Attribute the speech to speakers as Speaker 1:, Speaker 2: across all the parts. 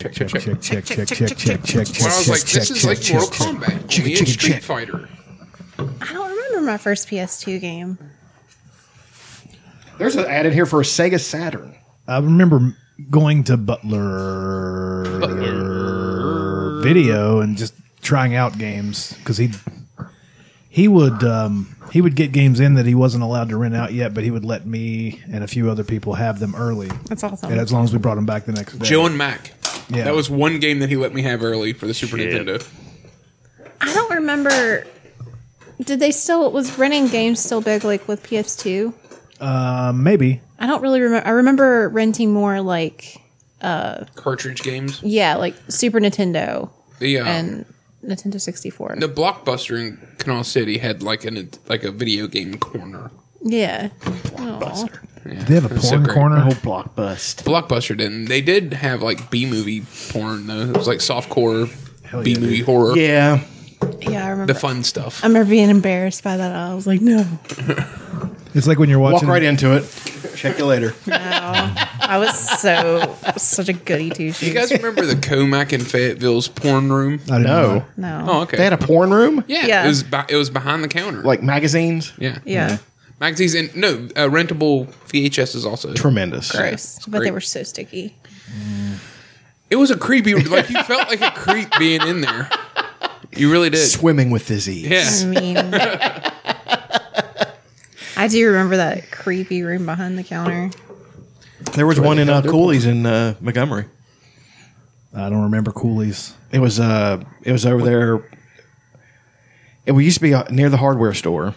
Speaker 1: check, check, check.
Speaker 2: check, check, check, check, check, check,
Speaker 1: When I was like,
Speaker 2: check,
Speaker 1: this
Speaker 2: check,
Speaker 1: is like
Speaker 2: check,
Speaker 1: Mortal
Speaker 2: check, check.
Speaker 1: Kombat,
Speaker 2: Chicken,
Speaker 1: only in
Speaker 2: chicken,
Speaker 1: Street
Speaker 2: check.
Speaker 1: Fighter.
Speaker 3: Oh, I don't remember my first PS2 game.
Speaker 4: There's an ad in here for a Sega Saturn.
Speaker 2: I remember going to Butler, Video and just trying out games because he he would um, he would get games in that he wasn't allowed to rent out yet, but he would let me and a few other people have them early.
Speaker 3: That's awesome.
Speaker 2: And as long as we brought them back the next day.
Speaker 1: Joe and Mac.
Speaker 2: Yeah.
Speaker 1: That was one game that he let me have early for the Super
Speaker 5: Shit.
Speaker 1: Nintendo.
Speaker 3: I don't remember. Did they still was renting games still big like with PS2?
Speaker 2: Uh, maybe
Speaker 3: I don't really remember. I remember renting more like
Speaker 1: Cartridge games.
Speaker 3: yeah, like Super Nintendo
Speaker 1: The uh,
Speaker 3: and Nintendo 64.
Speaker 1: the blockbuster in Canal City had like an like a video game corner.
Speaker 3: Yeah. Aw.
Speaker 2: Did they have a
Speaker 1: That's so
Speaker 2: porn
Speaker 1: great.
Speaker 2: corner.
Speaker 4: Oh, Blockbust.
Speaker 1: Blockbuster didn't. They did have like B movie porn though. It was like softcore
Speaker 2: Hell yeah,
Speaker 1: B movie
Speaker 2: dude.
Speaker 1: horror.
Speaker 4: Yeah.
Speaker 3: Yeah, I remember.
Speaker 1: The fun stuff.
Speaker 3: I remember being embarrassed by that. I was like, no.
Speaker 2: It's like when you're
Speaker 4: Walk
Speaker 2: watching.
Speaker 4: right into it. Check you later.
Speaker 3: I was so such a goody two
Speaker 1: you
Speaker 3: shoes.
Speaker 1: guys remember the Comac in Fayetteville's porn room?
Speaker 2: I didn't know.
Speaker 4: No.
Speaker 2: that.
Speaker 3: no.
Speaker 1: Oh, okay.
Speaker 4: They had a porn room?
Speaker 1: yeah,
Speaker 3: Yeah.
Speaker 1: it was be- it was behind the counter.
Speaker 4: Like magazines?
Speaker 1: yeah,
Speaker 3: yeah.
Speaker 1: Magazines and no uh, rentable VHSs also.
Speaker 4: Tremendous.
Speaker 3: Gross. But they
Speaker 1: great.
Speaker 3: were so sticky.
Speaker 1: It was a creepy. Like you felt like a creep being in there. You really did.
Speaker 4: Swimming with his ease.
Speaker 3: I
Speaker 1: Yeah.
Speaker 3: mean, I do remember that creepy room behind the counter.
Speaker 4: There was one in uh, Cooley's in uh, Montgomery.
Speaker 2: I don't remember Coolies.
Speaker 4: It was uh, it was over there. It we used to be uh, near the hardware store,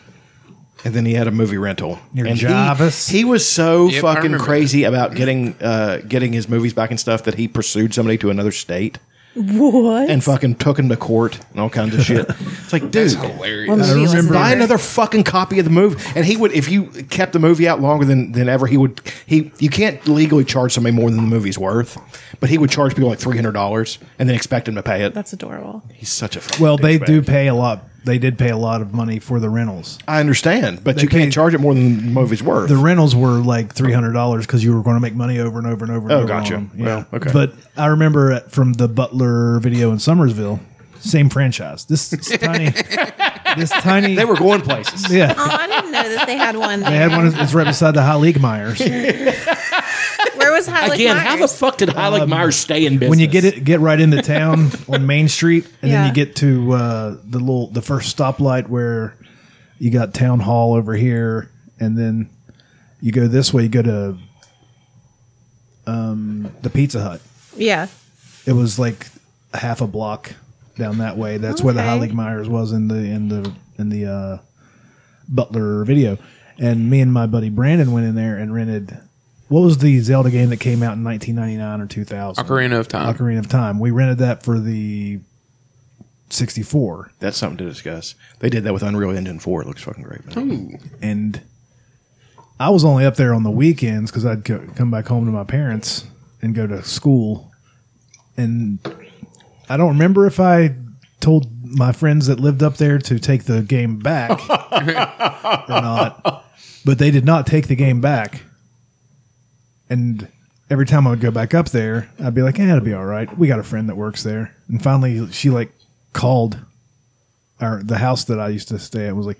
Speaker 4: and then he had a movie rental.
Speaker 2: Near
Speaker 4: and he-
Speaker 2: Jarvis?
Speaker 4: He, was so
Speaker 1: Yep, I
Speaker 4: fucking
Speaker 1: remember
Speaker 4: crazy about getting uh, getting his movies back and stuff that he pursued somebody to another state
Speaker 3: What?
Speaker 4: and fucking took him to court and all kinds of shit. It's like, dude,
Speaker 1: It's hilarious.
Speaker 3: What movie was
Speaker 2: remember-
Speaker 3: that?
Speaker 4: buy another fucking copy of the movie. And he would, if you kept the movie out longer than, than ever, he would. He you can't legally charge somebody more than the movie's worth, but he would charge people like three hundred dollars and then expect them to pay it.
Speaker 3: That's adorable.
Speaker 4: He's such a fucking
Speaker 2: Well, they
Speaker 4: douchebag.
Speaker 2: do pay a lot. They did pay a lot of money for the rentals.
Speaker 4: I understand, but
Speaker 2: They
Speaker 4: you can't
Speaker 2: pay-
Speaker 4: charge it more than the movie's worth.
Speaker 2: the rentals were like three hundred dollars because you were going to make money over and over and over. And
Speaker 4: Oh,
Speaker 2: over
Speaker 4: gotcha.
Speaker 2: on them.
Speaker 4: Well, okay.
Speaker 2: But I remember it from the Butler video in Somersville, same franchise. This tiny, this tiny.
Speaker 4: they were going places.
Speaker 2: yeah.
Speaker 3: Oh, I didn't know that they had one.
Speaker 2: They had one. It's right beside the High League Myers.
Speaker 3: Where was Highland
Speaker 6: Again, how the
Speaker 3: Myers?
Speaker 6: fuck did Heilig Myers stay in business?
Speaker 2: When you get it, get right into town on Main Street, and
Speaker 3: Yeah.
Speaker 2: then you get to uh, the little the first stoplight where you got Town Hall over here, and then you go this way. You go to um, the Pizza Hut.
Speaker 3: yeah.
Speaker 2: it was like half a block down that way. That's where the
Speaker 3: Okay.
Speaker 2: Heilig Myers was in the in the in the uh, Butler video. And me and my buddy Brandon went in there and rented. What was the Zelda game that came out in 1999 or 2000?
Speaker 1: Ocarina of Time.
Speaker 2: Ocarina of Time. We rented that for the 64,
Speaker 4: That's something to discuss. They did that with Unreal Engine Four. It looks fucking great. Man.
Speaker 2: and I was only up there on the weekends because I'd co- come back home to my parents and go to school. And I don't remember if I told my friends that lived up there to take the game back or not, but they did not take the game back. And every time I would go back up there, I'd be like, "Yeah, it'll be all right. We got a friend that works there." And finally, she like called our the house that I used to stay at was like,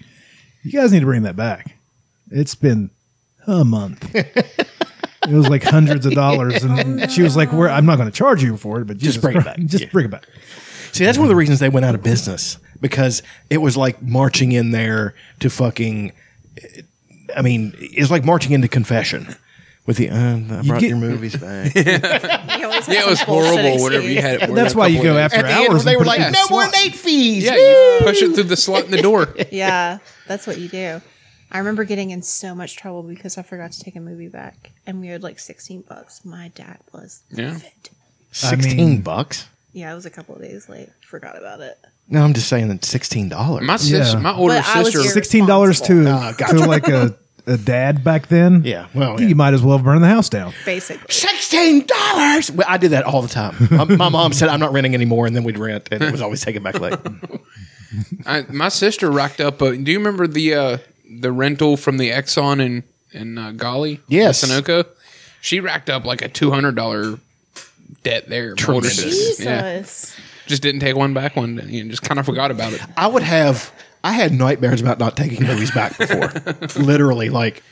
Speaker 2: "You guys need to bring that back. It's been a month." it was like hundreds of dollars, and she was like, "Where I'm not going to charge you for it, but just
Speaker 4: bring it back.
Speaker 2: Just
Speaker 4: Yeah.
Speaker 2: bring it back."
Speaker 4: See, that's one of the reasons they went out of business because it was like marching in there to fucking. I mean, it's like marching into confession. With the, uh, I brought
Speaker 2: get-
Speaker 4: your movies back.
Speaker 3: He always had
Speaker 1: Yeah, it was
Speaker 3: some bullshit
Speaker 1: horrible whenever you
Speaker 3: excuse.
Speaker 1: had it.
Speaker 2: That's why you go after
Speaker 4: At the
Speaker 2: hours.
Speaker 4: end, they
Speaker 2: and put
Speaker 4: were
Speaker 2: it
Speaker 4: like,
Speaker 2: in
Speaker 4: no
Speaker 2: the
Speaker 4: more
Speaker 2: slot."
Speaker 4: late fees.
Speaker 1: Yeah, you push it through the slot in the door.
Speaker 3: Yeah, that's what you do. I remember getting in so much trouble because I forgot to take a movie back, and we owed like sixteen bucks. My dad was
Speaker 1: Yeah.
Speaker 3: livid.
Speaker 4: Sixteen
Speaker 2: I mean-
Speaker 4: bucks.
Speaker 3: Yeah, it was a couple of days late. Forgot about it.
Speaker 4: No, I'm just saying that sixteen dollars.
Speaker 1: My sister,
Speaker 2: Yeah.
Speaker 1: my older
Speaker 3: But I was
Speaker 1: sister,
Speaker 3: your-
Speaker 2: sixteen dollars to
Speaker 4: Ah, gotcha.
Speaker 2: to like a, a dad back then.
Speaker 4: Yeah, well, yeah.
Speaker 2: you might as well burn the house down.
Speaker 3: Basically,
Speaker 4: Sixteen dollars. Well, I did that all the time. My, my mom said I'm not renting anymore, and then we'd rent, and it was always taken back late.
Speaker 1: I, my sister racked up. A, do you remember the uh, the rental from the Exxon in in uh, Golly?
Speaker 4: Yes.
Speaker 1: Sunoco. She racked up like a two hundred dollar debt there.
Speaker 4: Tremendous.
Speaker 1: Mortgages. Yeah.
Speaker 3: Jesus.
Speaker 1: Just didn't take one back one day. You know, just kind of forgot about it.
Speaker 4: I would have. I had nightmares about not taking movies back before. Literally, like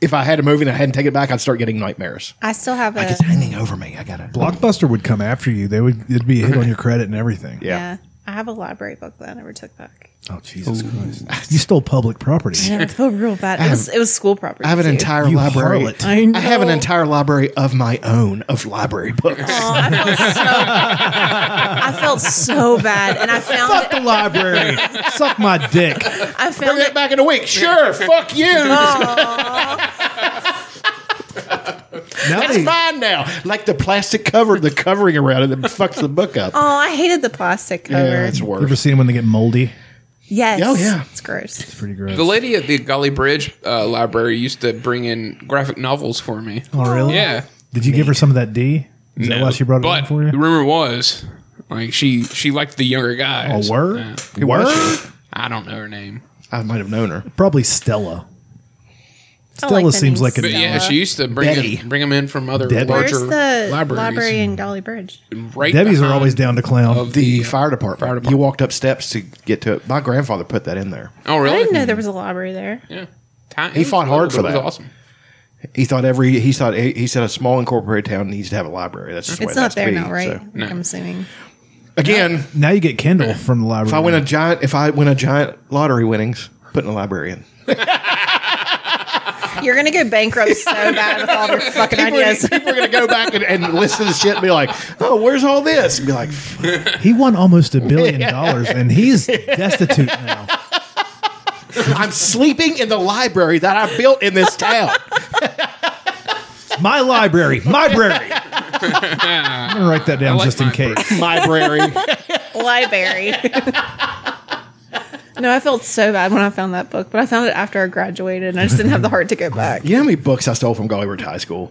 Speaker 4: if I had a movie and I hadn't taken it back, I'd start getting nightmares.
Speaker 3: I still have a.
Speaker 4: It's hanging over me. I gotta.
Speaker 2: Blockbuster would come after you. They would. It'd be a hit on your credit and everything.
Speaker 4: Yeah.
Speaker 3: Yeah. I have a library book that I never took back.
Speaker 2: Oh Jesus Christ! You stole public property.
Speaker 3: I never feel real bad. It was, it was school property.
Speaker 4: I have an
Speaker 3: too.
Speaker 4: entire
Speaker 2: You
Speaker 4: library.
Speaker 2: harlot.
Speaker 3: I know.
Speaker 4: have an entire library of my own of library books.
Speaker 3: Oh, I felt so. I felt so bad, and I found
Speaker 2: Fuck
Speaker 3: it,
Speaker 2: the library. Suck my dick.
Speaker 3: I found it.
Speaker 4: back in a week. Sure. fuck you.
Speaker 2: Now
Speaker 4: It's
Speaker 2: they-
Speaker 4: mine now. Like the plastic cover, the covering around it that fucks the book up.
Speaker 3: Oh, I hated the plastic cover.
Speaker 4: yeah, it's
Speaker 2: You ever
Speaker 4: worse.
Speaker 2: seen them when they get moldy?
Speaker 3: yes.
Speaker 4: Oh, yeah.
Speaker 3: It's gross.
Speaker 2: Pretty gross.
Speaker 4: Oh,
Speaker 1: The lady at the Golly Bridge uh, Library used to bring in graphic novels for me.
Speaker 2: oh really?
Speaker 1: Yeah.
Speaker 2: Did you give her some of that D? Is that why she brought it
Speaker 1: but
Speaker 2: in for
Speaker 1: The
Speaker 2: you?
Speaker 1: rumor was, like she she liked the younger
Speaker 2: A
Speaker 1: guys. Yeah.
Speaker 2: word?
Speaker 4: was
Speaker 2: Word?
Speaker 1: I don't know her name,
Speaker 4: I might have known her.
Speaker 2: Probably Stella.
Speaker 3: I
Speaker 2: Stella
Speaker 3: the
Speaker 2: seems
Speaker 3: name
Speaker 2: like a-
Speaker 1: but yeah,
Speaker 3: Stella.
Speaker 1: she used to bring
Speaker 4: Betty.
Speaker 1: them, bring them in from other
Speaker 2: Debbie.
Speaker 3: Where's
Speaker 1: larger
Speaker 3: the
Speaker 1: libraries.
Speaker 3: library in Dolly Bridge?
Speaker 1: Right
Speaker 2: Debbie's are
Speaker 1: behind-
Speaker 2: always down to clown.
Speaker 4: The fire, department.
Speaker 1: Fire department.
Speaker 4: You walked up steps to get to it. My grandfather put that in there.
Speaker 1: Oh
Speaker 3: I
Speaker 1: really?
Speaker 3: didn't know there was a library there.
Speaker 1: Yeah. Time,
Speaker 4: He fought hard for
Speaker 1: It was
Speaker 4: that.
Speaker 1: awesome.
Speaker 4: He thought every he thought he said a small incorporated town needs to have a library. That's just the way
Speaker 3: It's
Speaker 4: it has
Speaker 3: not there
Speaker 4: to be,
Speaker 3: now, right?
Speaker 4: so.
Speaker 1: no.
Speaker 3: I'm assuming.
Speaker 4: Again,
Speaker 2: Now you get Kendall from the library.
Speaker 4: if I win a giant, if I win a giant lottery winnings, putting a library in.
Speaker 3: You're gonna go bankrupt so bad with all your fucking
Speaker 4: People are,
Speaker 3: ideas.
Speaker 4: people are gonna go back and, and listen to shit and be like, "Oh, where's all this?" And be like,
Speaker 2: he won almost a billion dollars, and he's destitute now.
Speaker 4: "I'm sleeping in the library that I built in this town."
Speaker 2: My library, my library. I'm gonna write that down
Speaker 1: like
Speaker 2: just in
Speaker 1: my
Speaker 2: case.
Speaker 4: library.
Speaker 3: library. no, I felt so bad when I found that book, but I found it after I graduated, and I just didn't have the heart to go back.
Speaker 4: You know how many books I stole from Galway High School?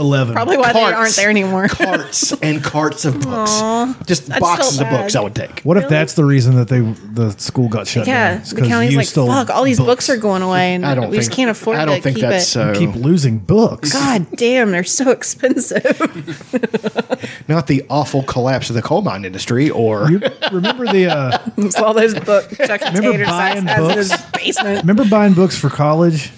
Speaker 2: Eleven.
Speaker 3: Probably why they
Speaker 4: Carts.
Speaker 3: aren't there anymore.
Speaker 4: Carts and carts of books, just
Speaker 3: that's
Speaker 4: boxes
Speaker 3: so
Speaker 4: of books
Speaker 3: bad.
Speaker 4: I would take.
Speaker 2: What if that's the reason that they the school got shut down?
Speaker 3: Yeah,
Speaker 2: It's
Speaker 3: the
Speaker 2: 'cause
Speaker 3: county's
Speaker 2: you
Speaker 3: like,
Speaker 2: stole
Speaker 3: fuck, all these books. are going away, and
Speaker 4: I don't.
Speaker 3: we
Speaker 4: think,
Speaker 3: just can't afford
Speaker 4: I don't
Speaker 3: to
Speaker 4: think
Speaker 3: keep
Speaker 4: that's uh,
Speaker 3: it.
Speaker 4: so.
Speaker 2: Keep losing books.
Speaker 3: God damn, they're so expensive.
Speaker 4: not the awful collapse of the coal mine industry, or
Speaker 2: You remember the uh,
Speaker 3: It's all those book Chuck and
Speaker 2: Remember
Speaker 3: Tater
Speaker 2: buying
Speaker 3: sacks has in his
Speaker 2: books?
Speaker 3: basement.
Speaker 2: remember buying books for college,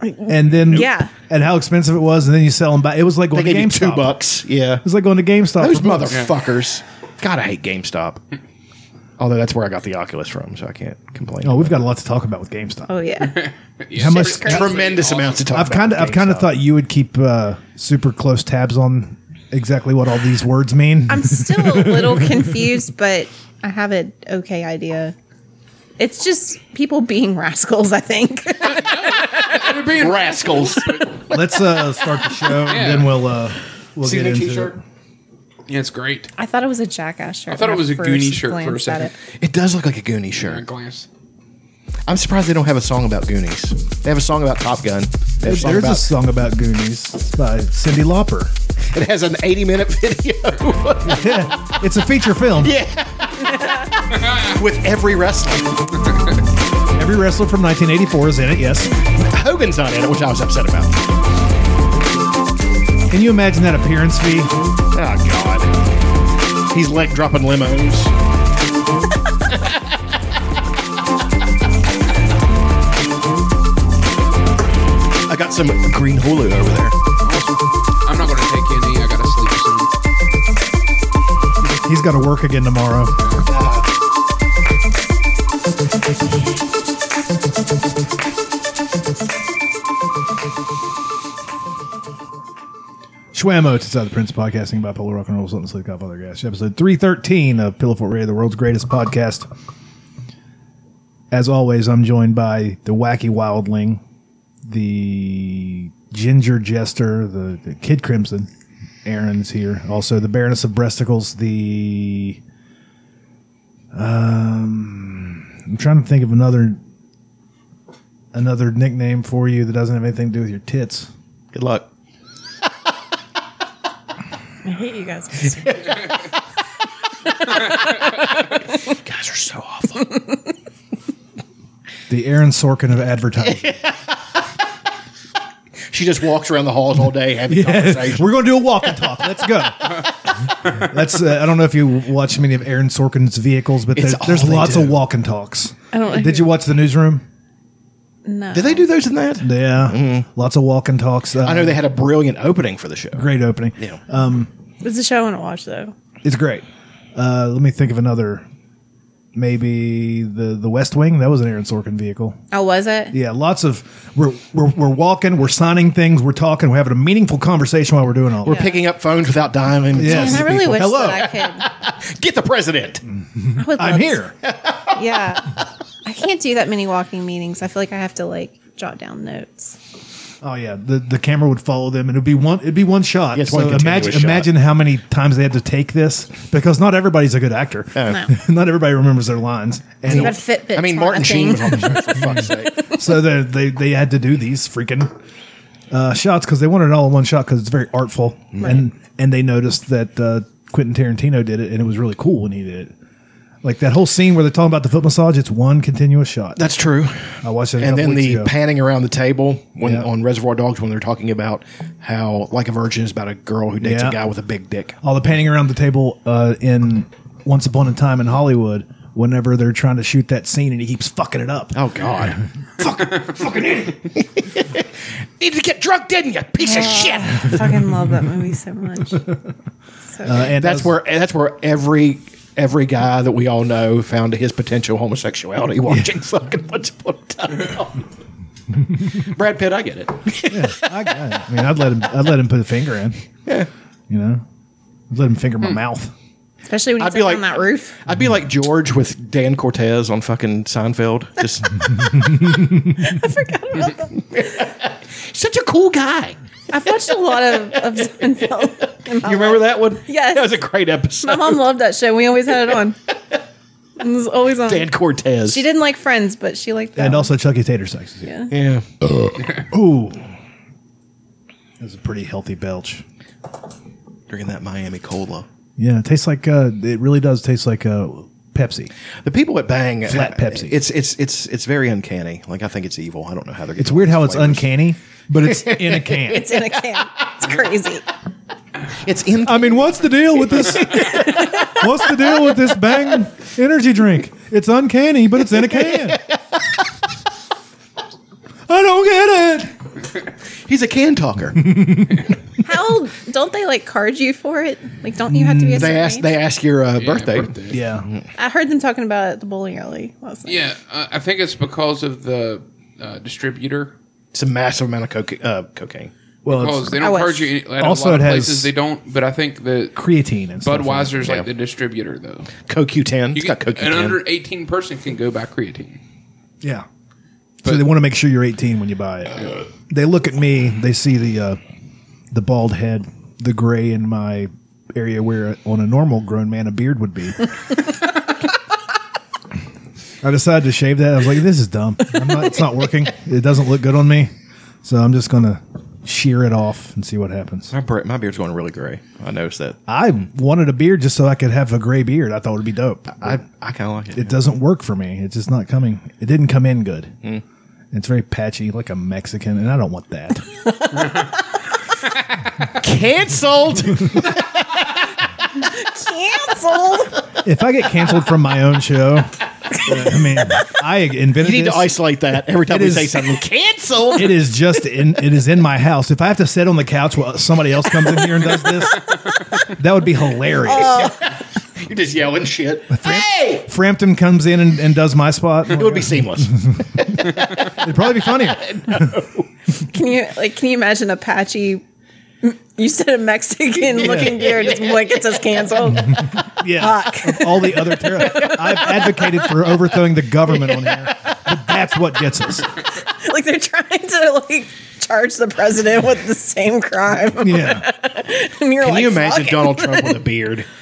Speaker 2: and then
Speaker 3: Yeah.
Speaker 2: and how expensive it was, and then you sell them back. It was like
Speaker 4: they
Speaker 2: going
Speaker 4: gave
Speaker 2: to
Speaker 4: you
Speaker 2: GameStop.
Speaker 4: two bucks. Yeah,
Speaker 2: It was like going to GameStop.
Speaker 4: those
Speaker 2: for books.
Speaker 4: motherfuckers. God, I hate GameStop. Although that's where I got the Oculus from, so I can't complain.
Speaker 2: Oh, we've got a lot to talk about with GameStop.
Speaker 3: Oh yeah,
Speaker 1: Yeah,
Speaker 2: How much-
Speaker 1: it's crazy.
Speaker 4: tremendous
Speaker 1: Awesome.
Speaker 4: amounts of time.
Speaker 2: I've kind of I've kind of thought you would keep uh, super close tabs on exactly what all these words mean.
Speaker 3: I'm still a little confused, but I have an okay idea. It's just people being rascals. I think.
Speaker 1: They're being
Speaker 4: rascals.
Speaker 2: Let's uh, start the show, and then we'll uh, we'll
Speaker 4: See
Speaker 2: get
Speaker 4: the
Speaker 2: into
Speaker 4: T-shirt.
Speaker 1: Yeah, it's great.
Speaker 3: I thought it was a jackass shirt.
Speaker 1: I thought
Speaker 3: when
Speaker 1: it was a
Speaker 3: first
Speaker 1: Goonie shirt for a
Speaker 3: glanced at
Speaker 1: second.
Speaker 4: It does look like a Goonie
Speaker 1: I
Speaker 4: shirt.
Speaker 1: glanced.
Speaker 4: I'm surprised they don't have a song about Goonies. They have a song about Top Gun. They have a
Speaker 2: It.
Speaker 4: song
Speaker 2: There's a
Speaker 4: about-
Speaker 2: song about Goonies It's by Cindy Lauper.
Speaker 4: it has an 80 minute video
Speaker 2: Yeah, it's a feature film.
Speaker 4: with every wrestler.
Speaker 2: Every wrestler from 1984 is in it. Yes.
Speaker 4: Hogan's not in it, which I was upset about. Oh
Speaker 2: Can you imagine that appearance fee?
Speaker 4: Oh, God, he's leg dropping limos. I got some green Hulu over there.
Speaker 1: I'm not going to take any. I got to sleep soon.
Speaker 2: He's got to work again tomorrow. Schwammo, it's the Prince podcasting about Polar Rock and Roll, Something Sleep Godfather Gas, episode 313 of Pillow Fort Radio, the world's greatest podcast. As always, I'm joined by the wacky wildling, the ginger jester, the, the kid crimson. Aaron's here. Also, the Baroness of Breasticles, the. Um, I'm trying to think of another another nickname for you that doesn't have anything to do with your tits.
Speaker 4: Good
Speaker 3: it.
Speaker 4: luck.
Speaker 3: I hate you guys.
Speaker 4: You guys are so awful.
Speaker 2: The Aaron Sorkin of advertising.
Speaker 4: She just walks around the halls all day having
Speaker 2: Yeah,
Speaker 4: conversations.
Speaker 2: we're going to do a walk and talk. Let's go. That's. Uh, I don't know if you watch many of Aaron Sorkin's vehicles, but
Speaker 4: It's
Speaker 2: there, there's
Speaker 4: all they
Speaker 2: lots
Speaker 4: do.
Speaker 2: of walk and talks.
Speaker 3: I don't like
Speaker 2: Did you watch the newsroom?
Speaker 3: No.
Speaker 4: Did they do those in that?
Speaker 2: Yeah, lots of walk and talks. Uh,
Speaker 4: Mm-hmm. I know they had a brilliant opening for the show.
Speaker 2: great opening.
Speaker 4: Yeah.
Speaker 3: It's a show I want to watch though.
Speaker 2: It's great. Uh, let me think of another. Maybe the the West Wing. That was an Aaron Sorkin vehicle.
Speaker 3: Oh, was it?
Speaker 2: Yeah, lots of we're we're, we're walking, we're signing things, we're talking, we're having a meaningful conversation while we're doing all.
Speaker 4: We're
Speaker 2: that.
Speaker 4: picking up phones without dialing.
Speaker 2: Yeah.
Speaker 3: And I really
Speaker 2: People.
Speaker 3: wish
Speaker 2: Hello.
Speaker 3: that I
Speaker 4: Get the president.
Speaker 3: could. I would
Speaker 2: I'm
Speaker 3: love-
Speaker 2: here.
Speaker 3: Yeah. I can't do that many walking meetings. I feel like I have to like jot down notes.
Speaker 2: Oh yeah, the the camera would follow them, and it'd be one it'd be one shot.
Speaker 4: Yes,
Speaker 2: so
Speaker 4: one continuous
Speaker 2: imagine
Speaker 4: shot.
Speaker 2: imagine how many times they had to take this because not everybody's a good actor.
Speaker 3: No.
Speaker 2: not everybody remembers their lines,
Speaker 3: Too bad Fitbits
Speaker 4: I mean,
Speaker 3: aren't
Speaker 4: Martin
Speaker 3: a
Speaker 4: Sheen
Speaker 3: thing.
Speaker 4: was on the show, for fuck's sake.
Speaker 2: so they they they had to do these freaking uh, shots because they wanted it all in one shot because it's very artful, and and they noticed that uh, Quentin Tarantino did it, and it was really cool when he did it. Like that whole scene where they're talking about the foot massage, it's one continuous shot.
Speaker 4: That's true.
Speaker 2: I watched it, a
Speaker 4: and
Speaker 2: couple
Speaker 4: then
Speaker 2: weeks
Speaker 4: the
Speaker 2: ago.
Speaker 4: panning around the table when
Speaker 2: Yeah.
Speaker 4: on Reservoir Dogs when they're talking about how like a virgin is about a girl who dates
Speaker 2: Yeah.
Speaker 4: a guy with a big dick.
Speaker 2: all the painting around the table uh, in Once Upon a Time in Hollywood. Whenever they're trying to shoot that scene and he keeps fucking it up.
Speaker 4: Oh God!
Speaker 6: Need to get drunk, didn't you? Piece of shit.
Speaker 3: I fucking love that movie so much. So good.
Speaker 2: Uh, and
Speaker 4: That's
Speaker 2: that was-
Speaker 4: where that's where every every guy that we all know found his potential homosexuality watching fucking Once Upon a Time. in Hollywood. Brad Pitt, I get it.
Speaker 2: I, I- I mean, I'd let him. I'd let him put a finger in. Yeah, you know, I'd let him finger
Speaker 4: Hmm.
Speaker 2: my mouth.
Speaker 3: Especially when you
Speaker 4: I'd
Speaker 3: up
Speaker 4: be like-
Speaker 3: on that roof.
Speaker 4: I'd be like George with Dan Cortez on fucking Seinfeld. Just
Speaker 6: Such a cool guy.
Speaker 3: I've watched a lot of, of Seinfeld. in my
Speaker 4: you remember
Speaker 3: life.
Speaker 4: that one?
Speaker 3: Yes.
Speaker 4: that was a great episode.
Speaker 3: My mom loved that show. We always had it on. It was always on.
Speaker 4: Dan Cortez.
Speaker 3: She didn't like Friends, but she liked that.
Speaker 2: And
Speaker 3: one.
Speaker 2: also Chucky Tater Sacks.
Speaker 3: Yeah.
Speaker 4: Yeah.
Speaker 2: Ooh, that's a pretty healthy belch.
Speaker 4: Drinking that Miami cola.
Speaker 2: Yeah, it tastes like. Uh, it really does taste like uh, Pepsi.
Speaker 4: The people at Bang
Speaker 2: Flat Pepsi.
Speaker 4: It's it's it's it's very uncanny. Like I think it's evil. I don't know how they're.
Speaker 2: It's
Speaker 4: getting
Speaker 2: weird
Speaker 4: all
Speaker 2: how
Speaker 4: these
Speaker 2: it's
Speaker 4: flavors.
Speaker 2: uncanny, but it's in a can.
Speaker 3: It's in a can. It's crazy.
Speaker 4: It's in.
Speaker 2: I mean, what's the deal with this? what's the deal with this Bang energy drink? It's uncanny, but it's in a can. I don't get it.
Speaker 4: he's a can talker.
Speaker 3: How don't they like card you for it? Like, don't you have to be a
Speaker 4: Mm, they
Speaker 3: certain
Speaker 4: ask
Speaker 3: age?
Speaker 4: they ask your uh,
Speaker 1: Yeah,
Speaker 4: birthday.
Speaker 2: Yeah,
Speaker 3: I heard them talking about it at the bowling alley last night.
Speaker 1: Yeah, uh, I think it's because of the uh, distributor.
Speaker 4: It's a massive amount of coca- uh, cocaine.
Speaker 2: well,
Speaker 1: Because
Speaker 2: it's
Speaker 1: they
Speaker 3: I
Speaker 1: don't
Speaker 3: was-
Speaker 1: charge you. Any, at
Speaker 2: Also,
Speaker 1: a lot of
Speaker 2: it has-
Speaker 1: places they don't. But I think that
Speaker 2: creatine and stuff. like
Speaker 1: Budweiser's
Speaker 4: Yeah.
Speaker 1: like the distributor though.
Speaker 4: CoQ10.
Speaker 1: You
Speaker 4: It's got
Speaker 1: can- an
Speaker 4: CoQ10.
Speaker 1: under eighteen person can go buy creatine.
Speaker 2: that. Yeah, so
Speaker 1: But-
Speaker 2: they want to make sure you're 18 when you buy it. They look at me. They see the uh, the bald head, the gray in my area where on a normal grown man a beard would be. I decided to shave that. I was like, this is dumb. I'm not, it's not working. It doesn't look good on me. So I'm just going to shear it off and see what happens.
Speaker 4: My, bre- my beard's going really gray. I noticed that.
Speaker 2: I wanted a beard just so I could have a gray beard. I thought it would be dope.
Speaker 4: I I kind of like it.
Speaker 2: It doesn't work for me. It's just not coming. It didn't come in good.
Speaker 4: Hmm.
Speaker 2: It's very patchy, like a Mexican, and I don't want that.
Speaker 4: Cancelled.
Speaker 3: Cancel.
Speaker 2: if I get canceled from my own show, I mean, I
Speaker 4: you
Speaker 2: invented
Speaker 4: need to
Speaker 2: this.
Speaker 4: isolate that every time
Speaker 2: It
Speaker 4: we
Speaker 2: is-
Speaker 4: say something. Cancelled.
Speaker 2: it is just in. It is in my house. If I have to sit on the couch while somebody else comes in here and does this, that would be hilarious.
Speaker 4: You're just yelling shit. hey,
Speaker 2: Frampton comes in and, and does my spot.
Speaker 4: it would be seamless.
Speaker 2: It'd probably be funnier.
Speaker 3: Can you like? Can you imagine Apache? You said a Mexican looking beard. It's like it says canceled.
Speaker 4: Uh,
Speaker 2: Yeah.
Speaker 3: Fuck.
Speaker 2: All the other terror. I've advocated for overthrowing the government on here, but that's what gets us.
Speaker 3: like they're trying to like charge the president with the same crime.
Speaker 2: Yeah.
Speaker 3: And you're
Speaker 4: Can
Speaker 3: like,
Speaker 4: you imagine
Speaker 3: fuck it.
Speaker 4: Donald Trump with a beard?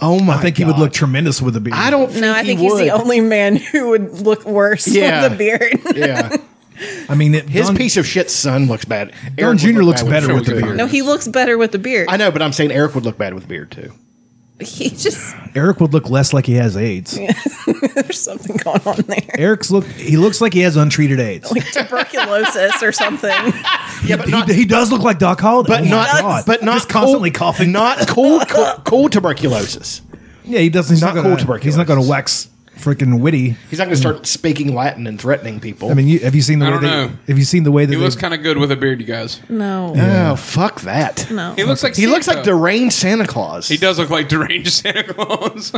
Speaker 4: Oh my!
Speaker 2: I think he would look tremendous with a beard.
Speaker 4: I don't.
Speaker 3: No, I think he's the only man who would look worse
Speaker 4: Yeah.
Speaker 3: with a beard.
Speaker 4: Yeah,
Speaker 2: I mean, it,
Speaker 4: his
Speaker 2: Don-
Speaker 4: piece of shit son looks bad.
Speaker 2: Don
Speaker 4: would
Speaker 2: Jr.
Speaker 4: look
Speaker 2: looks
Speaker 4: bad
Speaker 2: better
Speaker 4: a
Speaker 2: with the
Speaker 4: beard.
Speaker 2: beard.
Speaker 3: no, he looks better with a beard.
Speaker 4: I know, but I'm saying Eric would look bad with a beard too.
Speaker 3: He just
Speaker 2: Eric would look less like he has AIDS.
Speaker 3: there's something going on there,
Speaker 2: Eric's look he looks like he has untreated AIDS.
Speaker 3: like tuberculosis or something.
Speaker 4: Yeah, but
Speaker 2: he,
Speaker 4: not.
Speaker 2: he does look like Doc Holliday.
Speaker 4: But
Speaker 2: Oh my
Speaker 4: not,
Speaker 2: God.
Speaker 4: but not
Speaker 2: just constantly
Speaker 4: cold,
Speaker 2: coughing.
Speaker 4: Not cold, cold, cold tuberculosis.
Speaker 2: yeah, he doesn't. He's
Speaker 4: not
Speaker 2: not,
Speaker 4: cool
Speaker 2: gonna, He's not going to wax freaking witty.
Speaker 4: He's not going to start speaking Latin and threatening people.
Speaker 2: I mean, you, have you seen the
Speaker 1: I
Speaker 2: way
Speaker 1: don't
Speaker 2: they?
Speaker 1: know.
Speaker 2: Have you seen the way that
Speaker 1: He
Speaker 2: they,
Speaker 1: looks kind of good with a beard, you guys.
Speaker 3: No,
Speaker 4: oh fuck that.
Speaker 3: no.
Speaker 1: He looks like
Speaker 4: He looks like
Speaker 1: Santa.
Speaker 4: deranged Santa Claus.
Speaker 1: He does look like deranged Santa Claus.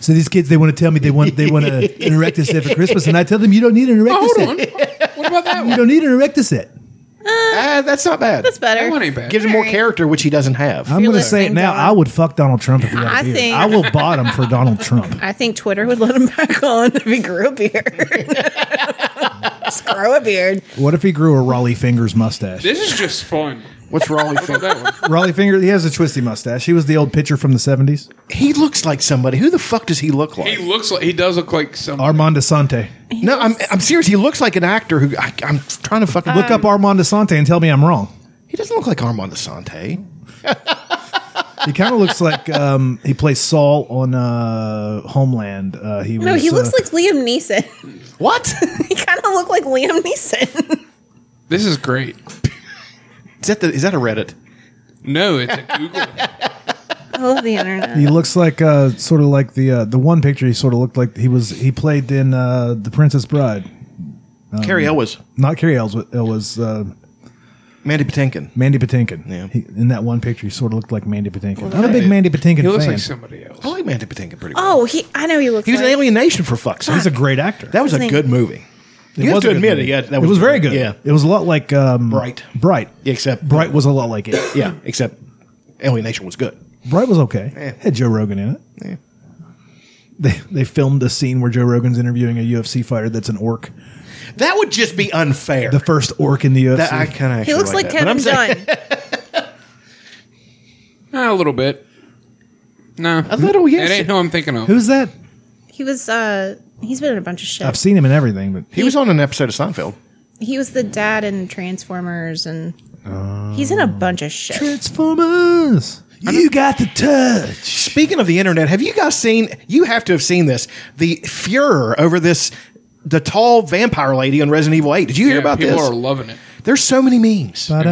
Speaker 2: So these kids, they want to tell me they want they want an erectoset for Christmas, and I tell them you don't need an
Speaker 1: Hold on.
Speaker 2: erectoset.
Speaker 1: What about that
Speaker 2: You
Speaker 1: one?
Speaker 2: don't need an erectoset.
Speaker 4: Ah, that's not bad.
Speaker 3: That's better.
Speaker 1: That one ain't bad.
Speaker 4: Gives him more
Speaker 3: Alright.
Speaker 4: character, which he doesn't have.
Speaker 2: I'm
Speaker 3: you're
Speaker 2: going to say it
Speaker 3: listening,
Speaker 2: now.
Speaker 3: Don.
Speaker 2: I would fuck Donald Trump if he
Speaker 3: I
Speaker 2: had a beard.
Speaker 3: think-
Speaker 2: I will bottom for Donald Trump.
Speaker 3: I think Twitter would let him back on if he grew a beard. Just grow a beard.
Speaker 2: What if he grew a Raleigh fingers mustache?
Speaker 1: This is just fun.
Speaker 4: What's wrong with
Speaker 1: What about
Speaker 4: him?
Speaker 1: that one?
Speaker 2: Raleigh finger. He has a twisty mustache. He was the old pitcher from the '70s,
Speaker 4: He looks like somebody. Who the fuck does he look like?
Speaker 1: He looks like he does look like some.
Speaker 2: Armand Desante.
Speaker 4: no, I'm, I'm serious. He looks like an actor who I, I'm trying to fucking
Speaker 3: Uh, Um,
Speaker 2: Look up Armand Desante and tell me I'm wrong.
Speaker 4: He doesn't look like Armand Asante.
Speaker 2: He kind of looks like um, he plays Saul on uh, Homeland. Uh, he
Speaker 3: No,
Speaker 2: was,
Speaker 3: he looks
Speaker 2: uh,
Speaker 3: like Liam Neeson.
Speaker 4: What?
Speaker 3: he kind of looked like Liam Neeson.
Speaker 1: this is great.
Speaker 4: is that the, is that a Reddit?
Speaker 1: No, it's a Google.
Speaker 3: I love Oh, the internet.
Speaker 2: He looks like uh, sort of like the uh, the one picture. He sort of looked like he was he played in uh, the Princess Bride. Oh,
Speaker 4: Carrie Elwes,
Speaker 2: Not Carrie Elwes. It was uh,
Speaker 4: Mandy Patinkin.
Speaker 2: Mandy Patinkin.
Speaker 4: Yeah.
Speaker 2: He, in that one picture, he sort of looked like Mandy Patinkin. I'm a big Mandy Patinkin
Speaker 1: He looks
Speaker 2: fan.
Speaker 1: like somebody else.
Speaker 4: I like Mandy Patinkin pretty well.
Speaker 3: Oh, he. I know he looks.
Speaker 4: he was
Speaker 3: like,
Speaker 4: in Alienation for fuck's sake.
Speaker 2: He's a great actor.
Speaker 4: that was
Speaker 3: His
Speaker 4: a
Speaker 3: name-
Speaker 4: good movie.
Speaker 2: It
Speaker 4: you have
Speaker 2: was
Speaker 4: to
Speaker 2: a good
Speaker 4: admit it.
Speaker 2: movie.
Speaker 4: Yeah, that
Speaker 2: it was very good.
Speaker 4: Yeah,
Speaker 2: It was a lot like um,
Speaker 4: Bright.
Speaker 2: Bright.
Speaker 4: Yeah, except
Speaker 2: Bright was a lot like it.
Speaker 4: Yeah, except Alienation was good.
Speaker 2: Bright was okay.
Speaker 4: Yeah.
Speaker 2: Had Joe Rogan in it.
Speaker 4: Yeah.
Speaker 2: They, they filmed a scene where Joe Rogan's interviewing a UFC fighter that's an orc,
Speaker 4: That would just be unfair.
Speaker 2: the first orc in the UFC.
Speaker 4: that, I kind of
Speaker 3: he looks like,
Speaker 4: that. But
Speaker 3: Kevin
Speaker 4: I'm saying-
Speaker 3: Dunn.
Speaker 1: Ah, a little bit. No,
Speaker 4: A little, yes.
Speaker 1: It ain't who I'm thinking of.
Speaker 2: Who's that?
Speaker 3: he was. uh He's been in a bunch of shit.
Speaker 2: I've seen him in everything, but
Speaker 4: He was on an episode of Seinfeld.
Speaker 3: He was the dad in Transformers, and he's in a bunch of shit.
Speaker 2: Transformers. You got the touch.
Speaker 4: Speaking of the internet, have you guys seen? You have to have seen this. The furor over this, the tall vampire lady on Resident Evil Eight. Did you hear
Speaker 1: Yeah,
Speaker 4: about
Speaker 1: people
Speaker 4: this?
Speaker 1: are loving it.
Speaker 4: There's so many memes.
Speaker 3: What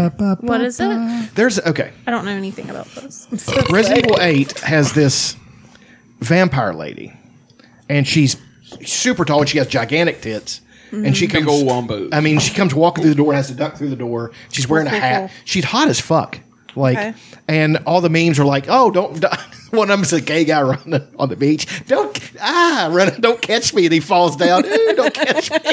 Speaker 3: is it? I
Speaker 4: There's okay.
Speaker 3: don't know anything about this.
Speaker 4: Resident Evil Eight has this vampire lady, and she's super tall and she has gigantic tits. And she
Speaker 1: Mm-hmm. Big
Speaker 4: comes,
Speaker 1: old wombos.
Speaker 4: I mean, she comes walking through the door, has to duck through the door. She's wearing a
Speaker 3: Cool, cool,
Speaker 4: hat.
Speaker 3: cool.
Speaker 4: She's hot as fuck. Like,
Speaker 3: Okay.
Speaker 4: and all the memes are like, "Oh, don't." don't- One of them's a gay guy running on the beach. Don't ah, run! Don't catch me! And he falls down. Ooh, don't catch me!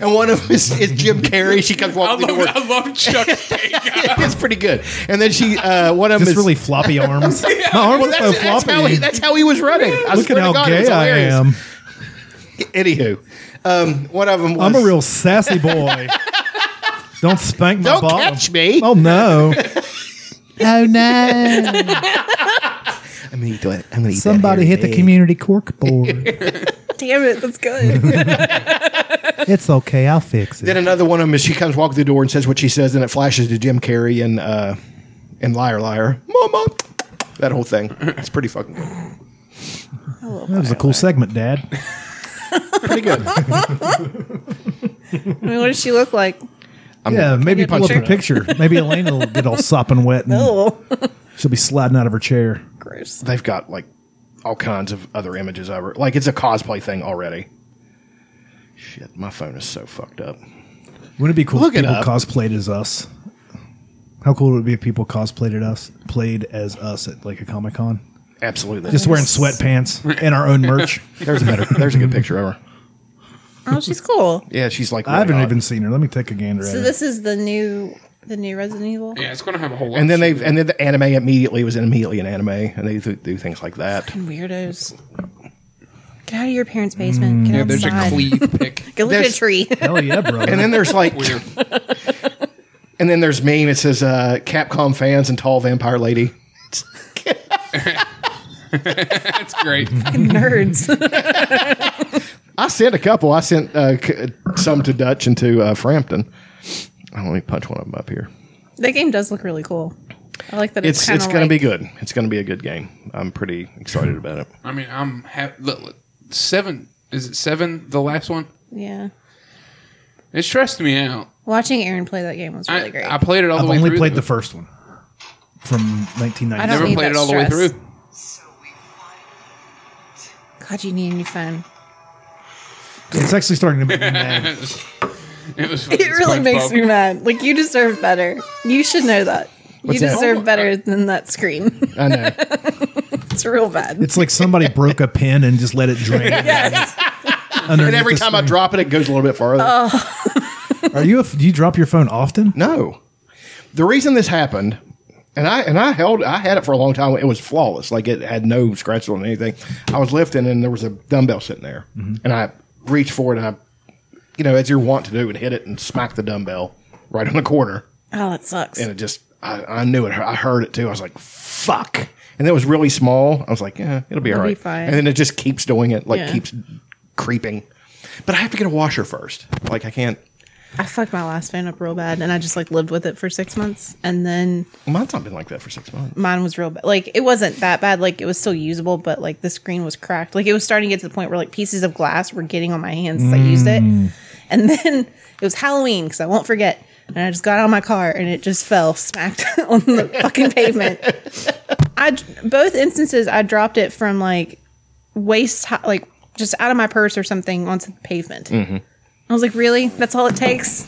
Speaker 4: and one of them is, is Jim Carrey. She comes
Speaker 1: I
Speaker 4: walking through the
Speaker 1: love,
Speaker 4: door.
Speaker 1: I love Chuck.
Speaker 4: it's pretty good. And then she, uh, one of them
Speaker 2: Just
Speaker 4: is
Speaker 2: really floppy arms. My arms
Speaker 4: well,
Speaker 2: are
Speaker 4: that's,
Speaker 2: so
Speaker 4: that's
Speaker 2: floppy.
Speaker 4: how he, that's how he was running. I
Speaker 2: Look
Speaker 4: swear
Speaker 2: at
Speaker 4: to
Speaker 2: how
Speaker 4: God, it
Speaker 2: gay
Speaker 4: was
Speaker 2: I
Speaker 4: hilarious.
Speaker 2: am.
Speaker 4: Anywho, um, one of them was.
Speaker 2: I'm a real sassy boy. Don't spank my
Speaker 4: Don't
Speaker 2: bottom.
Speaker 4: catch me.
Speaker 2: Oh no. oh no.
Speaker 4: I'm gonna eat that. I'm gonna eat that
Speaker 2: Somebody
Speaker 4: hairy
Speaker 2: hit the
Speaker 4: egg.
Speaker 2: community cork board.
Speaker 3: Damn it, that's good.
Speaker 2: it's okay, I'll fix
Speaker 4: Then
Speaker 2: it.
Speaker 4: another one of them is she comes walking through the door and says what she says, and it flashes to Jim Carrey and uh, and liar liar mama. That whole thing. It's pretty fucking good.
Speaker 2: That was a cool segment, Dad.
Speaker 4: Pretty good.
Speaker 3: I mean, what does she look like?
Speaker 2: yeah, maybe
Speaker 3: get a
Speaker 2: pull up a picture. Maybe Elena will get all sopping wet and
Speaker 3: Oh,
Speaker 2: she'll be sliding out of her chair.
Speaker 3: gross.
Speaker 4: They've got like all kinds of other images over. Like it's a cosplay thing already. Shit, my phone is so fucked up.
Speaker 2: Wouldn't it be cool
Speaker 4: Look
Speaker 2: if
Speaker 4: it
Speaker 2: people
Speaker 4: up.
Speaker 2: cosplayed as us? How cool would it be if people cosplayed at us, played as us at like a Comic Con?
Speaker 4: Absolutely.
Speaker 2: Just wearing sweatpants and our own merch.
Speaker 4: there's a better. There's a good picture over.
Speaker 3: Oh, she's cool.
Speaker 4: Yeah, she's like.
Speaker 2: I
Speaker 4: really
Speaker 2: haven't
Speaker 4: hot.
Speaker 2: even seen her. Let me take a gander at
Speaker 3: So
Speaker 2: it.
Speaker 3: this is the new, the new Resident Evil.
Speaker 1: yeah, it's gonna have a whole. lot
Speaker 4: And then
Speaker 1: of
Speaker 4: they have and then the anime immediately was immediately an anime, and they do, do things like that.
Speaker 3: Weirdos. Get out of your parents' basement. Get
Speaker 1: shit. Yeah,
Speaker 3: outside.
Speaker 1: there's a cleave pick.
Speaker 3: Go look at a
Speaker 4: There's-
Speaker 3: tree.
Speaker 2: Hell yeah, bro.
Speaker 4: And then there's like,
Speaker 1: Weird.
Speaker 4: and then there's meme. It says uh, Capcom fans and tall vampire lady.
Speaker 1: That's great.
Speaker 3: Nerds.
Speaker 4: I sent a couple. I sent uh, c- some to Dutch and to uh, Frampton. Oh, let me punch one of them up here.
Speaker 3: that game does look really cool. I like that. It's
Speaker 4: It's
Speaker 3: kinda
Speaker 4: it's
Speaker 3: like-
Speaker 4: going to be good. It's going to be a good game. I'm pretty excited about it.
Speaker 1: I mean, I'm ha- look, look, seven. Is it seven? The last one.
Speaker 3: Yeah,
Speaker 1: It stressed me out.
Speaker 3: watching Aaron play that game was really
Speaker 1: I,
Speaker 3: great.
Speaker 1: I played it all
Speaker 2: I've
Speaker 1: the way
Speaker 2: only
Speaker 1: through.
Speaker 2: played
Speaker 1: though.
Speaker 2: the first one from 1990.
Speaker 3: I don't
Speaker 1: Never
Speaker 3: need
Speaker 1: played
Speaker 3: that
Speaker 1: it all the way
Speaker 3: stress.
Speaker 1: through.
Speaker 3: God, you need a new phone.
Speaker 2: It's actually starting to make me mad.
Speaker 1: It was.
Speaker 3: It really makes me mad. Like you deserve better. You should know that.
Speaker 4: What's
Speaker 3: you
Speaker 4: that?
Speaker 3: deserve better than that screen.
Speaker 4: I know.
Speaker 3: it's real bad.
Speaker 2: It's like somebody broke a pen and just let it drain.
Speaker 3: Yes.
Speaker 2: underneath
Speaker 4: and every
Speaker 2: the
Speaker 4: time I
Speaker 2: screen.
Speaker 4: drop it, it goes a little bit farther.
Speaker 2: are you? A, f- do you drop your phone often?
Speaker 4: No. The reason this happened, and I and I held I had it for a long time. It was flawless. Like it had no scratches on anything. I was lifting and there was a dumbbell sitting there. And I reached for it and I you know, as you're wont to do, and hit it and smack the dumbbell right on the corner.
Speaker 3: Oh, that sucks.
Speaker 4: And it just I, I knew it. I heard it too. I was like, fuck. And it was really small. I was like, yeah, it'll be all
Speaker 3: be
Speaker 4: right.
Speaker 3: fine.
Speaker 4: And then it just keeps doing it, like
Speaker 3: Yeah.
Speaker 4: keeps creeping. But I have to get a washer first. Like I can't
Speaker 3: I fucked my last phone up real bad, and I just like lived with it for six months, and then
Speaker 4: mine's not been like that for six months.
Speaker 3: mine was real bad. Like it wasn't that bad. Like it was still usable, but like the screen was cracked. Like it was starting to get to the point where like pieces of glass were getting on my hands as I used it. And then it was Halloween because I won't forget. And I just got out of my car and it just fell smacked on the fucking pavement. I d- both instances I dropped it from like waist high, like just out of my purse or something onto the pavement. I was like, really? That's all it takes?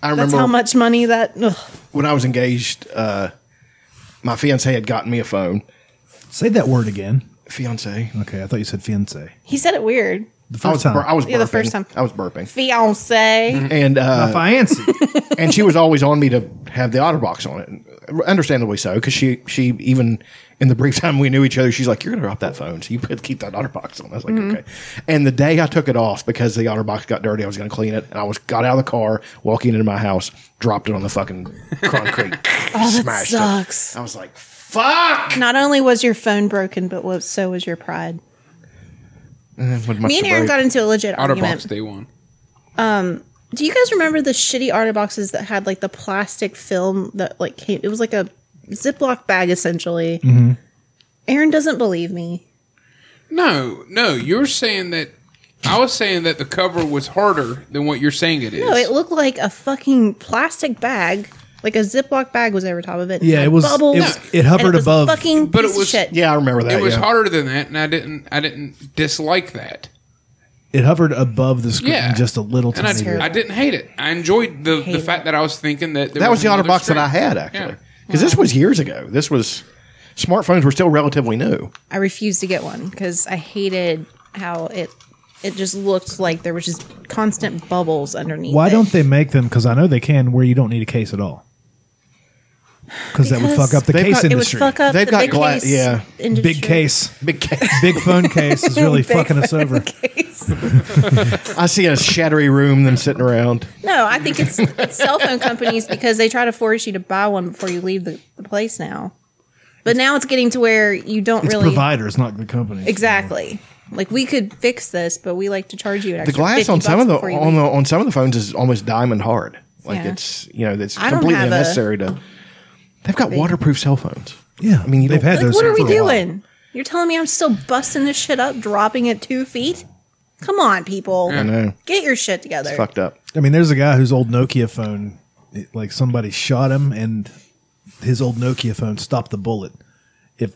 Speaker 4: I
Speaker 3: That's
Speaker 4: remember
Speaker 3: how much money that? Ugh.
Speaker 4: when I was engaged, uh, my fiance had gotten me a phone.
Speaker 2: Say that word again.
Speaker 4: Fiance.
Speaker 2: Okay, I thought you said fiance.
Speaker 3: He said it weird.
Speaker 2: The first
Speaker 4: I was,
Speaker 2: time.
Speaker 4: bur- I was burping.
Speaker 3: Yeah, the first time.
Speaker 4: I was burping.
Speaker 3: Fiance.
Speaker 4: And uh,
Speaker 2: fiance.
Speaker 4: and she was always on me to have the OtterBox on it, understandably so, because she she even in the brief time we knew each other, she's like, "You're gonna drop that phone, so you better keep that OtterBox on." I was like,
Speaker 3: Mm-hmm.
Speaker 4: "Okay." And the day I took it off because the OtterBox got dirty, I was gonna clean it, and I was got out of the car, walking into my house, dropped it on the fucking concrete,
Speaker 3: Oh, that
Speaker 4: smashed
Speaker 3: sucks.
Speaker 4: it. I was like, "Fuck!"
Speaker 3: Not only was your phone broken, but was, so was your pride. Me and Aaron got into a legit argument.
Speaker 1: Otterbox day one.
Speaker 3: Do you guys remember the shitty otter boxes that had like the plastic film that like came? It was like a Ziploc bag essentially.
Speaker 2: Mm-hmm.
Speaker 3: Aaron doesn't believe me.
Speaker 1: No, no, you're saying that. I was saying that the cover was harder than what you're saying it is.
Speaker 3: No, it looked like a fucking plastic bag, like a Ziploc bag was over top of it.
Speaker 2: Yeah, it was-
Speaker 3: Bubbles,
Speaker 2: it was- it hovered
Speaker 3: and was
Speaker 2: above.
Speaker 3: Fucking
Speaker 1: But it
Speaker 3: piece of
Speaker 1: was-
Speaker 3: shit.
Speaker 4: Yeah, I remember that.
Speaker 1: It was
Speaker 4: yeah.
Speaker 1: harder than that, and I didn't. I didn't dislike that.
Speaker 2: it hovered above the screen
Speaker 1: Yeah,
Speaker 2: just a little
Speaker 1: and I,
Speaker 2: tiny bit.
Speaker 1: I didn't hate it. I enjoyed the, the
Speaker 3: Hated
Speaker 1: fact that I was thinking that there
Speaker 4: That was the
Speaker 1: another
Speaker 4: OtterBox
Speaker 1: screen.
Speaker 4: that I had actually, because this was years ago. This was smartphones were still relatively new.
Speaker 3: I refused to get one because I hated how it it just looked like there was just constant bubbles underneath.
Speaker 2: Why
Speaker 3: it.
Speaker 2: don't they make them? Because I know they can, where you don't need a case at all. Because that would
Speaker 3: Because
Speaker 2: fuck up the
Speaker 4: they've
Speaker 2: case
Speaker 4: got-
Speaker 3: it would
Speaker 2: industry.
Speaker 3: fuck up
Speaker 4: They've
Speaker 3: the
Speaker 4: got
Speaker 3: big
Speaker 4: gla-
Speaker 3: case
Speaker 4: yeah.
Speaker 3: industry.
Speaker 2: Big case,
Speaker 4: Big ca-
Speaker 2: big phone case is really
Speaker 3: Big
Speaker 2: fucking us over.
Speaker 3: case.
Speaker 4: I see a shattery room them sitting around.
Speaker 3: No, I think it's, it's cell phone companies because they try to force you to buy one before you leave the, the place now. But now it's getting to where you don't
Speaker 2: It's
Speaker 3: really
Speaker 2: providers, not the company.
Speaker 3: exactly like we could fix this, but we like to charge you an
Speaker 4: The
Speaker 3: extra
Speaker 4: glass
Speaker 3: 50
Speaker 4: on some
Speaker 3: bucks
Speaker 4: of the
Speaker 3: before you
Speaker 4: on
Speaker 3: leave.
Speaker 4: the on some of the phones is almost diamond hard. Like
Speaker 3: Yeah.
Speaker 4: it's you know that's
Speaker 3: I don't
Speaker 4: completely
Speaker 3: have a-
Speaker 4: unnecessary to. They've got waterproof cell phones.
Speaker 2: Yeah, I
Speaker 4: mean,
Speaker 2: mean
Speaker 4: you
Speaker 2: they've
Speaker 4: don't-
Speaker 2: had
Speaker 3: Like,
Speaker 2: those.
Speaker 3: what are we
Speaker 2: for a while.
Speaker 3: doing? You're telling me I'm still busting this shit up, dropping it two feet? Come on, people.
Speaker 4: I know,
Speaker 3: Get your shit together.
Speaker 4: fucked up.
Speaker 2: I mean, there's a guy whose old Nokia phone, it- like somebody shot him, and his old Nokia phone stopped the bullet. If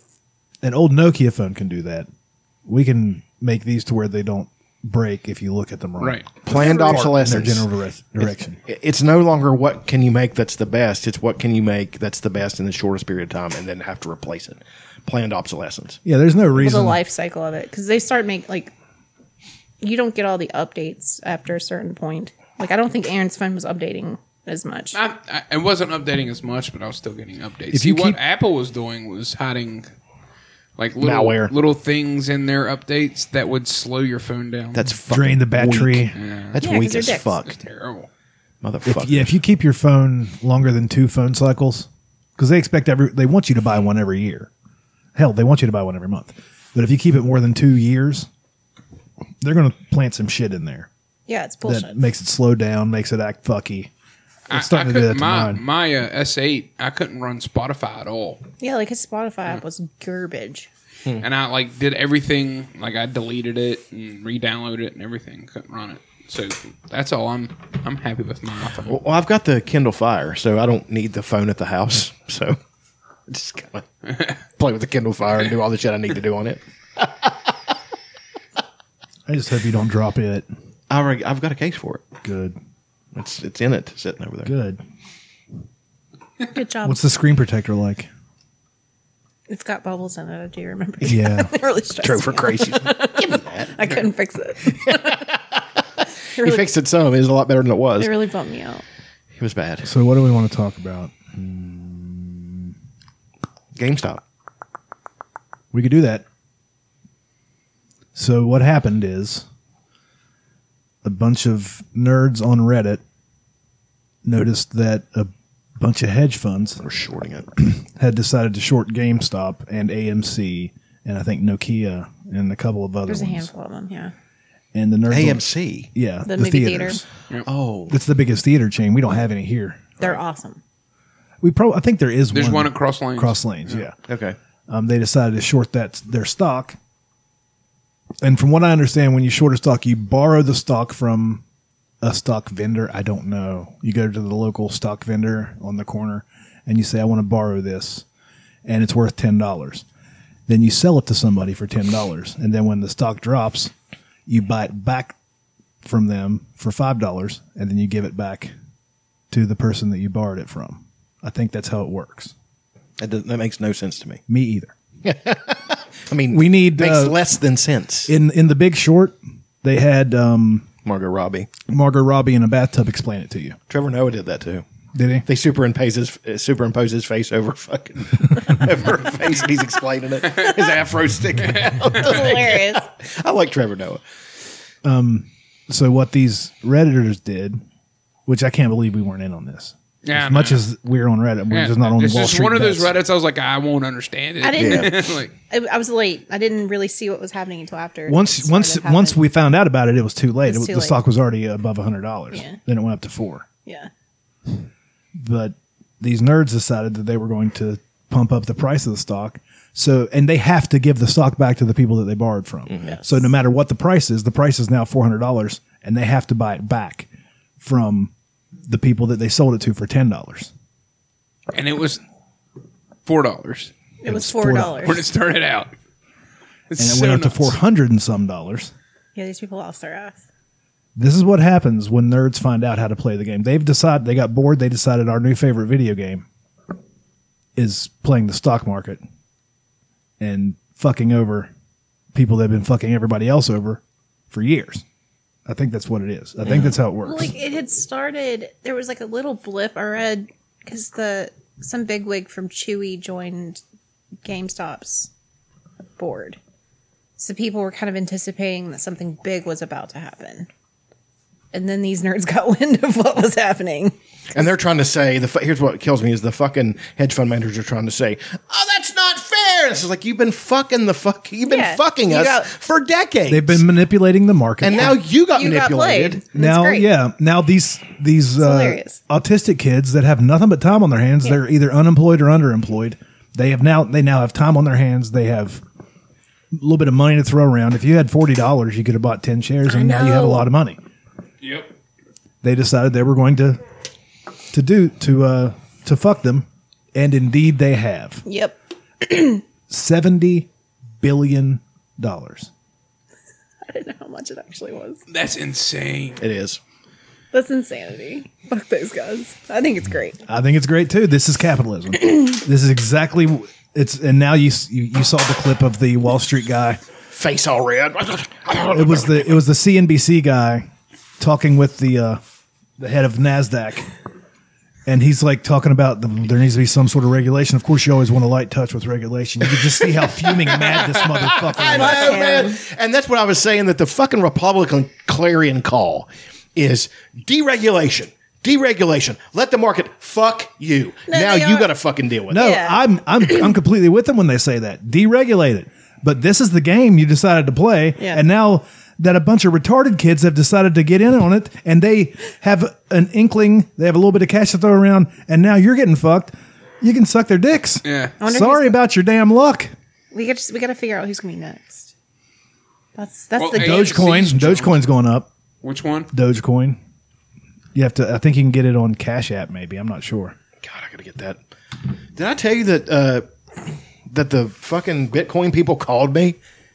Speaker 2: an old Nokia phone can do that, we can make these to where they don't break if you look at them wrong.
Speaker 1: Right.
Speaker 4: Planned
Speaker 2: In their
Speaker 4: obsolescence.
Speaker 2: general dire- direction.
Speaker 4: it's no longer what can you make that's the best. It's what can you make that's the best in the shortest period of time, and then have to replace it. Planned obsolescence.
Speaker 2: Yeah, there's no
Speaker 3: Well,
Speaker 2: reason.
Speaker 3: the life cycle of it because they start make like you don't get all the updates after a certain point. Like I don't think Aaron's phone was updating as much.
Speaker 1: I, I, it wasn't updating as much, but I was still getting updates.
Speaker 2: If
Speaker 1: See
Speaker 2: you
Speaker 1: what
Speaker 2: keep-
Speaker 1: Apple was doing was hiding like little
Speaker 4: Malware.
Speaker 1: little things in their updates that would slow your phone down.
Speaker 4: That's fucking
Speaker 2: drain the battery.
Speaker 4: weak. That's
Speaker 3: Yeah, 'cause
Speaker 4: weak
Speaker 3: they're
Speaker 4: as
Speaker 3: dicks.
Speaker 4: fuck,
Speaker 1: terrible.
Speaker 4: motherfucker.
Speaker 2: Yeah, if you keep your phone longer than two phone cycles, because they expect every, they want you to buy one every year. Hell, they want you to buy one every month. But if you keep it more than two years, they're going to plant some shit in there
Speaker 3: yeah, it's
Speaker 2: that
Speaker 3: bullshit.
Speaker 2: makes it slow down, makes it act fucky, It's starting to do
Speaker 1: couldn't-
Speaker 2: that to
Speaker 1: my
Speaker 2: mine.
Speaker 1: my uh, S8, I couldn't run Spotify at all,
Speaker 3: Yeah, like his Spotify app was garbage.
Speaker 2: Hmm.
Speaker 1: and I like did everything. Like I deleted it and re-downloaded it and everything. Couldn't run it. So that's all. I'm I'm happy with my iPhone.
Speaker 2: Oh,
Speaker 4: Well, I've got the Kindle Fire, so I don't need the phone at the house. So I just kind of play with the Kindle Fire and do all the shit I need to do on it.
Speaker 2: I just hope you don't drop it.
Speaker 4: I already, I've got a case for it.
Speaker 2: Good.
Speaker 4: It's it's in it, sitting over there.
Speaker 2: Good.
Speaker 3: Good job.
Speaker 2: What's the screen protector like?
Speaker 3: it's got bubbles in it. I do remember.
Speaker 2: Yeah.
Speaker 3: it really stressed
Speaker 4: True for
Speaker 3: me out.
Speaker 4: crazy.
Speaker 3: I couldn't fix it. It
Speaker 4: he
Speaker 3: really,
Speaker 4: fixed it some. It was a lot better than it was.
Speaker 3: it really bummed me out.
Speaker 4: It was bad.
Speaker 2: So what do we want to talk about?
Speaker 4: GameStop.
Speaker 2: We could do that. So what happened is a bunch of nerds on Reddit noticed that a bunch of hedge funds
Speaker 4: We're shorting it.
Speaker 2: had decided to short GameStop and AMC and I think Nokia and a couple of other
Speaker 3: There's a
Speaker 2: ones.
Speaker 3: handful of them. Yeah,
Speaker 2: And the nerds on-
Speaker 4: AMC.
Speaker 2: yeah,
Speaker 3: The movie theater.
Speaker 4: Oh,
Speaker 2: It's the biggest theater chain. We don't have any here.
Speaker 3: they're awesome.
Speaker 2: We probably I think there is
Speaker 1: There's
Speaker 2: one
Speaker 1: one at Cross Lanes.
Speaker 2: Cross lanes, yeah.
Speaker 4: okay.
Speaker 2: um, they decided to short that their stock. And from what I understand, when you short a stock, you borrow the stock from a stock vendor. I don't know. You go to the local stock vendor on the corner and you say, "I want to borrow this," and it's worth ten dollars. Then you sell it to somebody for ten dollars, and then when the stock drops, you buy it back from them for five dollars, and then you give it back to the person that you borrowed it from. I think that's how it works.
Speaker 4: That, does, that makes no sense to me.
Speaker 2: Me either.
Speaker 4: I mean,
Speaker 2: We need,
Speaker 4: makes
Speaker 2: uh,
Speaker 4: less than sense.
Speaker 2: in in the Big Short, they had um,
Speaker 4: Margot Robbie,
Speaker 2: Margot Robbie in a bathtub explain it to you.
Speaker 4: Trevor Noah did that too.
Speaker 2: Did he?
Speaker 4: They superimpose his uh, superimpose his face over fucking over her face, and he's explaining it. His afro sticking out.
Speaker 3: That's hilarious.
Speaker 4: I like Trevor Noah.
Speaker 2: So what these redditors did, which I can't believe we weren't in on this.
Speaker 1: Yeah,
Speaker 2: as much
Speaker 1: no.
Speaker 2: as we're on Reddit, we're
Speaker 1: Yeah,
Speaker 2: just not on the
Speaker 1: it's
Speaker 2: Wall
Speaker 1: just
Speaker 2: Street.
Speaker 1: one of those
Speaker 2: bets.
Speaker 1: Reddits. I was like, I won't understand it.
Speaker 3: I didn't-
Speaker 1: like,
Speaker 3: I, I was late. I didn't really see what was happening until after. it
Speaker 2: Once
Speaker 3: started
Speaker 2: once
Speaker 3: happening.
Speaker 2: once we found out about it, it was too late.
Speaker 3: It was
Speaker 2: It-
Speaker 3: too
Speaker 2: the
Speaker 3: late.
Speaker 2: stock was already above hundred dollars.
Speaker 3: Yeah.
Speaker 2: Then it went up to four.
Speaker 3: yeah,
Speaker 2: but these nerds decided that they were going to pump up the price of the stock. So, and they have to give the stock back to the people that they borrowed from.
Speaker 1: Mm-hmm.
Speaker 2: So, no matter what the price is, the price is now four hundred dollars, and they have to buy it back from the people that they sold it to for ten dollars.
Speaker 1: and it was four dollars
Speaker 3: it, was
Speaker 2: was
Speaker 3: four
Speaker 2: $4.
Speaker 1: when it
Speaker 3: dollars.
Speaker 1: started out. It's
Speaker 2: And it
Speaker 1: so
Speaker 2: went up
Speaker 1: nuts.
Speaker 2: to four hundred and some dollars.
Speaker 3: Yeah, these people lost their ass.
Speaker 2: This is what happens when nerds find out how to play the game. They've decided they got bored. They decided our new favorite video game is playing the stock market and fucking over people that have been fucking everybody else over for years. I think that's what it is. I think that's how it works.
Speaker 3: Well, like it had started. There was like a little blip. I read because the some bigwig from Chewy joined GameStop's board, so people were kind of anticipating that something big was about to happen. And then these nerds got wind of what was happening.
Speaker 4: And they're trying to say the fu- here's what kills me is the fucking hedge fund managers are trying to say, oh, that's not fair. It's just like you've been fucking the fuck, you've been
Speaker 3: Yeah.
Speaker 4: fucking
Speaker 3: You
Speaker 4: us
Speaker 3: got-
Speaker 4: for decades.
Speaker 2: They've been manipulating the market,
Speaker 4: and now you got
Speaker 3: You got
Speaker 4: manipulated.
Speaker 3: played. That's
Speaker 2: now
Speaker 3: great.
Speaker 2: yeah now these these uh,
Speaker 3: hilarious.
Speaker 2: autistic kids that have nothing but time on their hands they're either unemployed or underemployed they have now they now have time on their hands they have a little bit of money to throw around if you had $40 you could have bought 10 shares and now you have a
Speaker 3: know.
Speaker 2: lot of money
Speaker 1: Yep.
Speaker 2: they decided they were going to to do to uh to fuck them and indeed they have
Speaker 3: Yep.
Speaker 2: 70 billion dollars
Speaker 3: I didn't know how much it actually was.
Speaker 1: That's insane.
Speaker 4: It is.
Speaker 3: That's insanity. Fuck those guys. I think it's great.
Speaker 2: I think it's great too. This is capitalism. this is exactly it's. And now you, s- you you saw the clip of the Wall Street guy.
Speaker 4: Face all red.
Speaker 2: It was the it was the CNBC guy talking with the uh, the head of Nasdaq, and he's like talking about the, there needs to be some sort of regulation. Of course, you always want a light touch with regulation. You can just see how fuming mad this motherfucker. is.
Speaker 4: I know,
Speaker 3: him.
Speaker 4: man. And that's what I was saying that the fucking Republican clarion call is deregulation. Deregulation. Let the market fuck you.
Speaker 3: No,
Speaker 4: now
Speaker 3: they
Speaker 4: you
Speaker 3: are-
Speaker 4: got to fucking deal with
Speaker 2: No,
Speaker 4: it.
Speaker 3: Yeah.
Speaker 2: I'm I'm I'm completely with them when they say that deregulate it. But this is the game you decided to play,
Speaker 3: Yeah.
Speaker 2: and now that a bunch of retarded kids have decided to get in on it and they have an inkling, they have a little bit of cash to throw around, and now you're getting fucked. You can suck their dicks.
Speaker 1: Yeah. I
Speaker 3: wonder
Speaker 2: Sorry
Speaker 3: who's-
Speaker 2: about your damn luck.
Speaker 3: We got we got to figure out who's gonna be next. That's that's
Speaker 1: Well,
Speaker 3: the
Speaker 1: hey,
Speaker 3: game.
Speaker 2: Dogecoin. Dogecoin's going up.
Speaker 1: Which one?
Speaker 2: Dogecoin. You have to. I think you can get it on Cash App. Maybe I'm not sure.
Speaker 4: God, I gotta get that. Did I tell you that uh, that the fucking Bitcoin people called me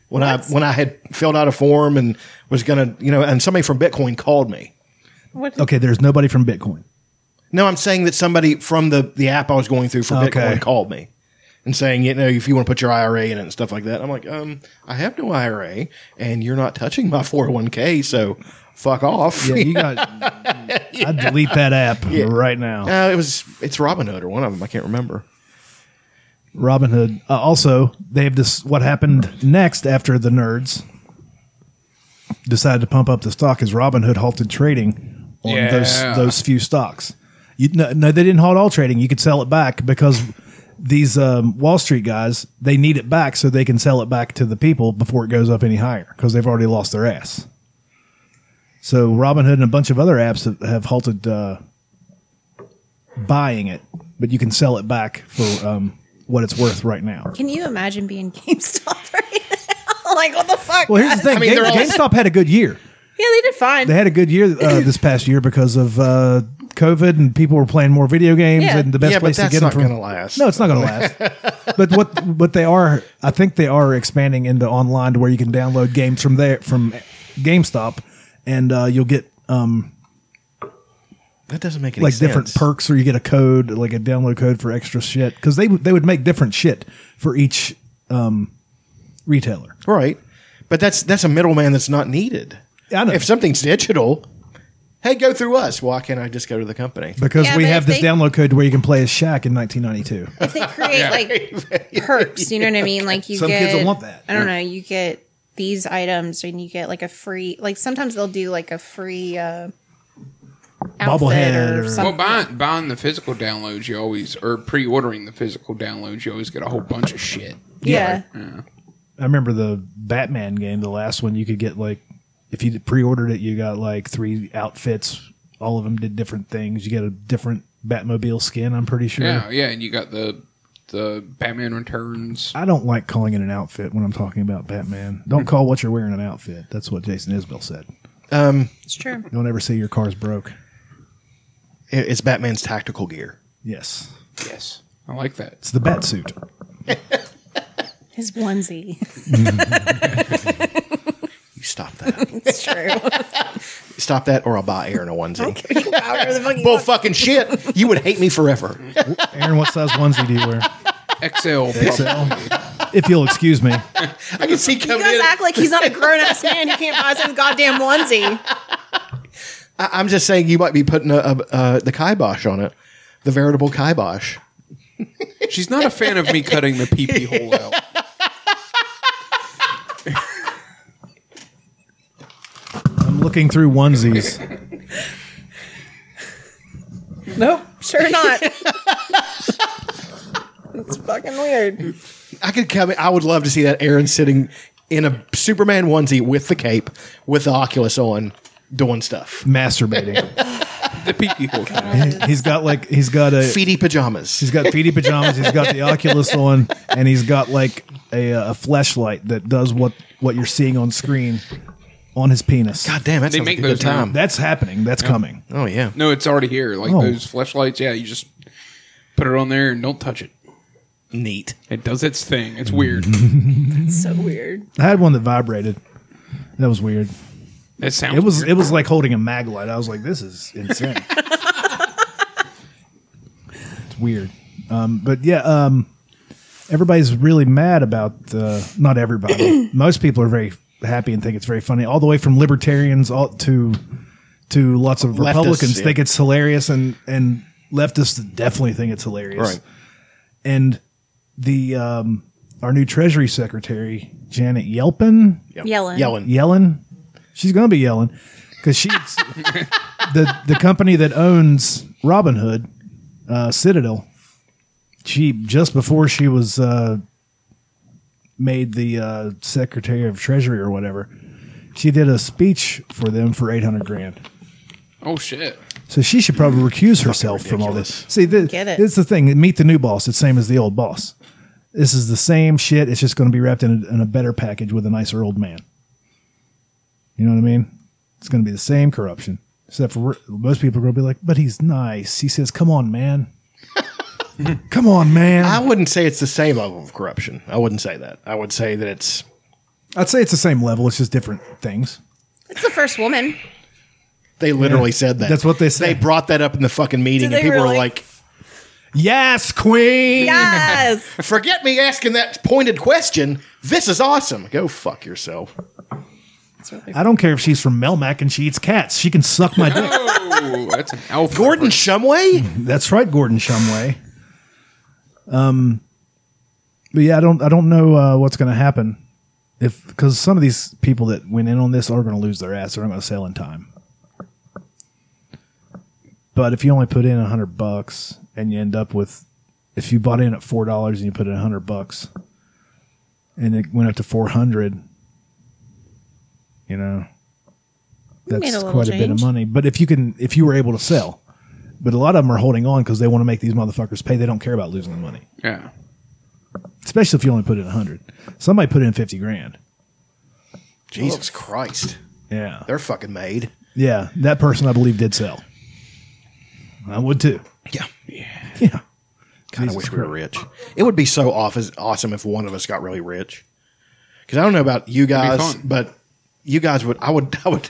Speaker 4: when I when I had filled out a form and was gonna you know and somebody from Bitcoin called me.
Speaker 3: What,
Speaker 2: Okay, there's nobody from Bitcoin.
Speaker 4: No, I'm saying that somebody from the the app I was going through for
Speaker 2: Okay.
Speaker 4: Bitcoin called me and saying you know if you want to put your IRA in it and stuff like that. I'm like, um, I have no IRA and you're not touching my 401k, so fuck off.
Speaker 2: Yeah, you got. I delete that app right now.
Speaker 4: Uh, it was it's Robinhood or one of them. I can't remember.
Speaker 2: Robinhood. Uh, also, they have this. What happened next after the nerds decided to pump up the stock is Robinhood halted trading on
Speaker 1: Yeah.
Speaker 2: those those few stocks. You, no, no, they didn't halt all trading. You could sell it back because these um, Wall Street guys they need it back so they can sell it back to the people before it goes up any higher because they've already lost their ass. So Robinhood and a bunch of other apps have, have halted uh, buying it, but you can sell it back for um, what it's worth right now.
Speaker 3: can you imagine being GameStop right now? like what the fuck?
Speaker 2: Well, here's the thing: Game- GameStop had a good year.
Speaker 3: yeah, they did fine.
Speaker 2: They had a good year uh, this past year because of uh, COVID and people were playing more video games.
Speaker 3: Yeah.
Speaker 2: And the best
Speaker 4: Yeah, but
Speaker 2: place
Speaker 4: that's
Speaker 2: to get
Speaker 4: not
Speaker 2: them from
Speaker 4: gonna last.
Speaker 2: No, it's not going to last. but what what they are, I think they are expanding into online to where you can download games from there from GameStop, and uh, you'll get
Speaker 4: That doesn't make any
Speaker 2: like
Speaker 4: sense.
Speaker 2: different perks or you get a code like a download code for extra shit because they would- they would make different shit for each um, retailer.
Speaker 4: Right. But that's that's a middleman that's not needed.
Speaker 2: I know.
Speaker 4: If something's digital, hey, go through us. Why can't I just go to the company?
Speaker 2: Because
Speaker 3: Yeah,
Speaker 2: we
Speaker 3: but
Speaker 2: have
Speaker 3: if
Speaker 2: this
Speaker 3: they-
Speaker 2: download code where you can play as Shaq in 1992.
Speaker 3: if they create like perks, you know what I mean? Like you
Speaker 2: Some
Speaker 3: get,
Speaker 2: kids will want that.
Speaker 3: I don't know. You get these items, and you get like a free. Like sometimes they'll do like a free uh, outfit
Speaker 2: Bobblehead
Speaker 3: or,
Speaker 2: or-
Speaker 1: Well,
Speaker 3: something.
Speaker 1: buying buying the physical downloads, you always or pre-ordering the physical downloads, you always get a whole bunch of shit.
Speaker 3: yeah.
Speaker 2: I remember the Batman game, the last one, you could get like, if you pre ordered it, you got like three outfits. All of them did different things. You get a different Batmobile skin, I'm pretty sure.
Speaker 1: Yeah, yeah, and you got the the Batman Returns.
Speaker 2: I don't like calling it an outfit when I'm talking about Batman. Don't call what you're wearing an outfit. That's what Jason Isbell said.
Speaker 3: it's true.
Speaker 2: Don't ever say your car's broke.
Speaker 4: It- It's Batman's tactical gear.
Speaker 2: Yes.
Speaker 1: Yes, I like that.
Speaker 2: It's the bat suit.
Speaker 3: His onesie.
Speaker 4: You stop that.
Speaker 3: It's true.
Speaker 4: stop that or I'll buy Aaron a onesie.
Speaker 3: However the fuck you
Speaker 4: Bull
Speaker 3: want.
Speaker 4: fucking shit. You would hate me forever.
Speaker 2: Aaron, what size onesie do you wear?
Speaker 1: XL.
Speaker 2: If you'll excuse me.
Speaker 4: I can see
Speaker 3: You
Speaker 4: coming
Speaker 3: guys
Speaker 4: in.
Speaker 3: act like he's not a grown ass man who can't buy some goddamn onesie.
Speaker 4: I- I'm just saying you might be putting a, a, uh, the kibosh on it. The veritable kibosh.
Speaker 1: She's not a fan of me cutting the pee pee hole out.
Speaker 2: I'm looking through onesies.
Speaker 3: Nope, sure not. it's fucking weird.
Speaker 4: I could come. in- I would love to see that Aaron sitting in a Superman onesie with the cape, with the Oculus on, doing stuff.
Speaker 2: Masturbating.
Speaker 1: The pee pee hole.
Speaker 2: He's got like, he's got a.
Speaker 4: Feety pajamas.
Speaker 2: He's got feety pajamas. He's got the Oculus on, and he's got like a, uh, a flashlight that does what what you're seeing on screen on his penis.
Speaker 4: God damn, that
Speaker 1: They
Speaker 4: sounds
Speaker 1: make
Speaker 4: like a good
Speaker 1: those now.
Speaker 4: time.
Speaker 2: That's happening. That's coming.
Speaker 4: oh yeah.
Speaker 1: No, it's already here. Like
Speaker 2: Oh.
Speaker 1: those flashlights. Yeah, you just put it on there and don't touch it.
Speaker 4: Neat.
Speaker 1: It does its thing. It's weird.
Speaker 3: It's so weird.
Speaker 2: I had one that vibrated. That was weird.
Speaker 1: It sounds.
Speaker 2: It was
Speaker 1: weird.
Speaker 2: it was like holding a mag light. I was like, this is insane. it's weird, um, but yeah. Um, everybody's really mad about uh, not everybody. Most people are very happy and think it's very funny, all the way from libertarians all to to lots of Republicans
Speaker 4: yeah.
Speaker 2: think it's hilarious, and and leftists definitely think it's hilarious.
Speaker 4: Right.
Speaker 2: And the um, our new Treasury Secretary Janet Yelpin,
Speaker 3: Yelling.
Speaker 4: Yelling.
Speaker 2: yelling. She's gonna be yelling because she's the the company that owns Robinhood, uh, Citadel. She just before she was uh, made the uh, Secretary of Treasury or whatever, She did a speech for them for eight hundred grand.
Speaker 1: Oh shit.
Speaker 2: So she should probably recuse herself from all this. See, this,
Speaker 3: Get it.
Speaker 2: this is the thing. Meet the new boss. It's same as the old boss. This is the same shit. It's just going to be wrapped in a, in a better package with a nicer old man. You know what I mean? It's going to be the same corruption, except for we're- most people are going to be like, "But he's nice." He says, "Come on, man. Come on, man."
Speaker 4: I wouldn't say it's the same level of corruption. I wouldn't say that. I would say that it's
Speaker 2: I'd say it's the same level. It's just different things.
Speaker 3: It's the first woman.
Speaker 4: they literally said that.
Speaker 2: That's what they
Speaker 4: They
Speaker 2: said.
Speaker 4: brought that up in the fucking meeting,
Speaker 3: Did
Speaker 4: and
Speaker 3: they
Speaker 4: people were
Speaker 3: really?
Speaker 4: like,
Speaker 2: Yes, queen.
Speaker 3: Yes.
Speaker 4: "Forget me asking that pointed question. This is awesome. Go fuck yourself."
Speaker 2: I don't care if she's from Melmac and she eats cats. She can suck my dick.
Speaker 1: Oh, that's an elf.
Speaker 4: Gordon Shumway.
Speaker 2: That's right, Gordon Shumway. Um, but yeah, I don't, I don't know uh, what's going to happen if because some of these people that went in on this are going to lose their ass. They're not going to sell in time. But if you only put in a hundred bucks and you end up with, if you bought in at four dollars and you put in a hundred bucks, and it went up to four hundred, you know,
Speaker 3: made a
Speaker 2: that's
Speaker 3: little
Speaker 2: quite a bit of
Speaker 3: change.
Speaker 2: money. But if you can, if you were able to sell, but a lot of them are holding on because they want to make these motherfuckers pay. They don't care about losing the money,
Speaker 1: Yeah.
Speaker 2: especially if you only put in a hundred. Somebody put in fifty grand.
Speaker 4: Jesus Christ,
Speaker 2: Yeah,
Speaker 4: they're fucking made.
Speaker 2: yeah. That person I believe did sell. I would too.
Speaker 4: Yeah.
Speaker 2: Yeah.
Speaker 4: Kind of wish we were rich. It would be so off- awesome if one of us got really rich. Because I don't know about you guys,
Speaker 1: fun.
Speaker 4: but you guys would. I would. I would.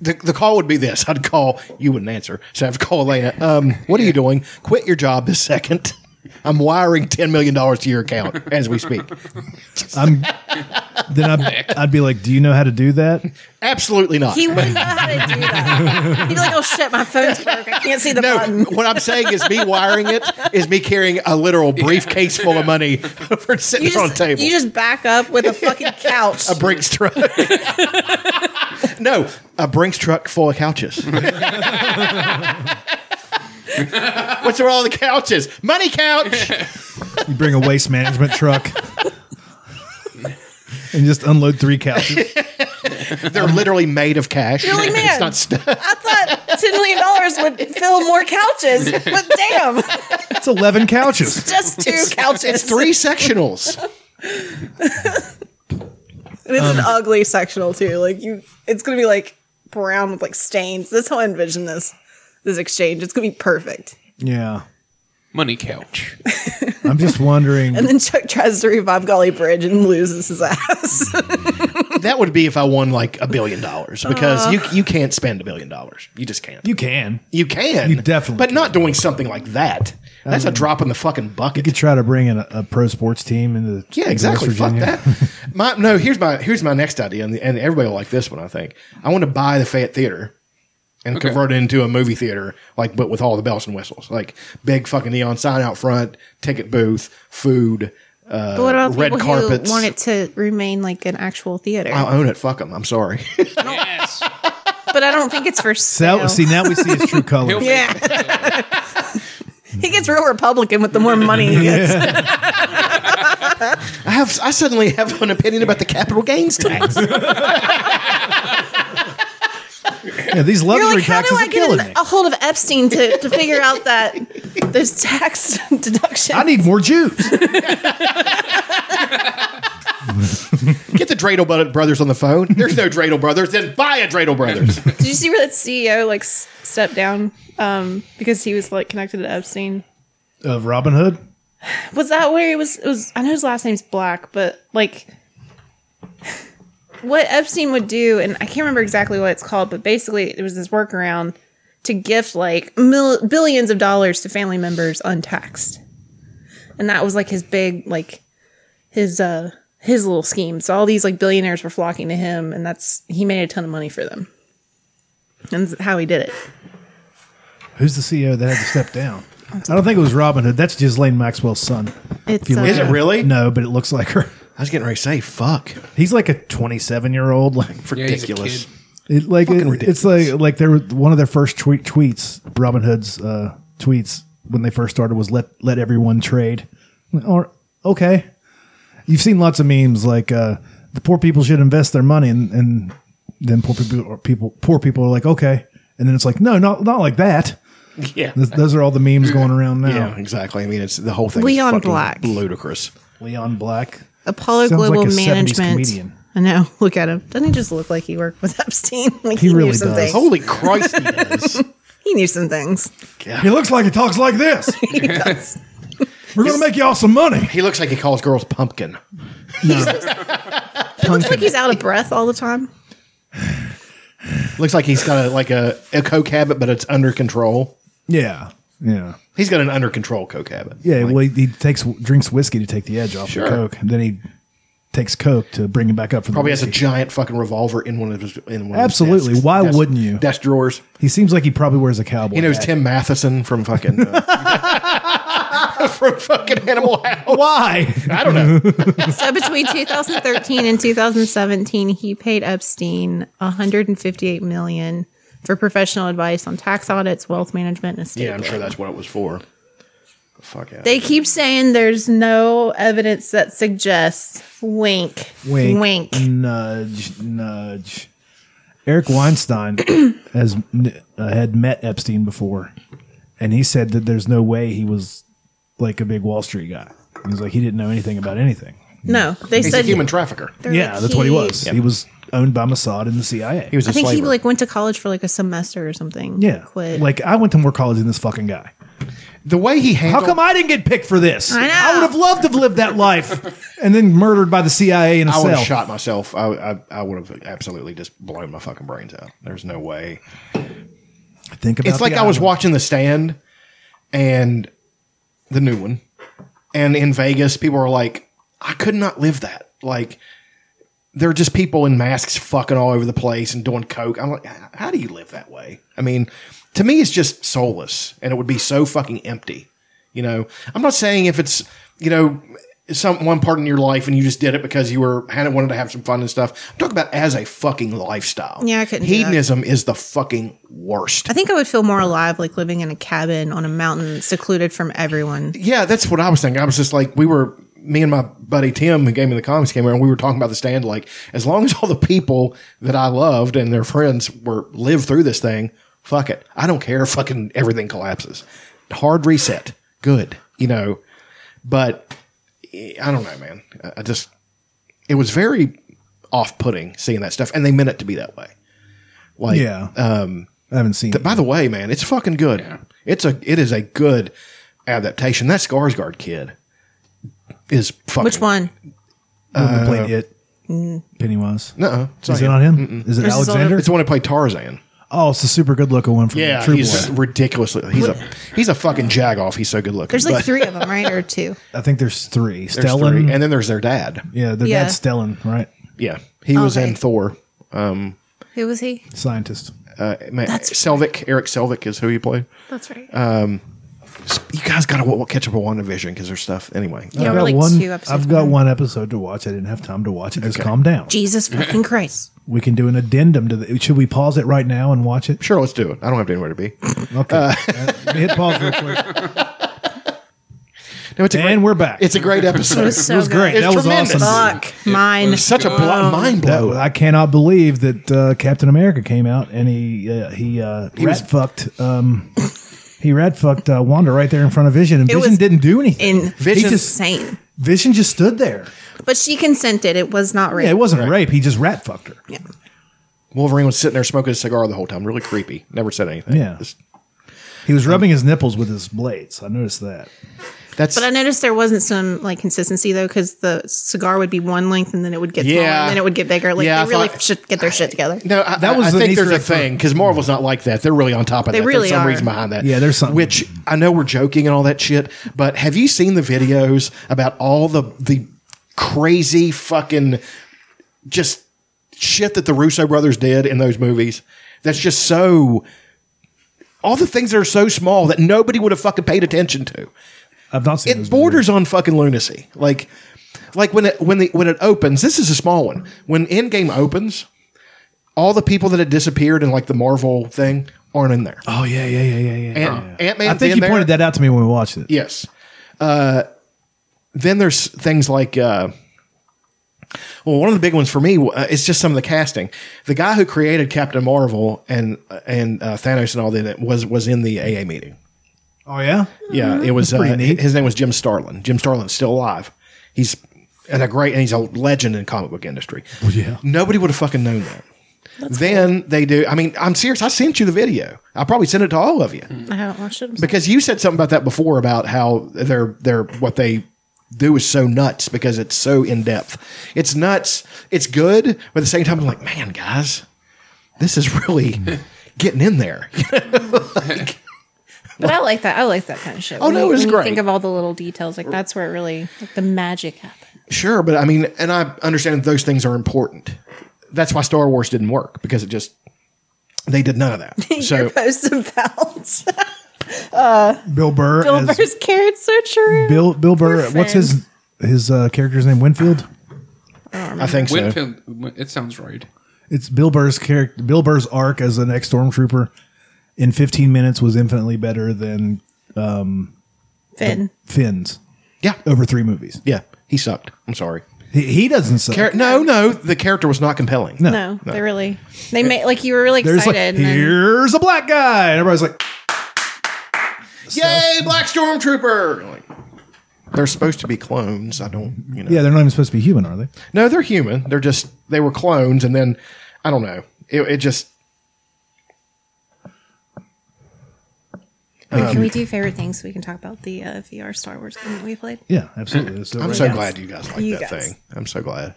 Speaker 4: The, the call would be this. I'd call. You wouldn't answer, so I'd call Elena. Um, what are you doing? Quit your job this second. I'm wiring ten million dollars to your account as we speak.
Speaker 2: I'm, then I'd, I'd be like, "Do you know how to do that?"
Speaker 4: Absolutely not.
Speaker 3: He wouldn't know how to do that. He'd be like, oh shit, my phone's broke. I can't see the
Speaker 4: no,
Speaker 3: button.
Speaker 4: what I'm saying is me wiring it is me carrying a literal briefcase full of money over sitting
Speaker 3: You
Speaker 4: on a
Speaker 3: just,
Speaker 4: table.
Speaker 3: you just back up with a fucking couch.
Speaker 4: a Brinks truck. no, a Brinks truck full of couches. What's wrong with the couches? Money couch.
Speaker 2: You bring a waste management truck and just unload three couches.
Speaker 4: They're literally made of cash.
Speaker 3: You're like,
Speaker 4: It's
Speaker 3: man,
Speaker 4: not stuff.
Speaker 3: I thought $10 million would fill more couches, but damn,
Speaker 2: It's eleven couches.
Speaker 3: just two couches.
Speaker 4: It's three sectionals. um,
Speaker 3: And it's an ugly sectional too. Like you, it's gonna be like brown with like stains. That's how I envision this this exchange. It's gonna be perfect.
Speaker 2: Yeah.
Speaker 1: Money couch.
Speaker 2: I'm just wondering.
Speaker 3: And then Chuck tries to revive Golly Bridge and loses his ass.
Speaker 4: That would be if I won like a billion dollars because you you can't spend a billion dollars. You just can't. You,
Speaker 2: You can.
Speaker 4: can.
Speaker 2: You definitely Um,
Speaker 4: But not doing something like that. That's a drop in the fucking bucket.
Speaker 2: You could try to bring in a, a pro sports team into into
Speaker 4: Yeah,
Speaker 2: West
Speaker 4: exactly. Fuck
Speaker 2: Virginia.
Speaker 4: that. my no. Here's my here's my next idea, and, and everybody will like this one. I think I want to buy the Fayette Theater and
Speaker 1: Okay.
Speaker 4: convert it into a movie theater, like but with all the bells and whistles, like big fucking neon sign out front, ticket booth, food. Uh,
Speaker 3: what about
Speaker 4: red
Speaker 3: people
Speaker 4: carpets.
Speaker 3: who want it to remain like an actual theater?
Speaker 2: Uh,
Speaker 4: I own it. Fuck them. I'm sorry.
Speaker 1: Yes.
Speaker 3: but I don't think it's for sale.
Speaker 2: So, see, now we see his true colors.
Speaker 1: He'll-
Speaker 3: yeah. He gets real Republican with the more money he gets.
Speaker 4: I have. I suddenly have an opinion about the capital gains tax.
Speaker 2: Yeah, these
Speaker 3: You're
Speaker 2: luxury
Speaker 3: like, how do
Speaker 2: taxes
Speaker 3: I
Speaker 2: are killing
Speaker 3: get
Speaker 2: me.
Speaker 3: an, a hold of Epstein to, to figure out that those tax deductions?
Speaker 2: I need more Jews.
Speaker 4: Get the Dreidel Bro- brothers on the phone. There's no Dreidel brothers. Then buy a Dreidel brothers.
Speaker 3: Did you see where that CEO like s- stepped down um, because he was like connected to Epstein?
Speaker 2: Of Robin Hood?
Speaker 3: Was that where he was? It was I know his last name's Black, but like what Epstein would do, and I can't remember exactly what it's called, but basically it was this workaround to gift like mil- billions of dollars to family members untaxed, and that was like his big like his uh his little scheme. So all these like billionaires were flocking to him, and that's he made a ton of money for them, and that's how he did it.
Speaker 2: Who's the CEO that had to step down? I don't think it was Robin Hood. That's Ghislaine Maxwell's son.
Speaker 3: It's
Speaker 2: you
Speaker 3: uh,
Speaker 2: look
Speaker 4: Is it really?
Speaker 2: No, but it looks like her.
Speaker 4: I was getting ready to say fuck.
Speaker 2: He's like a 27 year old. Like,
Speaker 1: Yeah, he's a
Speaker 4: Ridiculous.
Speaker 1: kid.
Speaker 2: it, like
Speaker 4: Fucking
Speaker 2: it-
Speaker 4: ridiculous.
Speaker 2: it's like like there were one of their first tweet, tweets. Robin Hood's uh, tweets when they first started was let let everyone trade. Or okay, you've seen lots of memes like uh, the poor people should invest their money and, and then poor people or people poor people are like, okay, and then it's like, no, not not like that.
Speaker 4: Yeah.
Speaker 2: Th- those are all the memes going around now.
Speaker 4: Yeah, exactly. I mean, it's the whole thing. is
Speaker 3: Leon
Speaker 4: fucking
Speaker 3: Black.
Speaker 4: ludicrous.
Speaker 2: Leon Black.
Speaker 3: Apollo
Speaker 2: Sounds like
Speaker 3: Global
Speaker 2: a 70s
Speaker 3: Management.
Speaker 2: comedian.
Speaker 3: I know. Look at him. Doesn't he just look like he worked with Epstein? Like
Speaker 2: He
Speaker 3: he,
Speaker 2: really
Speaker 3: knew
Speaker 2: does. Oh.
Speaker 3: some things.
Speaker 4: Holy Christ, he does.
Speaker 3: He knew some things.
Speaker 2: He looks like he talks like this.
Speaker 3: He does.
Speaker 2: We're gonna make y'all some money.
Speaker 4: He looks like he calls girls pumpkin.
Speaker 3: Looks like he's out of breath all the time.
Speaker 4: Looks like he's got a, like a, a coke habit, but it's under control.
Speaker 2: Yeah, yeah,
Speaker 4: He's got an under control coke habit.
Speaker 2: yeah.
Speaker 4: Like,
Speaker 2: well, he, he takes drinks whiskey to take the edge off
Speaker 4: Sure.
Speaker 2: the coke, and then he takes coke to bring him back up for
Speaker 4: probably
Speaker 2: the
Speaker 4: has a
Speaker 2: whiskey.
Speaker 4: giant fucking revolver in one of his in one. of his
Speaker 2: Absolutely.
Speaker 4: desks-
Speaker 2: Why
Speaker 4: desk-
Speaker 2: wouldn't you?
Speaker 4: Desk drawers.
Speaker 2: He seems like he probably wears a cowboy.
Speaker 4: He knows
Speaker 2: hat.
Speaker 4: Tim Matheson from fucking uh, from fucking Animal House.
Speaker 2: Why?
Speaker 4: I don't know.
Speaker 3: So between 2013 and 2017, he paid Epstein 158 million for professional advice on tax audits, wealth management, and estate.
Speaker 4: Yeah, I'm
Speaker 3: planning.
Speaker 4: sure that's what it was for. Fuck out.
Speaker 3: They keep saying there's no evidence that suggests wink,
Speaker 2: Wink. Mm.
Speaker 3: wink.
Speaker 2: Nudge. Nudge. Eric Weinstein has uh, had met Epstein before, and he said that there's no way he was like a big Wall Street guy. He was like he didn't know anything about anything.
Speaker 3: No, they
Speaker 4: He's a
Speaker 3: said
Speaker 4: human trafficker.
Speaker 3: they're
Speaker 2: yeah,
Speaker 3: like,
Speaker 2: that's what he was. He was owned by Mossad and the CIA.
Speaker 4: He was a
Speaker 3: I think he
Speaker 4: slaver.
Speaker 3: like went to college for like a semester or something.
Speaker 2: yeah,
Speaker 3: quit.
Speaker 2: like I went to more college than this fucking guy.
Speaker 4: the way he
Speaker 2: How
Speaker 4: handled.
Speaker 2: come I didn't get picked for this?
Speaker 3: I know.
Speaker 2: would have loved to have lived that life and then murdered by the CIA in a
Speaker 4: I would
Speaker 2: cell.
Speaker 4: have shot myself. I, I, I would have absolutely just blown my fucking brains out. There's no way.
Speaker 2: Think about
Speaker 4: It's like
Speaker 2: the
Speaker 4: I was
Speaker 2: island.
Speaker 4: watching The Stand and the new one. And in Vegas, people are like, I could not live that. Like, there are just people in masks fucking all over the place and doing coke. I'm like, "H- how do you live that way? I mean, to me, it's just soulless and it would be so fucking empty. You know, I'm not saying if it's, you know, some one part in your life and you just did it because you were had wanted to have some fun and stuff. I'm talking about as a fucking lifestyle.
Speaker 3: Yeah, I couldn't do that.
Speaker 4: Hedonism is the fucking worst.
Speaker 3: I think I would feel more alive like living in a cabin on a mountain, secluded from everyone.
Speaker 4: Yeah, that's what I was thinking. I was just like, we were, me and my buddy Tim, who gave me the comics, came around. We were talking about the stand. Like, as long as all the people that I loved and their friends were lived through this thing, fuck it. I don't care. if Fucking everything collapses. Hard reset. Good. You know, but eh, I don't know, man. I- I just, it was very off putting seeing that stuff, and they meant it to be that way. Like,
Speaker 2: Yeah. Um, I haven't seen.
Speaker 4: Th- By the way, man, it's fucking good. It's a it is a good adaptation. That Skarsgård kid is fucking
Speaker 3: Which one?
Speaker 2: uh, played it. Pennywise.
Speaker 4: No, it's
Speaker 2: Is
Speaker 4: not
Speaker 2: it
Speaker 4: him.
Speaker 2: not him? Is it
Speaker 3: There's this
Speaker 2: Alexander?
Speaker 3: other-
Speaker 4: It's the one who played Tarzan.
Speaker 2: Oh, it's the super good looking one from
Speaker 4: Yeah,
Speaker 2: True
Speaker 4: he's
Speaker 2: Blood.
Speaker 4: ridiculously. He's a he's a fucking jagoff. He's so good looking.
Speaker 3: There's
Speaker 4: But
Speaker 3: like three of them, right, or two?
Speaker 2: I think there's three.
Speaker 4: there's
Speaker 2: Stellan.
Speaker 4: three. and then there's their dad.
Speaker 2: yeah, their
Speaker 3: Yeah.
Speaker 2: dad's Stellan, right?
Speaker 4: Yeah, he was
Speaker 3: Oh, Okay.
Speaker 4: in Thor.
Speaker 3: Who was he?
Speaker 2: Scientist.
Speaker 4: Uh, man, Selvik, Eric Selvik is who he played.
Speaker 3: That's right.
Speaker 4: You guys got to catch up on WandaVision because there's stuff anyway.
Speaker 3: yeah,
Speaker 2: I've
Speaker 3: we're
Speaker 2: got
Speaker 3: like
Speaker 2: one.
Speaker 3: two episodes.
Speaker 2: I've got
Speaker 3: behind.
Speaker 2: one episode to watch. I didn't have time to watch it. Just
Speaker 4: Okay.
Speaker 2: calm down.
Speaker 3: Jesus fucking Christ.
Speaker 2: We can do an addendum to the. Should we pause it right now and watch it?
Speaker 4: Sure, let's do it. I don't have anywhere to be.
Speaker 2: Okay. Uh, hit pause real quick.
Speaker 4: No, it's a
Speaker 2: And
Speaker 4: great,
Speaker 2: we're back.
Speaker 4: it's a great episode.
Speaker 3: so
Speaker 2: was great.
Speaker 3: good.
Speaker 2: that was
Speaker 4: tremendous.
Speaker 2: awesome.
Speaker 3: Fuck mine.
Speaker 4: Such a blo- mind blow.
Speaker 2: That- I cannot believe that uh, Captain America came out and he uh, he uh, rat fucked um, he rat fucked uh, Wanda right there in front of Vision and
Speaker 3: It
Speaker 2: Vision
Speaker 3: was
Speaker 2: didn't do anything.
Speaker 3: in
Speaker 2: He just,
Speaker 3: insane.
Speaker 2: Vision just stood there.
Speaker 3: But she consented. It was not rape.
Speaker 2: Yeah, it wasn't rape. He just rat fucked her.
Speaker 3: Yeah.
Speaker 4: Wolverine was sitting there smoking a cigar the whole time. Really creepy. Never said anything.
Speaker 2: Yeah.
Speaker 4: Just-
Speaker 2: He was rubbing his nipples with his blades. I noticed that.
Speaker 4: that's
Speaker 3: But I noticed there wasn't some like consistency though, because the cigar would be one length and then it would get smaller
Speaker 4: Yeah.
Speaker 3: and then it would get bigger. Like
Speaker 4: Yeah, I
Speaker 3: they really
Speaker 4: thought-
Speaker 3: should get their shit together.
Speaker 4: no. I,
Speaker 2: That
Speaker 4: that
Speaker 2: was
Speaker 4: was I
Speaker 2: an
Speaker 4: think
Speaker 2: Easter
Speaker 4: there's a
Speaker 2: egg for-
Speaker 4: thing because Marvel's not like that. They're really on top of
Speaker 3: They
Speaker 4: that.
Speaker 3: really
Speaker 4: there's some
Speaker 3: are.
Speaker 4: reason behind that.
Speaker 2: Yeah, there's something.
Speaker 4: Which I know we're joking and all that shit, but have you seen the videos about all the the crazy fucking just shit that the Russo brothers did in those movies? That's just so. All the things that are so small that nobody would have fucking paid attention to.
Speaker 2: I've not seen those
Speaker 4: it borders on fucking lunacy. Like, like when it when the when it opens, this is a small one. When Endgame opens, all the people that had disappeared in like the Marvel thing aren't in there.
Speaker 2: Oh yeah, yeah, yeah, yeah, yeah.
Speaker 4: Ant-
Speaker 2: yeah.
Speaker 4: Ant-Man's
Speaker 2: I think
Speaker 4: in
Speaker 2: you
Speaker 4: there.
Speaker 2: pointed that out to me when we watched it.
Speaker 4: Yes. Uh, then there's things like uh, Well, one of the big ones for me uh, is just some of the casting. The guy who created Captain Marvel and and uh, Thanos and all that was was in the AA meeting.
Speaker 2: Oh yeah,
Speaker 4: Yeah, it was. Uh,
Speaker 2: pretty neat.
Speaker 4: His name was Jim Starlin. Jim Starlin's still alive. He's and a great and he's a legend in comic book industry.
Speaker 2: yeah.
Speaker 4: nobody would have fucking known that. then they do. I mean, I'm serious. I sent you the video. I probably sent it to all of you
Speaker 2: Hmm.
Speaker 3: I haven't watched it.
Speaker 4: because you said something about that before about how they're they're what they do is so nuts because it's so in depth. It's nuts. It's good, but at the same time, I'm like, man, guys, this is really getting in there.
Speaker 3: But I like that. I like that kind of shit.
Speaker 4: Oh, no,
Speaker 3: you-
Speaker 4: it was
Speaker 3: you
Speaker 4: great.
Speaker 3: Think of all the little details. Like that's where it really like, the magic happened.
Speaker 4: Sure, but I mean, and I understand those things are important. That's why Star Wars didn't work because it just they did none of that.
Speaker 3: Your
Speaker 4: So
Speaker 3: post about
Speaker 2: Bill Burr.
Speaker 3: Bill
Speaker 2: as-
Speaker 3: Burr's carrot searcher.
Speaker 2: Bill Bill Burr.
Speaker 3: Poor
Speaker 2: What's his his uh, character's name? Winfield.
Speaker 4: I think so.
Speaker 1: Winfield, it sounds right.
Speaker 2: It's Bill Burr's character. Bill Burr's arc as the next stormtrooper in 15 minutes was infinitely better than
Speaker 3: Finn.
Speaker 2: Finn's
Speaker 4: Yeah,
Speaker 2: over three movies.
Speaker 4: yeah, he sucked. I'm sorry.
Speaker 2: He, he doesn't suck.
Speaker 4: Char- no, no, the character was not compelling.
Speaker 3: No, they really they made like you were really
Speaker 2: There's
Speaker 3: excited.
Speaker 2: like
Speaker 3: and then-
Speaker 2: here's a black guy, and everybody's like,
Speaker 4: Yay, Black Stormtrooper! Like, they're supposed to be clones. I don't, you know.
Speaker 2: yeah, they're not even supposed to be human, are they?
Speaker 4: No, they're human. They're just they were clones, and then I don't know. It, it just
Speaker 3: Wait, can we do favorite things so we can talk about the uh, VR Star Wars game that we played?
Speaker 2: Yeah, absolutely. It's
Speaker 4: I'm
Speaker 2: right.
Speaker 4: so glad you guys like
Speaker 3: You
Speaker 4: that
Speaker 3: guys.
Speaker 4: thing. I'm so glad.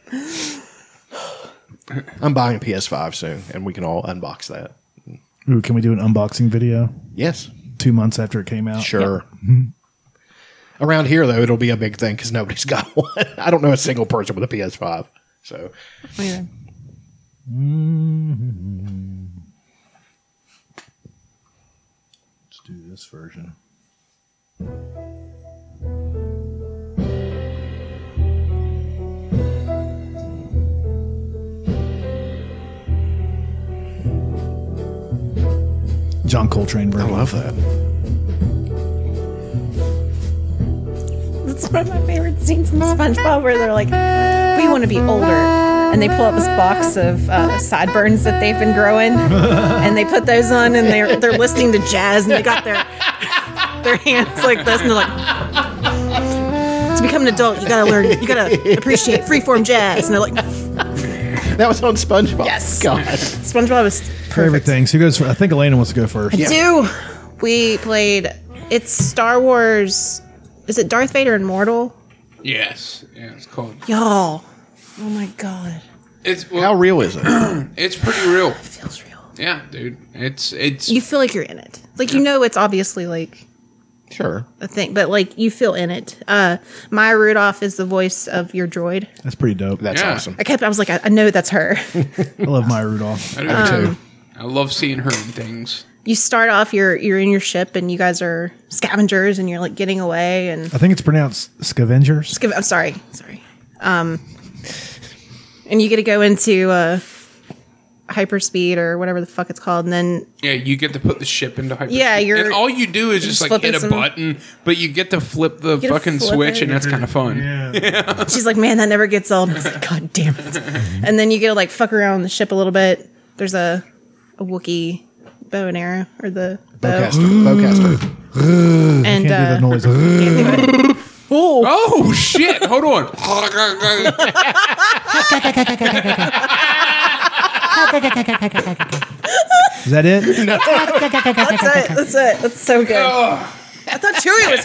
Speaker 4: I'm buying a PS5 soon, and we can all unbox that.
Speaker 2: Ooh, can we do an unboxing video
Speaker 4: Yes,
Speaker 2: two months after it came out?
Speaker 4: sure. Mm-hmm. Around here, though, it'll be a big thing because nobody's got one. I don't know a single person with a PS5. So
Speaker 3: Yeah.
Speaker 2: Let's do this version. John Coltrane
Speaker 4: I
Speaker 2: version.
Speaker 4: love that.
Speaker 3: That's one of my favorite scenes in SpongeBob where they're like, we want to be older. And they pull out this box of uh, sideburns that they've been growing and they put those on and they're, they're listening to jazz and they got their, their hands like this and they're like, to become an adult, you gotta learn, you gotta appreciate freeform jazz. And they're like,
Speaker 4: That was on SpongeBob.
Speaker 3: Yes.
Speaker 4: God.
Speaker 3: SpongeBob is
Speaker 2: Favorite things. Who goes? For, I think Elena wants to go first.
Speaker 3: I do. We played, it's Star Wars, is it Darth Vader Immortal?
Speaker 1: Yes, yeah, it's called.
Speaker 3: Y'all. Oh my god.
Speaker 1: It's
Speaker 4: How
Speaker 1: well,
Speaker 4: real is it?
Speaker 1: it's pretty real.
Speaker 3: Feels real.
Speaker 1: Yeah, dude. It's it's
Speaker 3: you feel like you're in it. Like you know it's obviously like
Speaker 4: sure.
Speaker 3: a thing, but like you feel in it. Uh Maya Rudolph is the voice of your droid.
Speaker 2: That's pretty dope.
Speaker 4: That's
Speaker 1: Yeah.
Speaker 4: awesome.
Speaker 3: I kept I was like, I, I know that's her.
Speaker 2: I love Maya Rudolph.
Speaker 1: I, do too. I love seeing her in things.
Speaker 3: you start off you're you're in your ship and you guys are scavengers and you're like getting away and
Speaker 2: I think it's pronounced scavengers.
Speaker 3: Scav- I'm sorry, sorry. Um and you get to go into uh hyperspeed or whatever the fuck it's called and then
Speaker 1: Yeah, you get to put the ship into hyperspace.
Speaker 3: Yeah, you're-
Speaker 1: and all you do is just, like
Speaker 3: flipping
Speaker 1: hit a
Speaker 3: some-
Speaker 1: button, but you get to flip the
Speaker 3: to
Speaker 1: fucking
Speaker 3: flip
Speaker 1: switch,
Speaker 3: it.
Speaker 1: and that's kind of fun.
Speaker 3: She's like, man, that never gets old. I was like, God damn it. And then you get to like fuck around the ship a little bit. There's a, a Wookiee bow and arrow or the bow.
Speaker 4: Bowcaster. Bowcaster.
Speaker 3: And
Speaker 2: Can't
Speaker 3: uh,
Speaker 2: do that noise.
Speaker 1: Oh shit! Hold on.
Speaker 2: Is that it? No.
Speaker 3: that's it. That's it. That's so good. I thought Chewie was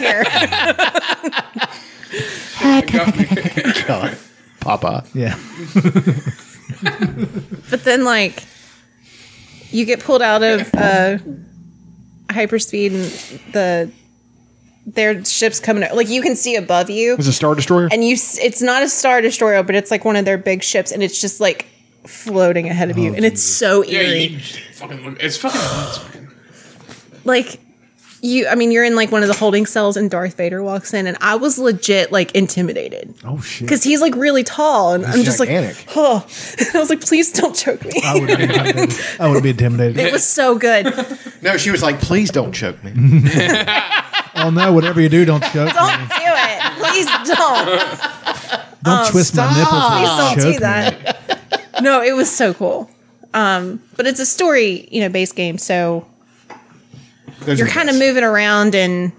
Speaker 3: here.
Speaker 4: God. Papa.
Speaker 2: Yeah.
Speaker 3: but then like you get pulled out of uh hyperspeed and the their ship's coming o- like you can see above you
Speaker 4: Is it Star Destroyer?
Speaker 3: and you s- it's not a star destroyer but it's like one of their big ships and it's just like floating ahead of you and it's so
Speaker 1: Yeah,
Speaker 3: eerie
Speaker 1: you, fucking, it's fucking nuts, man.
Speaker 3: like you i mean you're in like one of the holding cells and darth vader walks in and i was legit like intimidated
Speaker 2: Oh shit.
Speaker 3: because he's like really tall and i'm just
Speaker 4: gigantic.
Speaker 3: like oh i was like please don't choke me
Speaker 2: I would be intimidated. I would be intimidated.
Speaker 3: it was so good
Speaker 4: No, she was like, please don't choke me.
Speaker 2: Oh no! Whatever you do, don't choke.
Speaker 3: don't do it please don't
Speaker 2: Don't twist my nipples.
Speaker 3: Please
Speaker 2: and
Speaker 3: don't do
Speaker 2: choke me.
Speaker 3: that. no, it was so cool. Um, but it's a story, you know, based game, so
Speaker 4: Those
Speaker 3: you're
Speaker 4: are the
Speaker 3: kind of
Speaker 4: best.
Speaker 3: moving around and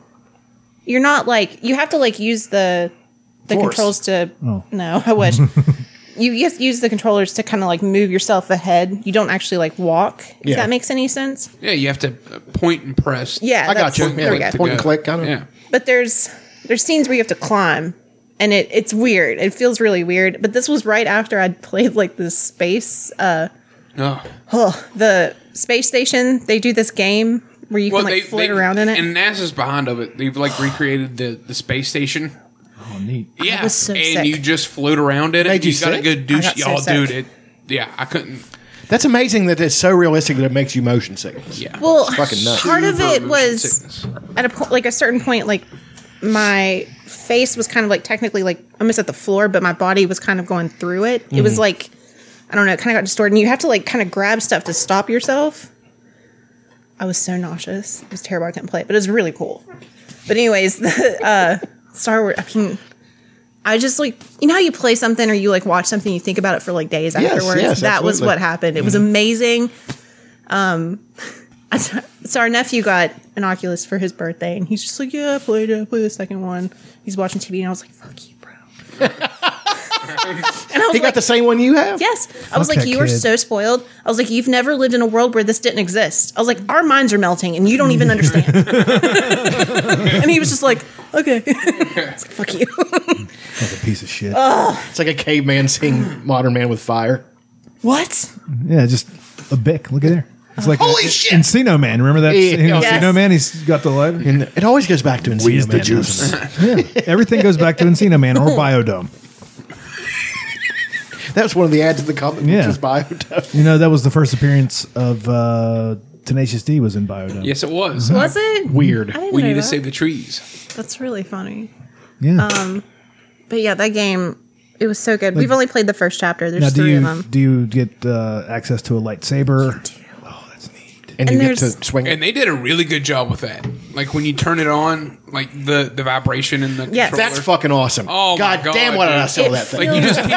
Speaker 3: you're not like you have to like use the the
Speaker 4: Force. Oh.
Speaker 3: controls to no, I wish. you just use the controllers to kind of like move yourself ahead. You don't actually like walk, if
Speaker 4: Yeah.
Speaker 3: that makes any sense.
Speaker 1: Yeah, you have to uh, point and press.
Speaker 3: Yeah,
Speaker 4: I got
Speaker 3: that's-
Speaker 4: you.
Speaker 3: There we
Speaker 4: Yeah,
Speaker 3: go.
Speaker 4: point and click, kind of.
Speaker 1: Yeah.
Speaker 3: but there's there's scenes where you have to climb and it, it's weird it feels really weird but this was right after i'd played like this space uh,
Speaker 1: Oh.
Speaker 3: the space station they do this game where you can like float around in it
Speaker 1: And NASA's behind of it. They've like recreated the, the space station.
Speaker 2: Oh, neat.
Speaker 1: Yeah.
Speaker 3: was so
Speaker 1: and
Speaker 3: sick.
Speaker 1: you just float around in it.
Speaker 4: Made you
Speaker 1: gotta
Speaker 4: sick?
Speaker 1: go do
Speaker 3: I
Speaker 1: sh-
Speaker 3: got so
Speaker 1: y'all, dude.
Speaker 3: sick.
Speaker 1: It, yeah, I couldn't.
Speaker 4: That's amazing that it's so realistic that it makes you motion sickness.
Speaker 1: Yeah.
Speaker 3: well
Speaker 4: fucking nuts.
Speaker 3: part of
Speaker 1: Super
Speaker 3: it
Speaker 1: motion
Speaker 3: was
Speaker 1: sickness.
Speaker 3: at a po- like a certain point like my face was kind of like technically like almost at the floor but my body was kind of going through it it
Speaker 4: Mm-hmm.
Speaker 3: was like i don't know it kind of got distorted and you have to like kind of grab stuff to stop yourself i was so nauseous it was terrible i couldn't play it but it was really cool but anyways the uh star wars i mean i just like you know how you play something or you like watch something you think about it for like days afterwards
Speaker 4: yes,
Speaker 3: that was
Speaker 4: absolutely. Mm-hmm.
Speaker 3: what happened it was amazing I t- so our nephew got an Oculus for his birthday, and he's just like, "Yeah, I played it. I played the second one." He's watching TV, and I was like, "Fuck you, bro." and I was
Speaker 4: He
Speaker 3: like,
Speaker 4: got the same one you have?
Speaker 3: "Yes." I
Speaker 2: Fuck
Speaker 3: was like,
Speaker 2: that
Speaker 3: "You are
Speaker 2: kid.
Speaker 3: so spoiled." I was like, "You've never lived in a world where this didn't exist." I was like, "Our minds are melting, and you don't even understand." and he was just like, "Okay." I was like, "Fuck you."
Speaker 2: That's a piece of shit.
Speaker 3: Uh.
Speaker 4: It's like a caveman seeing modern man with fire.
Speaker 3: what?
Speaker 2: yeah, just a bick. Look at there. It's like
Speaker 4: Holy
Speaker 2: a-
Speaker 4: shit!
Speaker 2: Encino Man. Remember that
Speaker 4: Yeah.
Speaker 2: scene in
Speaker 3: Yes.
Speaker 2: Encino Man? He's got the lighter.
Speaker 4: And it always goes back to Encino
Speaker 2: Wheeze the
Speaker 4: Man, doesn't
Speaker 2: juice.
Speaker 4: it?
Speaker 2: Yeah, everything goes back to Encino Man or Biodome.
Speaker 4: That was one of the ads of the comic, which
Speaker 2: Yeah.
Speaker 4: was Biodome.
Speaker 2: You know, that was the first appearance of uh, Tenacious D was in Biodome.
Speaker 1: Yes, it was.
Speaker 3: Was it?
Speaker 4: Weird.
Speaker 3: I didn't
Speaker 1: We
Speaker 3: know
Speaker 1: need to
Speaker 3: that.
Speaker 1: save the trees.
Speaker 3: That's really funny.
Speaker 2: Yeah.
Speaker 3: Um, But yeah, that game. It was so good. We've only played the first chapter. There's
Speaker 2: now, do
Speaker 3: three
Speaker 2: you
Speaker 3: of them.
Speaker 2: do you get uh, access to a lightsaber? Oh, that's neat.
Speaker 3: And
Speaker 4: And, you get to
Speaker 3: there's-
Speaker 4: swing it.
Speaker 1: And they did a really good job with that. Like when you turn it on, like the the vibration and the
Speaker 3: Yes.
Speaker 1: controller.
Speaker 4: That's fucking awesome.
Speaker 1: Oh my
Speaker 4: God,
Speaker 1: God,
Speaker 4: damn, why did I
Speaker 1: dude.
Speaker 4: sell that thing?
Speaker 1: Like you just keep,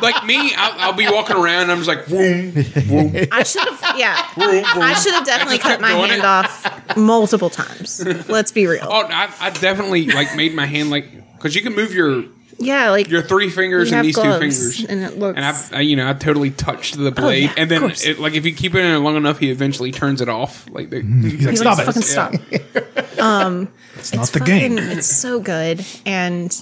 Speaker 1: like me. I'll, I'll be walking around. and I'm just like, boom, boom.
Speaker 3: I should have, yeah. I should have definitely
Speaker 1: just kept
Speaker 3: cut my
Speaker 1: doing
Speaker 3: hand
Speaker 1: it.
Speaker 3: off multiple times. Let's be real.
Speaker 1: Oh, I, I definitely like made my hand like because you can move your
Speaker 3: yeah, like
Speaker 1: your three fingers and
Speaker 3: You have
Speaker 1: these two
Speaker 3: gloves,
Speaker 1: fingers,
Speaker 3: and it looks- Oh,
Speaker 1: And I, I, you know, I totally touched the blade,
Speaker 3: yeah,
Speaker 1: and
Speaker 3: of
Speaker 1: then
Speaker 3: course.
Speaker 1: it, like if you keep it in there long enough, he eventually turns it off. Like, the,
Speaker 4: Mm,
Speaker 3: he's
Speaker 2: Stop
Speaker 3: like,
Speaker 2: it.
Speaker 3: fucking
Speaker 1: Yeah.
Speaker 3: stop. Um,
Speaker 2: It's not the game.
Speaker 3: It's so good, and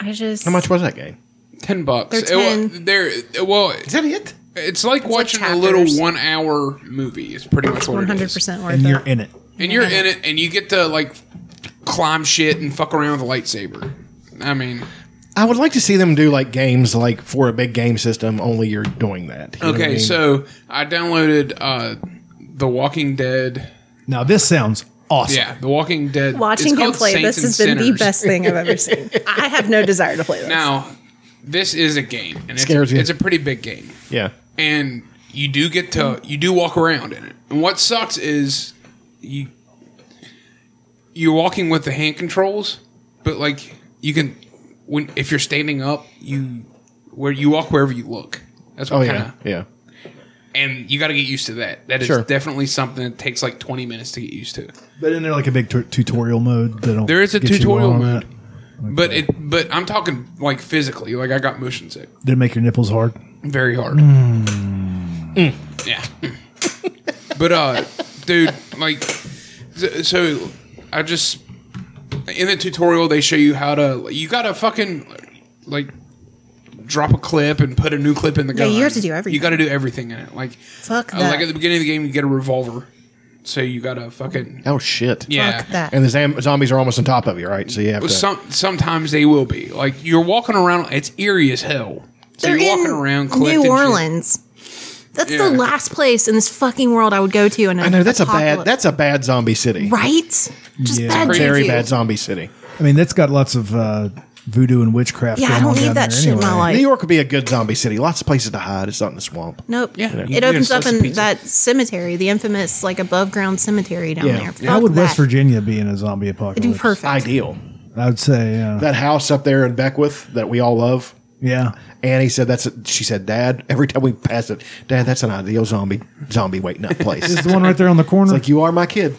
Speaker 3: I just
Speaker 4: How much was that game?
Speaker 1: ten bucks.
Speaker 3: They're
Speaker 1: It, wa-
Speaker 3: 10.
Speaker 1: there, it- well,
Speaker 4: Is that it?
Speaker 1: it's like watching a
Speaker 3: chapters.
Speaker 1: little one-hour movie. It's pretty much what
Speaker 3: one
Speaker 1: it
Speaker 3: hundred
Speaker 1: is.
Speaker 3: percent worth
Speaker 2: And you're
Speaker 3: it.
Speaker 2: in it.
Speaker 1: and you're in it, and you get to like climb shit and fuck around with a lightsaber. I mean,
Speaker 4: I would like to see them do like games like for a big game system, only you're doing that. You know what
Speaker 1: okay,
Speaker 4: I mean?
Speaker 1: so I downloaded uh, The Walking Dead.
Speaker 2: Now this sounds awesome.
Speaker 1: Yeah, The Walking Dead.
Speaker 3: Watching
Speaker 1: It's
Speaker 3: him
Speaker 1: called
Speaker 3: play
Speaker 1: Saints
Speaker 3: this
Speaker 1: and
Speaker 3: has been the
Speaker 1: Sinners.
Speaker 3: best thing I've ever seen. I have no desire to play this.
Speaker 1: Now, this is a game, and it's,
Speaker 4: Scares you.
Speaker 1: it's a pretty big game,
Speaker 4: Yeah.
Speaker 1: and you do get to you do walk around in it. And what sucks is you you're walking with the hand controls, but like you can when if you're standing up, you where you walk wherever you look. That's what
Speaker 4: Oh,
Speaker 1: kind
Speaker 4: yeah.
Speaker 1: of
Speaker 4: Yeah.
Speaker 1: and you got to get used to that. That is
Speaker 4: Sure.
Speaker 1: definitely something that takes like 20 minutes to get used to.
Speaker 2: But in there like a big tu- tutorial mode. That don't
Speaker 1: There is a
Speaker 2: get you
Speaker 1: tutorial
Speaker 2: on
Speaker 1: mode,
Speaker 2: that.
Speaker 1: but it but I'm talking like physically. Like I got motion sick.
Speaker 2: Did it make your nipples hard?
Speaker 1: very hard.
Speaker 3: Hmm.
Speaker 1: Mm, Yeah. but uh dude, like so- so I just in the tutorial they show you how to you got to fucking like drop a clip and put a new clip in the
Speaker 3: Yeah,
Speaker 1: gun.
Speaker 3: you have to do everything.
Speaker 1: You got to do everything in it. Like
Speaker 3: Fuck
Speaker 1: uh,
Speaker 3: that.
Speaker 1: like at the beginning of the game you get a revolver. So you got to fucking
Speaker 4: Oh shit.
Speaker 1: yeah.
Speaker 3: Fuck that.
Speaker 4: And the zam- zombies are almost on top of you, right? So you have to.
Speaker 1: Some sometimes they will be. Like you're walking around it's eerie as hell. So
Speaker 3: They're
Speaker 1: you're walking
Speaker 3: in
Speaker 1: around collecting
Speaker 3: New
Speaker 1: shit.
Speaker 3: Orleans. That's
Speaker 1: Yeah.
Speaker 3: the last place in this fucking world I would go to. And
Speaker 4: I know that's a bad. That's a bad zombie city.
Speaker 3: right. Just
Speaker 2: Yeah.
Speaker 3: bad.
Speaker 4: Very
Speaker 3: juju.
Speaker 4: bad zombie city.
Speaker 2: I mean, that's got lots of uh, voodoo and witchcraft.
Speaker 3: Yeah, I
Speaker 2: going
Speaker 3: don't
Speaker 2: on
Speaker 3: need
Speaker 2: down
Speaker 3: that
Speaker 2: there
Speaker 3: shit in my
Speaker 2: anyway.
Speaker 3: life.
Speaker 4: New York would be a good zombie city. Lots of places to hide. It's not in the swamp.
Speaker 3: Nope.
Speaker 1: Yeah, you
Speaker 3: It
Speaker 1: can
Speaker 3: opens
Speaker 1: get a
Speaker 3: up
Speaker 1: slice of
Speaker 3: in
Speaker 1: pizza.
Speaker 3: that cemetery, the infamous like above ground cemetery down
Speaker 4: Yeah.
Speaker 3: there.
Speaker 4: Yeah.
Speaker 3: Fuck
Speaker 2: How would
Speaker 3: that.
Speaker 2: West Virginia be in a zombie
Speaker 3: It'd
Speaker 2: apocalypse?
Speaker 3: be perfect.
Speaker 4: Ideal.
Speaker 2: I would say, yeah.
Speaker 4: That house up there in Beckwith that we all love.
Speaker 2: yeah.
Speaker 4: Annie said that's. A, she said, "Dad, every time we pass it, Dad, that's an ideal zombie zombie waiting up place.
Speaker 2: Is
Speaker 4: it's
Speaker 2: the one right there on the corner?
Speaker 4: like you are my kid.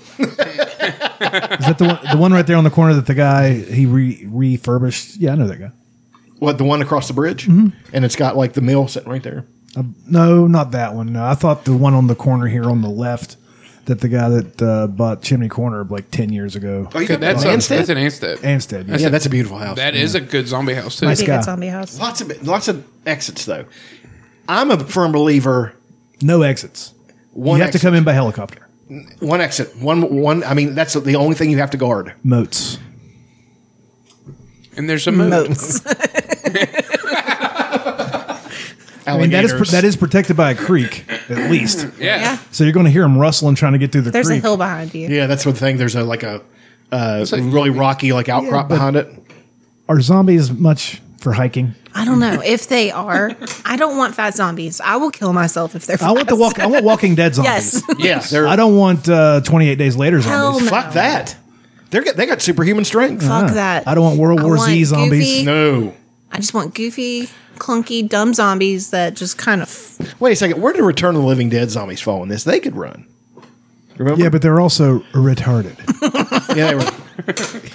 Speaker 2: is that the one, the one right there on the corner that the guy he re, refurbished? Yeah, I know that guy.
Speaker 4: What the one across the bridge?
Speaker 2: Mm-hmm.
Speaker 4: And it's got like the mill sitting right there.
Speaker 2: No, not that one. No, I thought the one on the corner here on the left that the guy that uh, bought Chimney Corner like 10 years ago.
Speaker 4: you
Speaker 1: Okay,
Speaker 4: got
Speaker 1: that's,
Speaker 4: the
Speaker 1: a,
Speaker 4: Anstead?
Speaker 1: that's an Anstead.
Speaker 2: Anstead.
Speaker 4: Oh, yeah, that's a beautiful house.
Speaker 1: That is a good zombie house too.
Speaker 2: Nice
Speaker 3: Big
Speaker 2: guy.
Speaker 3: zombie house.
Speaker 4: lots of lots of exits though. I'm a firm believer.
Speaker 2: No exits.
Speaker 4: One
Speaker 2: you have
Speaker 4: exit,
Speaker 2: to come in by helicopter.
Speaker 4: One exit. One one. I mean, that's the only thing you have to guard.
Speaker 2: Moats.
Speaker 1: And there's a moat.
Speaker 3: Moats.
Speaker 2: I mean, that is
Speaker 4: Alligators.
Speaker 2: that is protected by a creek at least.
Speaker 1: Yeah.
Speaker 3: Yeah.
Speaker 2: So you're going to hear them rustling trying to get through the
Speaker 3: There's a
Speaker 2: creek.
Speaker 3: hill behind you.
Speaker 4: Yeah, that's one thing. There's a like a uh,
Speaker 1: like-
Speaker 4: really rocky like outcrop
Speaker 2: but-
Speaker 4: behind it.
Speaker 2: Are zombies much for hiking?
Speaker 3: I don't know if they are. I don't want fat zombies. I will kill myself if they're.
Speaker 2: I want the
Speaker 3: fast.
Speaker 2: walk. I want Walking Dead zombies.
Speaker 3: Yes.
Speaker 4: Yeah, they're,
Speaker 2: I don't want uh, 28 Days Later
Speaker 3: Hell
Speaker 2: zombies.
Speaker 3: no.
Speaker 4: fuck that. They're got, they got superhuman strength.
Speaker 3: Fuck
Speaker 2: Uh,
Speaker 3: that.
Speaker 2: I don't want World
Speaker 3: I
Speaker 2: War Z
Speaker 3: want
Speaker 2: zombies.
Speaker 3: goofy-
Speaker 4: No,
Speaker 3: I just want goofy, clunky, dumb zombies that just kind of.
Speaker 4: wait a second. Where did Return of the Living Dead zombies fall in this? They could run. Remember?
Speaker 2: Yeah, but they're also retarded.
Speaker 4: yeah, they were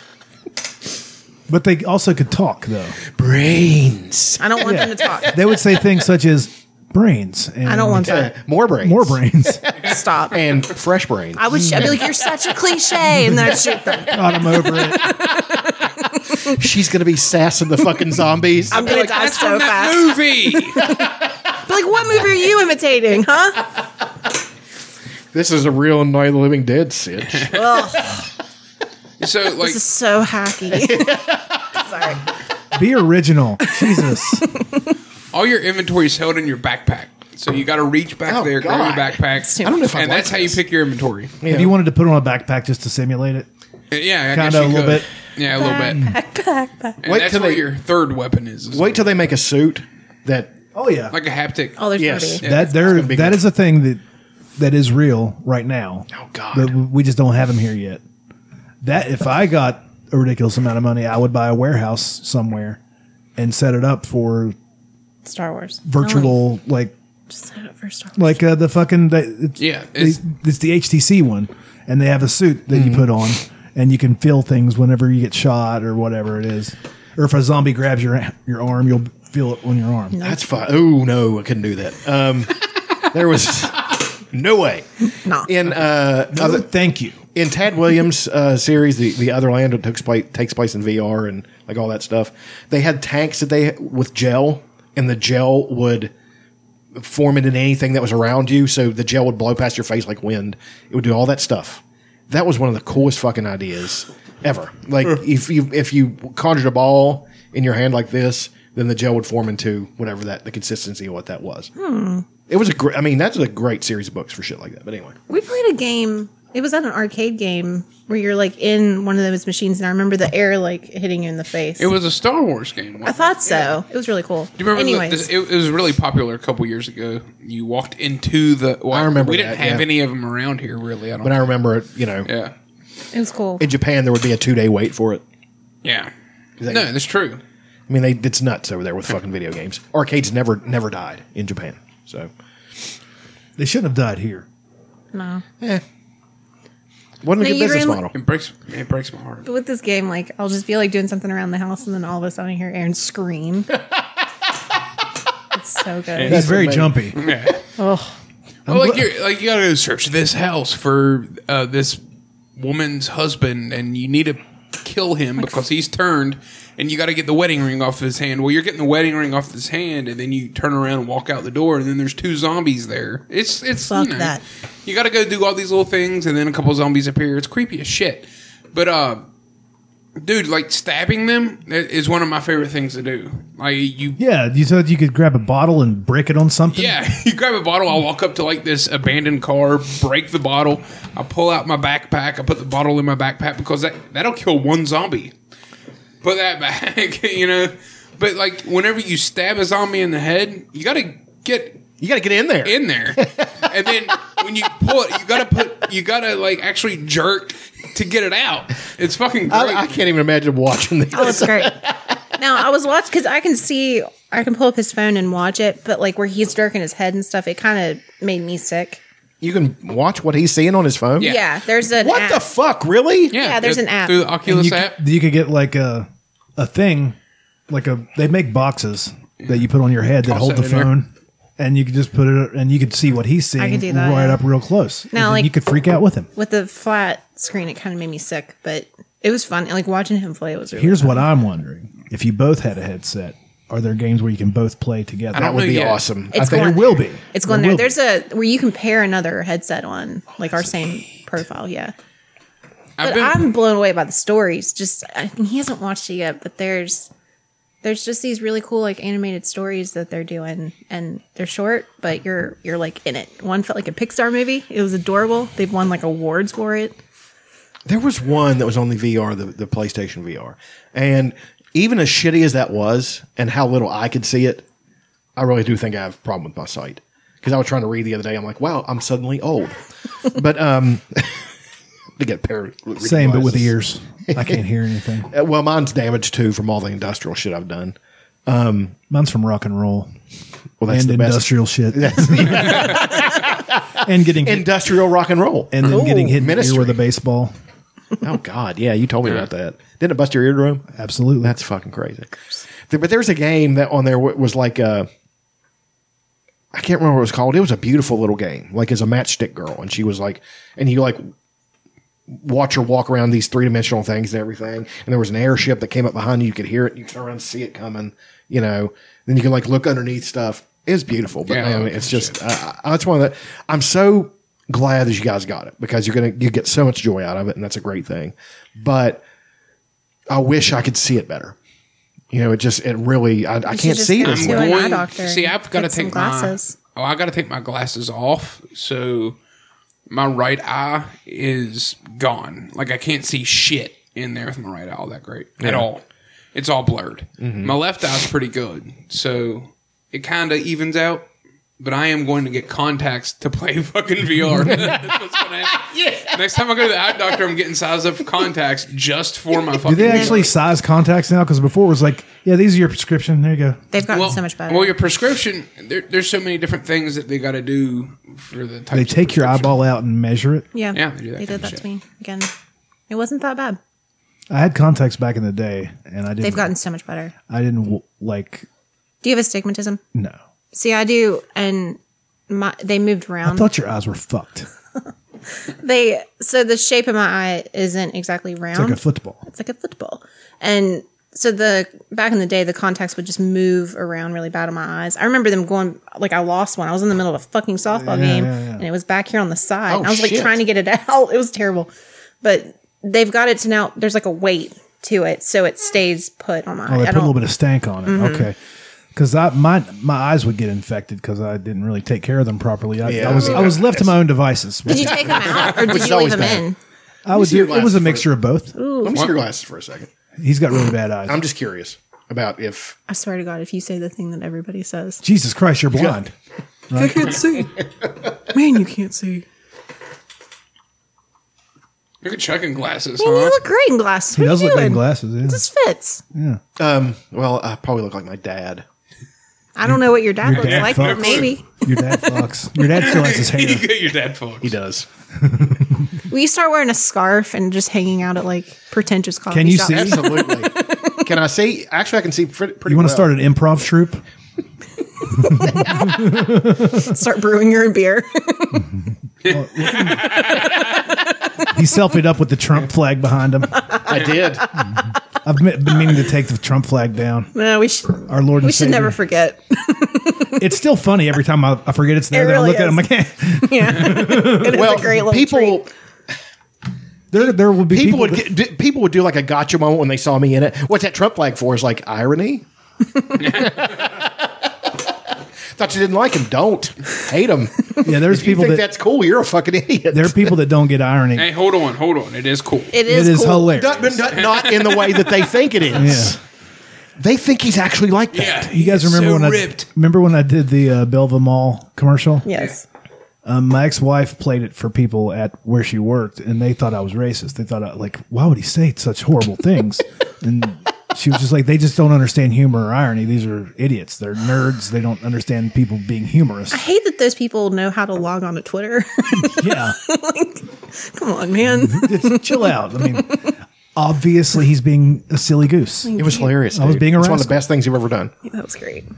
Speaker 2: but they also could talk though.
Speaker 4: brains.
Speaker 3: I don't want them to talk.
Speaker 2: They would say things such as brains. And
Speaker 3: I don't want that.
Speaker 4: More brains.
Speaker 2: more brains.
Speaker 3: Stop.
Speaker 4: and fresh brains.
Speaker 3: I would. Sh- I'd be like, "You're such a cliche," and then I'd shoot them.
Speaker 2: God, I'm over it.
Speaker 4: She's gonna be sassing the fucking zombies.
Speaker 3: I'm gonna
Speaker 1: Like,
Speaker 3: die
Speaker 1: that's
Speaker 3: so
Speaker 1: from that
Speaker 3: fast.
Speaker 1: movie.
Speaker 3: But like, what movie are you imitating, huh?
Speaker 4: this is a real Night of the Living Dead sitch.
Speaker 3: Ugh,
Speaker 1: so like
Speaker 3: this is so hacky. Sorry.
Speaker 2: Be original. Jesus.
Speaker 1: all your inventory is held in your backpack. So you got to reach back
Speaker 4: Oh,
Speaker 1: there, grab your
Speaker 4: God.
Speaker 1: backpack.
Speaker 3: I don't know if
Speaker 4: I
Speaker 1: and
Speaker 4: like
Speaker 1: that's how
Speaker 4: this.
Speaker 1: you pick your inventory. Yeah,
Speaker 2: If you wanted to put on a backpack just to simulate it,
Speaker 1: I guess
Speaker 2: Kinda
Speaker 1: you
Speaker 2: a little
Speaker 1: could.
Speaker 2: bit.
Speaker 1: Yeah, a little bit.
Speaker 3: Back, back, back.
Speaker 1: And
Speaker 4: Wait
Speaker 1: that's
Speaker 4: till
Speaker 1: where
Speaker 4: they-
Speaker 1: your third weapon is. is
Speaker 4: Wait till they make a suit that
Speaker 2: oh yeah,
Speaker 1: like a haptic.
Speaker 3: Oh, there's
Speaker 4: Yes.
Speaker 3: gonna be.
Speaker 2: that there
Speaker 4: gonna be
Speaker 2: that
Speaker 4: good.
Speaker 2: is a thing that that is real right now.
Speaker 4: Oh, God.
Speaker 2: but we just don't have them here yet. That if I got a ridiculous amount of money, I would buy a warehouse somewhere and set it up for
Speaker 3: Star Wars.
Speaker 2: virtual like
Speaker 3: Just set it for Star Wars.
Speaker 2: like uh, the fucking they, it's,
Speaker 1: Yeah,
Speaker 2: it's,
Speaker 1: it's- Mm.
Speaker 2: they, it's the HTC one, and they have a suit that you put on, and you can feel things whenever you get shot or whatever it is, or if a zombie grabs your your arm, you'll feel it on your arm.
Speaker 4: That's fine. Oh no, I couldn't do that. Um, there was no way.
Speaker 3: Nah.
Speaker 4: In uh,
Speaker 2: Other- thank you.
Speaker 4: in Tad Williams' uh, series, the the other land that takes place takes place in VR and like all that stuff. They had tanks that they with gel, and the gel would form into anything that was around you. So the gel would blow past your face like wind. It would do all that stuff. That was one of the coolest fucking ideas ever. Like if you if you conjured a ball in your hand like this, then the gel would form into whatever that the consistency of what that was. It was a great. I mean, that's a great series of books for shit like that. But anyway,
Speaker 3: We played a game. It was at an arcade game where you're like in one of those machines, and I remember the air like hitting you in the face.
Speaker 1: It was a Star Wars game.
Speaker 3: I thought so. It was really cool.
Speaker 1: Do you remember? the-
Speaker 3: Anyways,
Speaker 1: this- it, it was really popular a couple years ago. You walked into the. well,
Speaker 4: I remember
Speaker 1: We didn't
Speaker 4: that,
Speaker 1: have
Speaker 4: yeah.
Speaker 1: any of them around here, really. I don't.
Speaker 4: but I remember it. You know,
Speaker 1: yeah,
Speaker 3: it was cool.
Speaker 4: in Japan there would be a two day wait for it.
Speaker 1: yeah.
Speaker 4: that-
Speaker 1: No, that's true.
Speaker 4: I mean, they, it's nuts over there with fucking video games. Arcades never never died in Japan. So
Speaker 2: They shouldn't have died here.
Speaker 3: no.
Speaker 4: wasn't
Speaker 3: Now,
Speaker 4: a good
Speaker 3: you
Speaker 4: business
Speaker 3: rem-
Speaker 4: model.
Speaker 1: It breaks. It breaks my heart.
Speaker 3: But with this game, like I'll just be like doing something around the house, and then all of a sudden I hear Aaron scream. it's so good.
Speaker 2: He's very
Speaker 4: amazing.
Speaker 2: jumpy.
Speaker 1: Yeah.
Speaker 3: Oh,
Speaker 1: Well, like you like you gotta go search this house for uh, this woman's husband, and you need to kill him because he's turned, and you got to get the wedding ring off his hand. Well, you're getting the wedding ring off his hand, and then you turn around and walk out the door, and then there's two zombies there. It's it's
Speaker 3: Fuck
Speaker 1: you know,
Speaker 3: that.
Speaker 1: You got to go do all these little things, and then a couple zombies appear. It's creepy as shit, but uh. Dude, like stabbing them i- is one of my favorite things to do. Like you
Speaker 2: Yeah, you said you could grab a bottle and break it on something.
Speaker 1: yeah, you grab a bottle. I'll walk up to like this abandoned car, break the bottle. I pull out my backpack. I put the bottle in my backpack because that that'll kill one zombie. Put that back, you know. But like whenever you stab a zombie in the head, you got to get
Speaker 4: You got to get in there.
Speaker 1: in there, and and then when you pull it, you gotta put, you gotta like actually jerk to get it out. It's fucking great.
Speaker 4: I, I can't even imagine watching this.
Speaker 3: Oh, it's great. now I was watching because I can see I can pull up his phone and watch it, but like where he's jerking his head and stuff, it kind of made me sick.
Speaker 4: You can watch what he's seeing on his phone.
Speaker 1: Yeah.
Speaker 3: Yeah, there's an
Speaker 4: What
Speaker 3: app.
Speaker 4: the fuck? Really?
Speaker 3: yeah, there's
Speaker 1: through-
Speaker 3: an app.
Speaker 1: through the
Speaker 2: And
Speaker 1: Oculus
Speaker 2: you,
Speaker 1: app.
Speaker 2: could- you could get like a a thing, like a they make boxes that you put on your head that
Speaker 1: Toss
Speaker 2: hold
Speaker 1: that
Speaker 2: the
Speaker 1: in there.
Speaker 2: phone, and you could just put it and you could see what he's seeing
Speaker 3: could do that,
Speaker 2: right
Speaker 3: yeah.
Speaker 2: up real close. And
Speaker 3: Now,
Speaker 2: then
Speaker 3: like-
Speaker 2: you could freak out with him.
Speaker 3: with the flat screen, it kind of made me sick, but it was fun. And, Like watching him play was really
Speaker 2: Here's what I'm wondering: if you both had a headset, are there games where you can both play together?
Speaker 4: That would
Speaker 1: know
Speaker 4: be
Speaker 1: yet.
Speaker 4: awesome.
Speaker 3: It's
Speaker 4: I think
Speaker 2: there
Speaker 3: going
Speaker 2: will be.
Speaker 3: It's going
Speaker 2: There
Speaker 3: there.
Speaker 2: will
Speaker 3: There's a where you can pair another headset on, like our same profile. Yeah,
Speaker 1: I've
Speaker 3: but
Speaker 1: been,
Speaker 3: I'm blown away by the stories. Just I, he hasn't watched it yet, but there's there's just these really cool like animated stories that they're doing, and they're short, but you're you're like in it. One felt like a Pixar movie. It was adorable. They've won like awards for it.
Speaker 4: There was one that was on the VR, the, the PlayStation VR. And even as shitty as that was, and how little I could see it, I really do think I have a problem with my sight. Because I was trying to read the other day, I'm like, wow, I'm suddenly old. but um, to get a pair of reading
Speaker 2: Same, but with
Speaker 4: glasses.
Speaker 2: ears. I can't hear anything.
Speaker 4: Uh, Well, mine's damaged too from all the industrial shit I've done.
Speaker 2: Mine's from rock and roll
Speaker 4: Well, that's
Speaker 2: and
Speaker 4: the best.
Speaker 2: industrial shit. and getting
Speaker 4: industrial rock and roll.
Speaker 2: and then getting hit in the ear
Speaker 4: Ministry.
Speaker 2: with a baseball.
Speaker 4: oh God, yeah, you told me about that. Didn't it bust your eardrum?
Speaker 2: Absolutely.
Speaker 4: That's fucking crazy. There- But there's a game that on there w- was like a. I can't remember what it was called. It was a beautiful little game, like as a matchstick girl, and she was like, and you like watch her walk around these three dimensional things and everything. And there was an airship that came up behind you. You could hear it. You could turn around and see it coming. You know, then you can like look underneath stuff. It was beautiful, but
Speaker 1: Yeah, I
Speaker 4: man,
Speaker 1: love that
Speaker 4: it's just uh, that's one of the. I'm so glad that you guys got it because you're gonna you get so much joy out of it, and that's a great thing. But I wish I could see it better. You know, it just it really I, I
Speaker 3: should
Speaker 4: can't
Speaker 3: just
Speaker 4: see it.
Speaker 3: go
Speaker 4: as
Speaker 3: to
Speaker 4: well.
Speaker 3: an eye doctor
Speaker 1: See,
Speaker 3: and
Speaker 1: I've got to
Speaker 3: get some
Speaker 1: take
Speaker 3: glasses.
Speaker 1: my. Oh, I got to take my glasses off. So my right eye is gone. Like I can't see shit in there with my right eye all that great at all. It's all blurred.
Speaker 2: Mm-hmm.
Speaker 1: My left eye's pretty good, so it kind of evens out. But I am going to get contacts to play fucking VR. That's what's gonna happen. Next time I go to the eye doctor, I'm getting sized up for contacts just for my fucking.
Speaker 2: Do they
Speaker 1: VR.
Speaker 2: actually size contacts now? Because before it was like, yeah, these are your prescription. There you go.
Speaker 3: They've gotten
Speaker 1: well,
Speaker 3: so much better.
Speaker 1: Well, your prescription, there, there's so many different things that they got to do for the. Types
Speaker 2: They
Speaker 1: of
Speaker 2: take your
Speaker 1: prescription.
Speaker 2: eyeball out and measure it.
Speaker 3: yeah,
Speaker 1: yeah, they
Speaker 3: they
Speaker 1: do that
Speaker 3: did
Speaker 1: kind of
Speaker 3: that
Speaker 1: shit.
Speaker 3: to me again. It wasn't that bad.
Speaker 2: I had contacts back in the day, and I didn't.
Speaker 3: They've gotten so much better.
Speaker 2: I didn't w- like.
Speaker 3: Do you have astigmatism?
Speaker 2: No,
Speaker 3: See, I do, and my they moved
Speaker 2: I
Speaker 3: around.
Speaker 2: thought your eyes were fucked.
Speaker 3: they so the shape of my eye isn't exactly round.
Speaker 2: Like a football.
Speaker 3: it's like a football. And so the back in the day, the contacts would just move around really bad on my eyes. I remember them going like I lost one. I was in the middle of a fucking softball
Speaker 2: Yeah,
Speaker 3: game,
Speaker 2: yeah, Oh, yeah.
Speaker 3: and it was back here on the side. and I was like
Speaker 4: shit.
Speaker 3: trying to get it out. It was terrible, but they've got it to now. There's like a weight to it, so it stays put on my.
Speaker 2: Oh,
Speaker 3: eye.
Speaker 2: they
Speaker 3: I
Speaker 2: put a
Speaker 3: don't- Mm-hmm.
Speaker 2: little bit of stank on it. Okay. Because I my my eyes would get infected because I didn't really take care of them properly. I,
Speaker 4: Yeah.
Speaker 2: I was I was left to my own devices.
Speaker 3: Did you take them out or did you leave
Speaker 4: always
Speaker 3: them
Speaker 4: bad.
Speaker 3: in?
Speaker 2: I would
Speaker 4: see your
Speaker 2: do. It was a
Speaker 4: glasses
Speaker 2: mixture of both.
Speaker 4: Let me see your glasses for a second.
Speaker 2: He's got really bad eyes.
Speaker 4: I'm just curious about if
Speaker 3: I swear to God, if you say the thing that everybody says,
Speaker 2: Jesus Christ, you're blind.
Speaker 3: I can't see. Man, you can't see.
Speaker 1: You're chucking glasses,
Speaker 3: Man,
Speaker 1: huh?
Speaker 3: you look great in glasses.
Speaker 2: He
Speaker 3: What
Speaker 2: does
Speaker 3: are you
Speaker 2: look good in
Speaker 3: doing?
Speaker 2: glasses. Yeah.
Speaker 3: This fits.
Speaker 4: um well I probably look like my dad.
Speaker 3: I don't know what your dad
Speaker 2: Your
Speaker 3: looks
Speaker 2: dad
Speaker 3: like,
Speaker 2: fucks.
Speaker 3: but maybe.
Speaker 2: Your dad fucks. Your dad still has his
Speaker 1: you
Speaker 2: hair.
Speaker 1: get your dad fucked.
Speaker 4: He does.
Speaker 3: Will you start wearing a scarf and just hanging out at like pretentious coffee
Speaker 2: Can you
Speaker 3: shops?
Speaker 2: see?
Speaker 4: Absolutely. can I see? Actually, I can see pretty. pretty
Speaker 2: You want to
Speaker 4: well.
Speaker 2: start an improv troupe?
Speaker 3: Start brewing your own beer.
Speaker 2: He selfied up with the Trump flag behind him.
Speaker 4: I did.
Speaker 2: I've me- been meaning to take the Trump flag down.
Speaker 3: no, we should.
Speaker 2: Our Lord and
Speaker 3: We should
Speaker 2: Savior.
Speaker 3: never forget.
Speaker 2: It's still funny every time I, I forget it's there.
Speaker 3: It
Speaker 2: then I
Speaker 3: really
Speaker 2: look at it, I'm like,
Speaker 3: is.
Speaker 2: eh.
Speaker 3: Yeah, it is a great little
Speaker 4: people
Speaker 3: treat.
Speaker 2: there, there will be
Speaker 4: people,
Speaker 2: people,
Speaker 4: would
Speaker 2: that-
Speaker 4: get, d- people would do like a gotcha moment when they saw me in it. What's that Trump flag for? Is like irony. Thought you didn't like him. Don't hate him.
Speaker 2: yeah, there's
Speaker 4: If you
Speaker 2: people
Speaker 4: think
Speaker 2: that
Speaker 4: that's cool, you're a fucking idiot.
Speaker 2: there are people that don't get irony.
Speaker 1: Hey, hold on, hold on. It is cool.
Speaker 3: It
Speaker 2: it
Speaker 3: is,
Speaker 2: is
Speaker 3: cool.
Speaker 2: hilarious.
Speaker 4: not, but not, not in the way that they think it is.
Speaker 2: Yeah.
Speaker 4: They think he's actually like that.
Speaker 1: yeah,
Speaker 2: You guys
Speaker 1: it's
Speaker 2: remember
Speaker 1: so
Speaker 2: when
Speaker 1: ripped.
Speaker 2: I remember when I did the uh, Belva Mall commercial?
Speaker 3: Yes,
Speaker 2: Um, my ex-wife played it for people at where she worked, and they thought I was racist. They thought, I, like, why would he say such horrible things? and she was just like, they just don't understand humor or irony. These are idiots. They're nerds. They don't understand people being humorous.
Speaker 3: I hate that those people know how to log on to Twitter.
Speaker 2: yeah,
Speaker 3: Come on, man.
Speaker 2: just chill out. I mean, obviously he's being a silly goose.
Speaker 4: It was hilarious. I
Speaker 2: was being a
Speaker 4: It's one of the
Speaker 2: rascal.
Speaker 4: best things you've ever done.
Speaker 3: that was great.
Speaker 1: it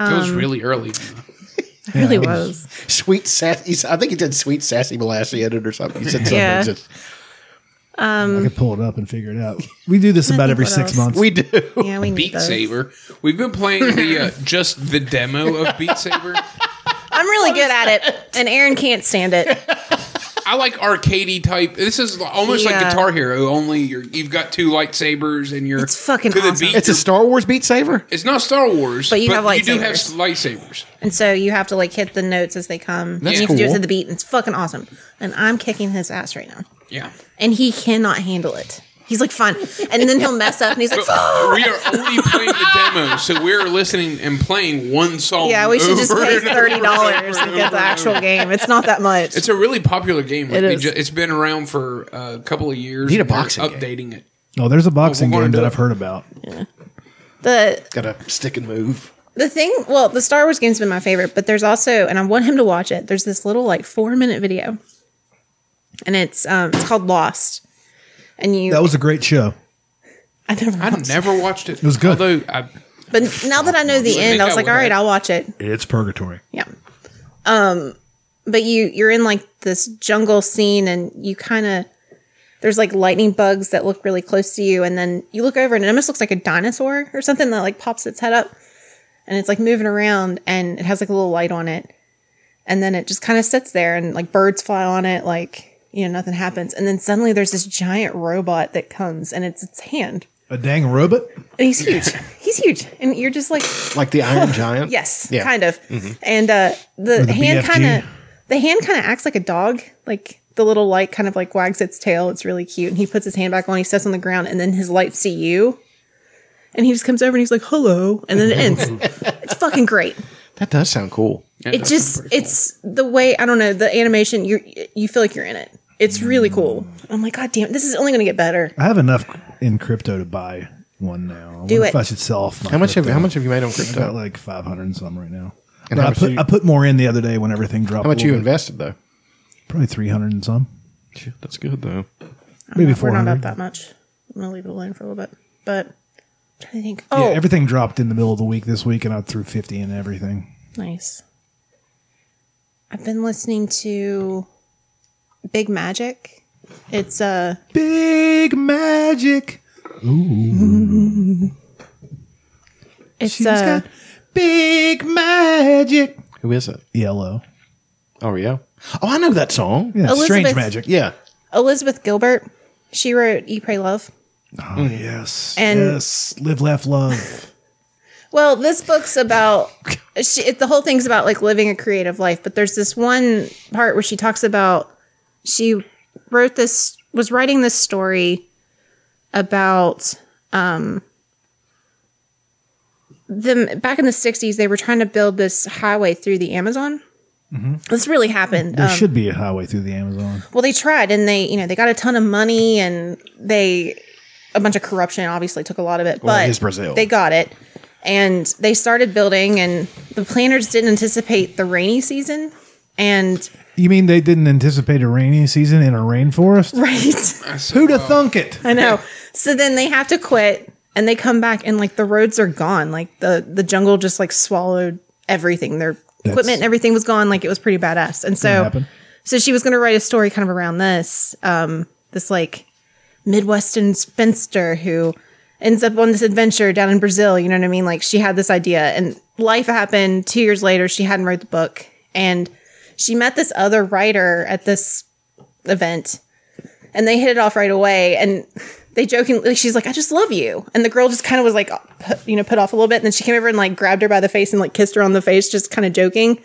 Speaker 3: Um,
Speaker 1: was really early.
Speaker 3: It really was.
Speaker 4: Sweet sassy. I think he did sweet sassy Malassi in it or something. He said something.
Speaker 3: Yeah.
Speaker 4: Just,
Speaker 1: Mm-hmm.
Speaker 2: I could pull it up and figure it out. We do this about
Speaker 3: think
Speaker 2: every
Speaker 3: what
Speaker 2: six
Speaker 3: else?
Speaker 2: months.
Speaker 4: we do.
Speaker 3: Yeah, we need
Speaker 1: Beat
Speaker 3: those.
Speaker 1: Saber. We've been playing the uh, just the demo of Beat Saber.
Speaker 3: I'm really good at it, and Aaron can't stand it.
Speaker 1: I like arcadey type. This is almost like
Speaker 3: Yeah.
Speaker 1: Guitar Hero. Only you're, you've got two lightsabers and you're
Speaker 3: It's fucking
Speaker 1: to the
Speaker 3: awesome.
Speaker 1: beat.
Speaker 4: It's a Star Wars beat saver.
Speaker 1: It's not Star Wars,
Speaker 3: But you have
Speaker 1: you do have
Speaker 3: lightsabers.
Speaker 1: lightsabers.
Speaker 3: And so you have to like hit the notes as they come. and you
Speaker 4: That's
Speaker 3: have to do it
Speaker 4: cool.
Speaker 3: to the beat, and it's fucking awesome. And I'm kicking his ass right now,
Speaker 1: Yeah,
Speaker 3: and he cannot handle it. He's like, fine, and then he'll mess up, and he's like, "Fuck."
Speaker 1: we are only playing the demo, so we're listening and playing one song.
Speaker 3: yeah, we should just
Speaker 1: over
Speaker 3: pay
Speaker 1: and over
Speaker 3: thirty
Speaker 1: and over and
Speaker 3: dollars and
Speaker 1: over
Speaker 3: get the
Speaker 1: and
Speaker 3: actual
Speaker 1: over.
Speaker 3: game. It's not that much.
Speaker 1: It's a really popular game. Like
Speaker 3: It
Speaker 1: it
Speaker 3: is.
Speaker 1: it's been around for a couple of years.
Speaker 4: Need a
Speaker 1: and they're
Speaker 4: boxing game.
Speaker 1: updating it.
Speaker 2: oh, there's a boxing
Speaker 1: gonna
Speaker 2: game
Speaker 1: do
Speaker 2: that
Speaker 1: it.
Speaker 2: I've heard about.
Speaker 3: the
Speaker 4: Got to stick and move.
Speaker 3: The thing, well, the Star Wars game's been my favorite, but there's also, and I want him to watch it. There's this little like four minute video, and it's um it's called Lost, and you
Speaker 2: That was a great show.
Speaker 3: I never
Speaker 1: I
Speaker 3: watched it.
Speaker 1: never watched it. It
Speaker 2: was good.
Speaker 1: Although I,
Speaker 3: but now that I know the
Speaker 1: I
Speaker 3: end,
Speaker 1: think
Speaker 3: I
Speaker 1: I
Speaker 3: was like,
Speaker 1: would
Speaker 3: all right,
Speaker 1: have.
Speaker 3: I'll watch it.
Speaker 2: It's purgatory.
Speaker 3: Yeah, um, but you you're in like this jungle scene, and you kind of there's like lightning bugs that look really close to you, and then you look over, and it almost looks like a dinosaur or something that like pops its head up, and it's like moving around, and it has like a little light on it. and then it just kind of sits there and like birds fly on it like you know nothing happens and then suddenly there's this giant robot that comes and it's its hand
Speaker 2: A dang robot.
Speaker 3: and he's huge he's huge and you're just like
Speaker 4: Like the Iron Giant.
Speaker 3: yes
Speaker 4: Yeah. Mm-hmm.
Speaker 3: kind of and uh the,
Speaker 2: the
Speaker 3: hand
Speaker 2: BFG.
Speaker 3: kind of the hand kind of acts like a dog like the little light kind of like wags its tail it's really cute and he puts his hand back on he sits on the ground and then his lights see you and he just comes over and he's like hello and then it ends it's fucking great
Speaker 4: That does sound cool.
Speaker 3: it just it's the way I don't know the animation you you feel like you're in it. It's really cool. I'm like, god damn, this is only going to get better.
Speaker 2: I have enough in crypto to buy one now. I
Speaker 3: Do
Speaker 2: wonder
Speaker 3: it.
Speaker 2: If I should sell off. My
Speaker 4: How much have
Speaker 2: crypto.
Speaker 4: how much have you made on
Speaker 2: I
Speaker 4: crypto?
Speaker 2: got like five hundred and some right now.
Speaker 4: And
Speaker 2: But
Speaker 4: how
Speaker 2: I
Speaker 4: much
Speaker 2: put
Speaker 4: you-
Speaker 2: I put more in the other day when everything dropped.
Speaker 4: How much
Speaker 2: a
Speaker 4: you
Speaker 2: little bit.
Speaker 4: invested though?
Speaker 2: Probably three hundred and some.
Speaker 4: Shit, that's good though.
Speaker 2: Maybe
Speaker 3: We're
Speaker 2: four
Speaker 3: not up
Speaker 2: hundred.
Speaker 3: that much. I'm gonna leave it alone for a little bit. But i trying to think.
Speaker 2: Yeah,
Speaker 3: Oh,
Speaker 2: everything dropped in the middle of the week this week, and I threw fifty in everything.
Speaker 3: nice. I've been listening to Big Magic. It's uh
Speaker 2: Big magic.
Speaker 3: it's
Speaker 2: She's
Speaker 3: uh
Speaker 2: got big magic.
Speaker 4: Who is it?
Speaker 2: Yellow.
Speaker 4: Oh yeah. Oh, I know that song.
Speaker 2: Yeah, strange
Speaker 3: Elizabeth-
Speaker 2: magic.
Speaker 4: Yeah.
Speaker 3: Elizabeth Gilbert. She wrote "Eat, Pray, Love."
Speaker 2: Oh,
Speaker 4: Hmm.
Speaker 2: yes.
Speaker 3: And-
Speaker 2: yes. Live, laugh, love.
Speaker 3: Well, this book's about she, it, the whole thing's about like living a creative life, but there's this one part where she talks about she wrote this was writing this story about um them back in the 60s they were trying to build this highway through the Amazon. This really happened.
Speaker 2: there
Speaker 3: Um,
Speaker 2: should be a highway through the Amazon.
Speaker 3: well, they tried and they, you know, they got a ton of money and they a bunch of corruption obviously took a lot of it,
Speaker 4: Well, it
Speaker 3: but
Speaker 4: is Brazil.
Speaker 3: they got it. And they started building and the planners didn't anticipate the rainy season and
Speaker 2: You mean they didn't anticipate a rainy season in a rainforest?
Speaker 3: right.
Speaker 2: Who'd have thunk it?
Speaker 3: I know. So then they have to quit and they come back and like the roads are gone. Like the the jungle just like swallowed everything. Their equipment and everything was gone. Like it was pretty badass. And so
Speaker 2: happen.
Speaker 3: so she was going to write a story kind of around this um this like midwestern spinster who ends up on this adventure down in brazil you know what i mean like she had this idea and life happened two years later she hadn't wrote the book and she met this other writer at this event and they hit it off right away and they jokingly she's like i just love you and the girl just kind of was like put, you know put off a little bit and then she came over and like grabbed her by the face and like kissed her on the face just kind of joking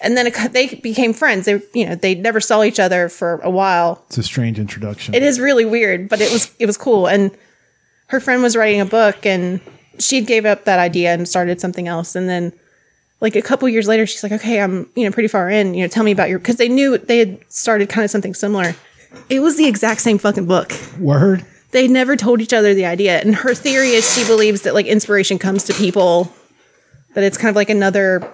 Speaker 3: and then it, co- they became friends they you know they never saw each other for a while
Speaker 2: It's a strange introduction.
Speaker 3: it is really weird, but it was it was cool. And her friend was writing a book, and she gave up that idea and started something else. And then like a couple years later, she's like, okay, I'm, you know, pretty far in, you know, tell me about your, cause they knew they had started kind of something similar. It was the exact same fucking book.
Speaker 2: Word.
Speaker 3: They never told each other the idea. And her theory is she believes that like inspiration comes to people, that it's kind of like another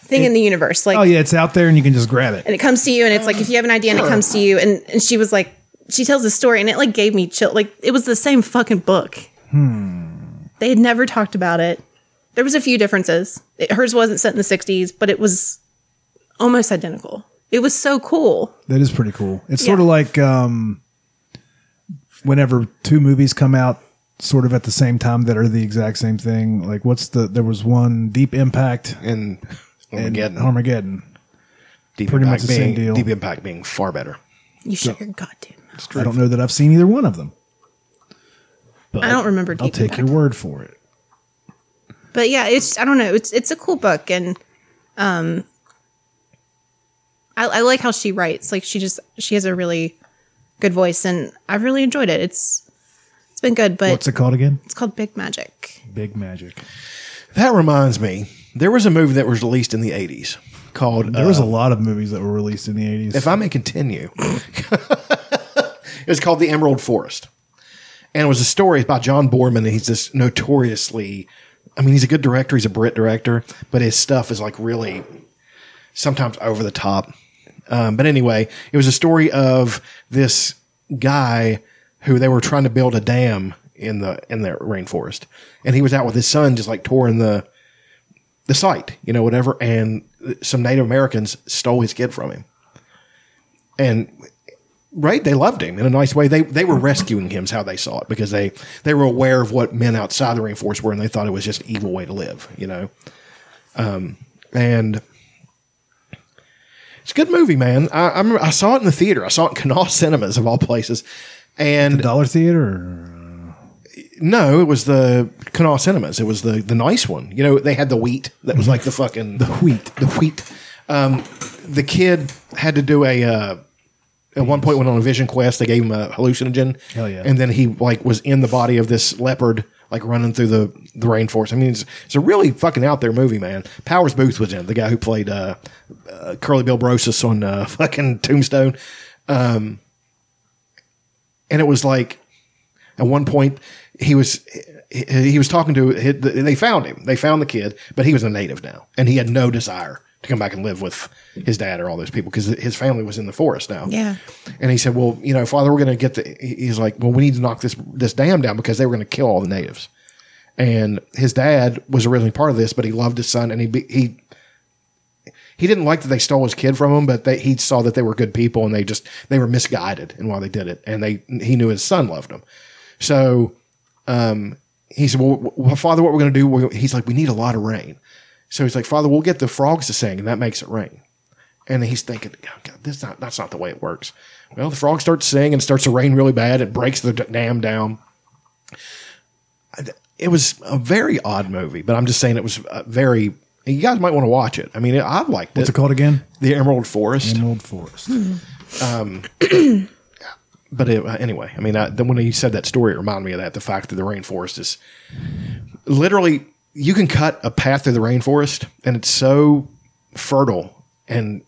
Speaker 3: thing in the universe. Like,
Speaker 2: Oh yeah, it's out there and you can just grab it.
Speaker 3: and it comes to you and it's like if you have an idea and it comes to you and, and she was like she tells this story and it like gave me chill like it was the same fucking book
Speaker 2: Hmm.
Speaker 3: they had never talked about it there was a few differences it, hers wasn't set in the 60s but it was almost identical it was so cool
Speaker 2: That is pretty cool. It's
Speaker 3: Yeah.
Speaker 2: sort of like um, whenever two movies come out sort of at the same time that are the exact same thing. Like what's the there was one Deep Impact
Speaker 4: And
Speaker 2: and
Speaker 4: Armageddon.
Speaker 2: Armageddon.
Speaker 4: Deep
Speaker 2: pretty
Speaker 4: Impact
Speaker 2: much the same
Speaker 4: being,
Speaker 2: deal.
Speaker 4: Deep Impact being far better.
Speaker 3: you shut your goddamn mouth
Speaker 2: I don't know that I've seen either one of them. But
Speaker 3: I don't remember
Speaker 2: I'll
Speaker 3: Deep
Speaker 2: take your
Speaker 3: Impact.
Speaker 2: word for it.
Speaker 3: but yeah it's i don't know it's it's a cool book and um I, I like how she writes like she just she has a really good voice and i've really enjoyed it it's it's been good but
Speaker 2: What's it called again?
Speaker 3: it's called big magic
Speaker 2: Big Magic.
Speaker 4: That reminds me, there was a movie that was released in the 80s called uh,
Speaker 2: There was a lot of movies that were released in the eighties.
Speaker 4: if I may continue, it was called The Emerald Forest. And it was a story by John Borman. And he's this notoriously, I mean, he's a good director. He's a Brit director, but his stuff is like really sometimes over the top. Um, but anyway, it was a story of this guy who they were trying to build a dam in the in their rainforest, and he was out with his son, just like touring the the site, you know, whatever. And some Native Americans stole his kid from him, and right, they loved him in a nice way. They they were rescuing him, is how they saw it, because they they were aware of what men outside the rainforest were, and they thought it was just an evil way to live, you know. Um, and it's a good movie, man. I I, remember, I saw it in the theater. I saw it in Canal Cinemas of all places, and
Speaker 2: Dollar Theater or
Speaker 4: no, it was the Canal Cinemas. It was the the nice one. You know, they had the wheat that was like the fucking the
Speaker 2: wheat.
Speaker 4: The wheat. Um, the kid had to do a. Uh, at one point, went on a vision quest. They gave him a hallucinogen.
Speaker 2: Hell yeah.
Speaker 4: And then he like was in the body of this leopard, like running through the the rainforest. I mean, it's, it's a really fucking out there movie, man. Powers Booth was in it, the guy who played uh, uh, Curly Bill Brosis on uh, fucking Tombstone. Um, and it was like at one point he was he, he was talking to they found him they found the kid but he was a native now and he had no desire to come back and live with his dad or all those people because his family was in the forest now
Speaker 3: Yeah.
Speaker 4: and he said well you know father we're going to get the he- he's like well we need to knock this this dam down because they were going to kill all the natives and his dad was originally part of this but he loved his son and he be- he he didn't like that they stole his kid from him, but they, he saw that they were good people and they just they were misguided in why they did it, and they he knew his son loved him. So um, he said, "Well, w- w- Father, what we're going to do?" we he's like, "We need a lot of rain." So he's like, "Father, we'll get the frogs to sing, and that makes it rain." And he's thinking, oh, God, "That's not that's not the way it works." Well, the frog starts singing and starts to rain really bad. It breaks the d- dam down. I- It was a very odd movie, but I'm just saying it was uh, very. You guys might want to watch it. I mean, I liked it.
Speaker 2: what's it called again?
Speaker 4: The Emerald Forest.
Speaker 2: Emerald Forest.
Speaker 3: Hmm.
Speaker 4: But it, uh, anyway, I mean, I, then when you said that story, it reminded me of that. The fact that the rainforest is literally you can cut a path through the rainforest, and it's so fertile and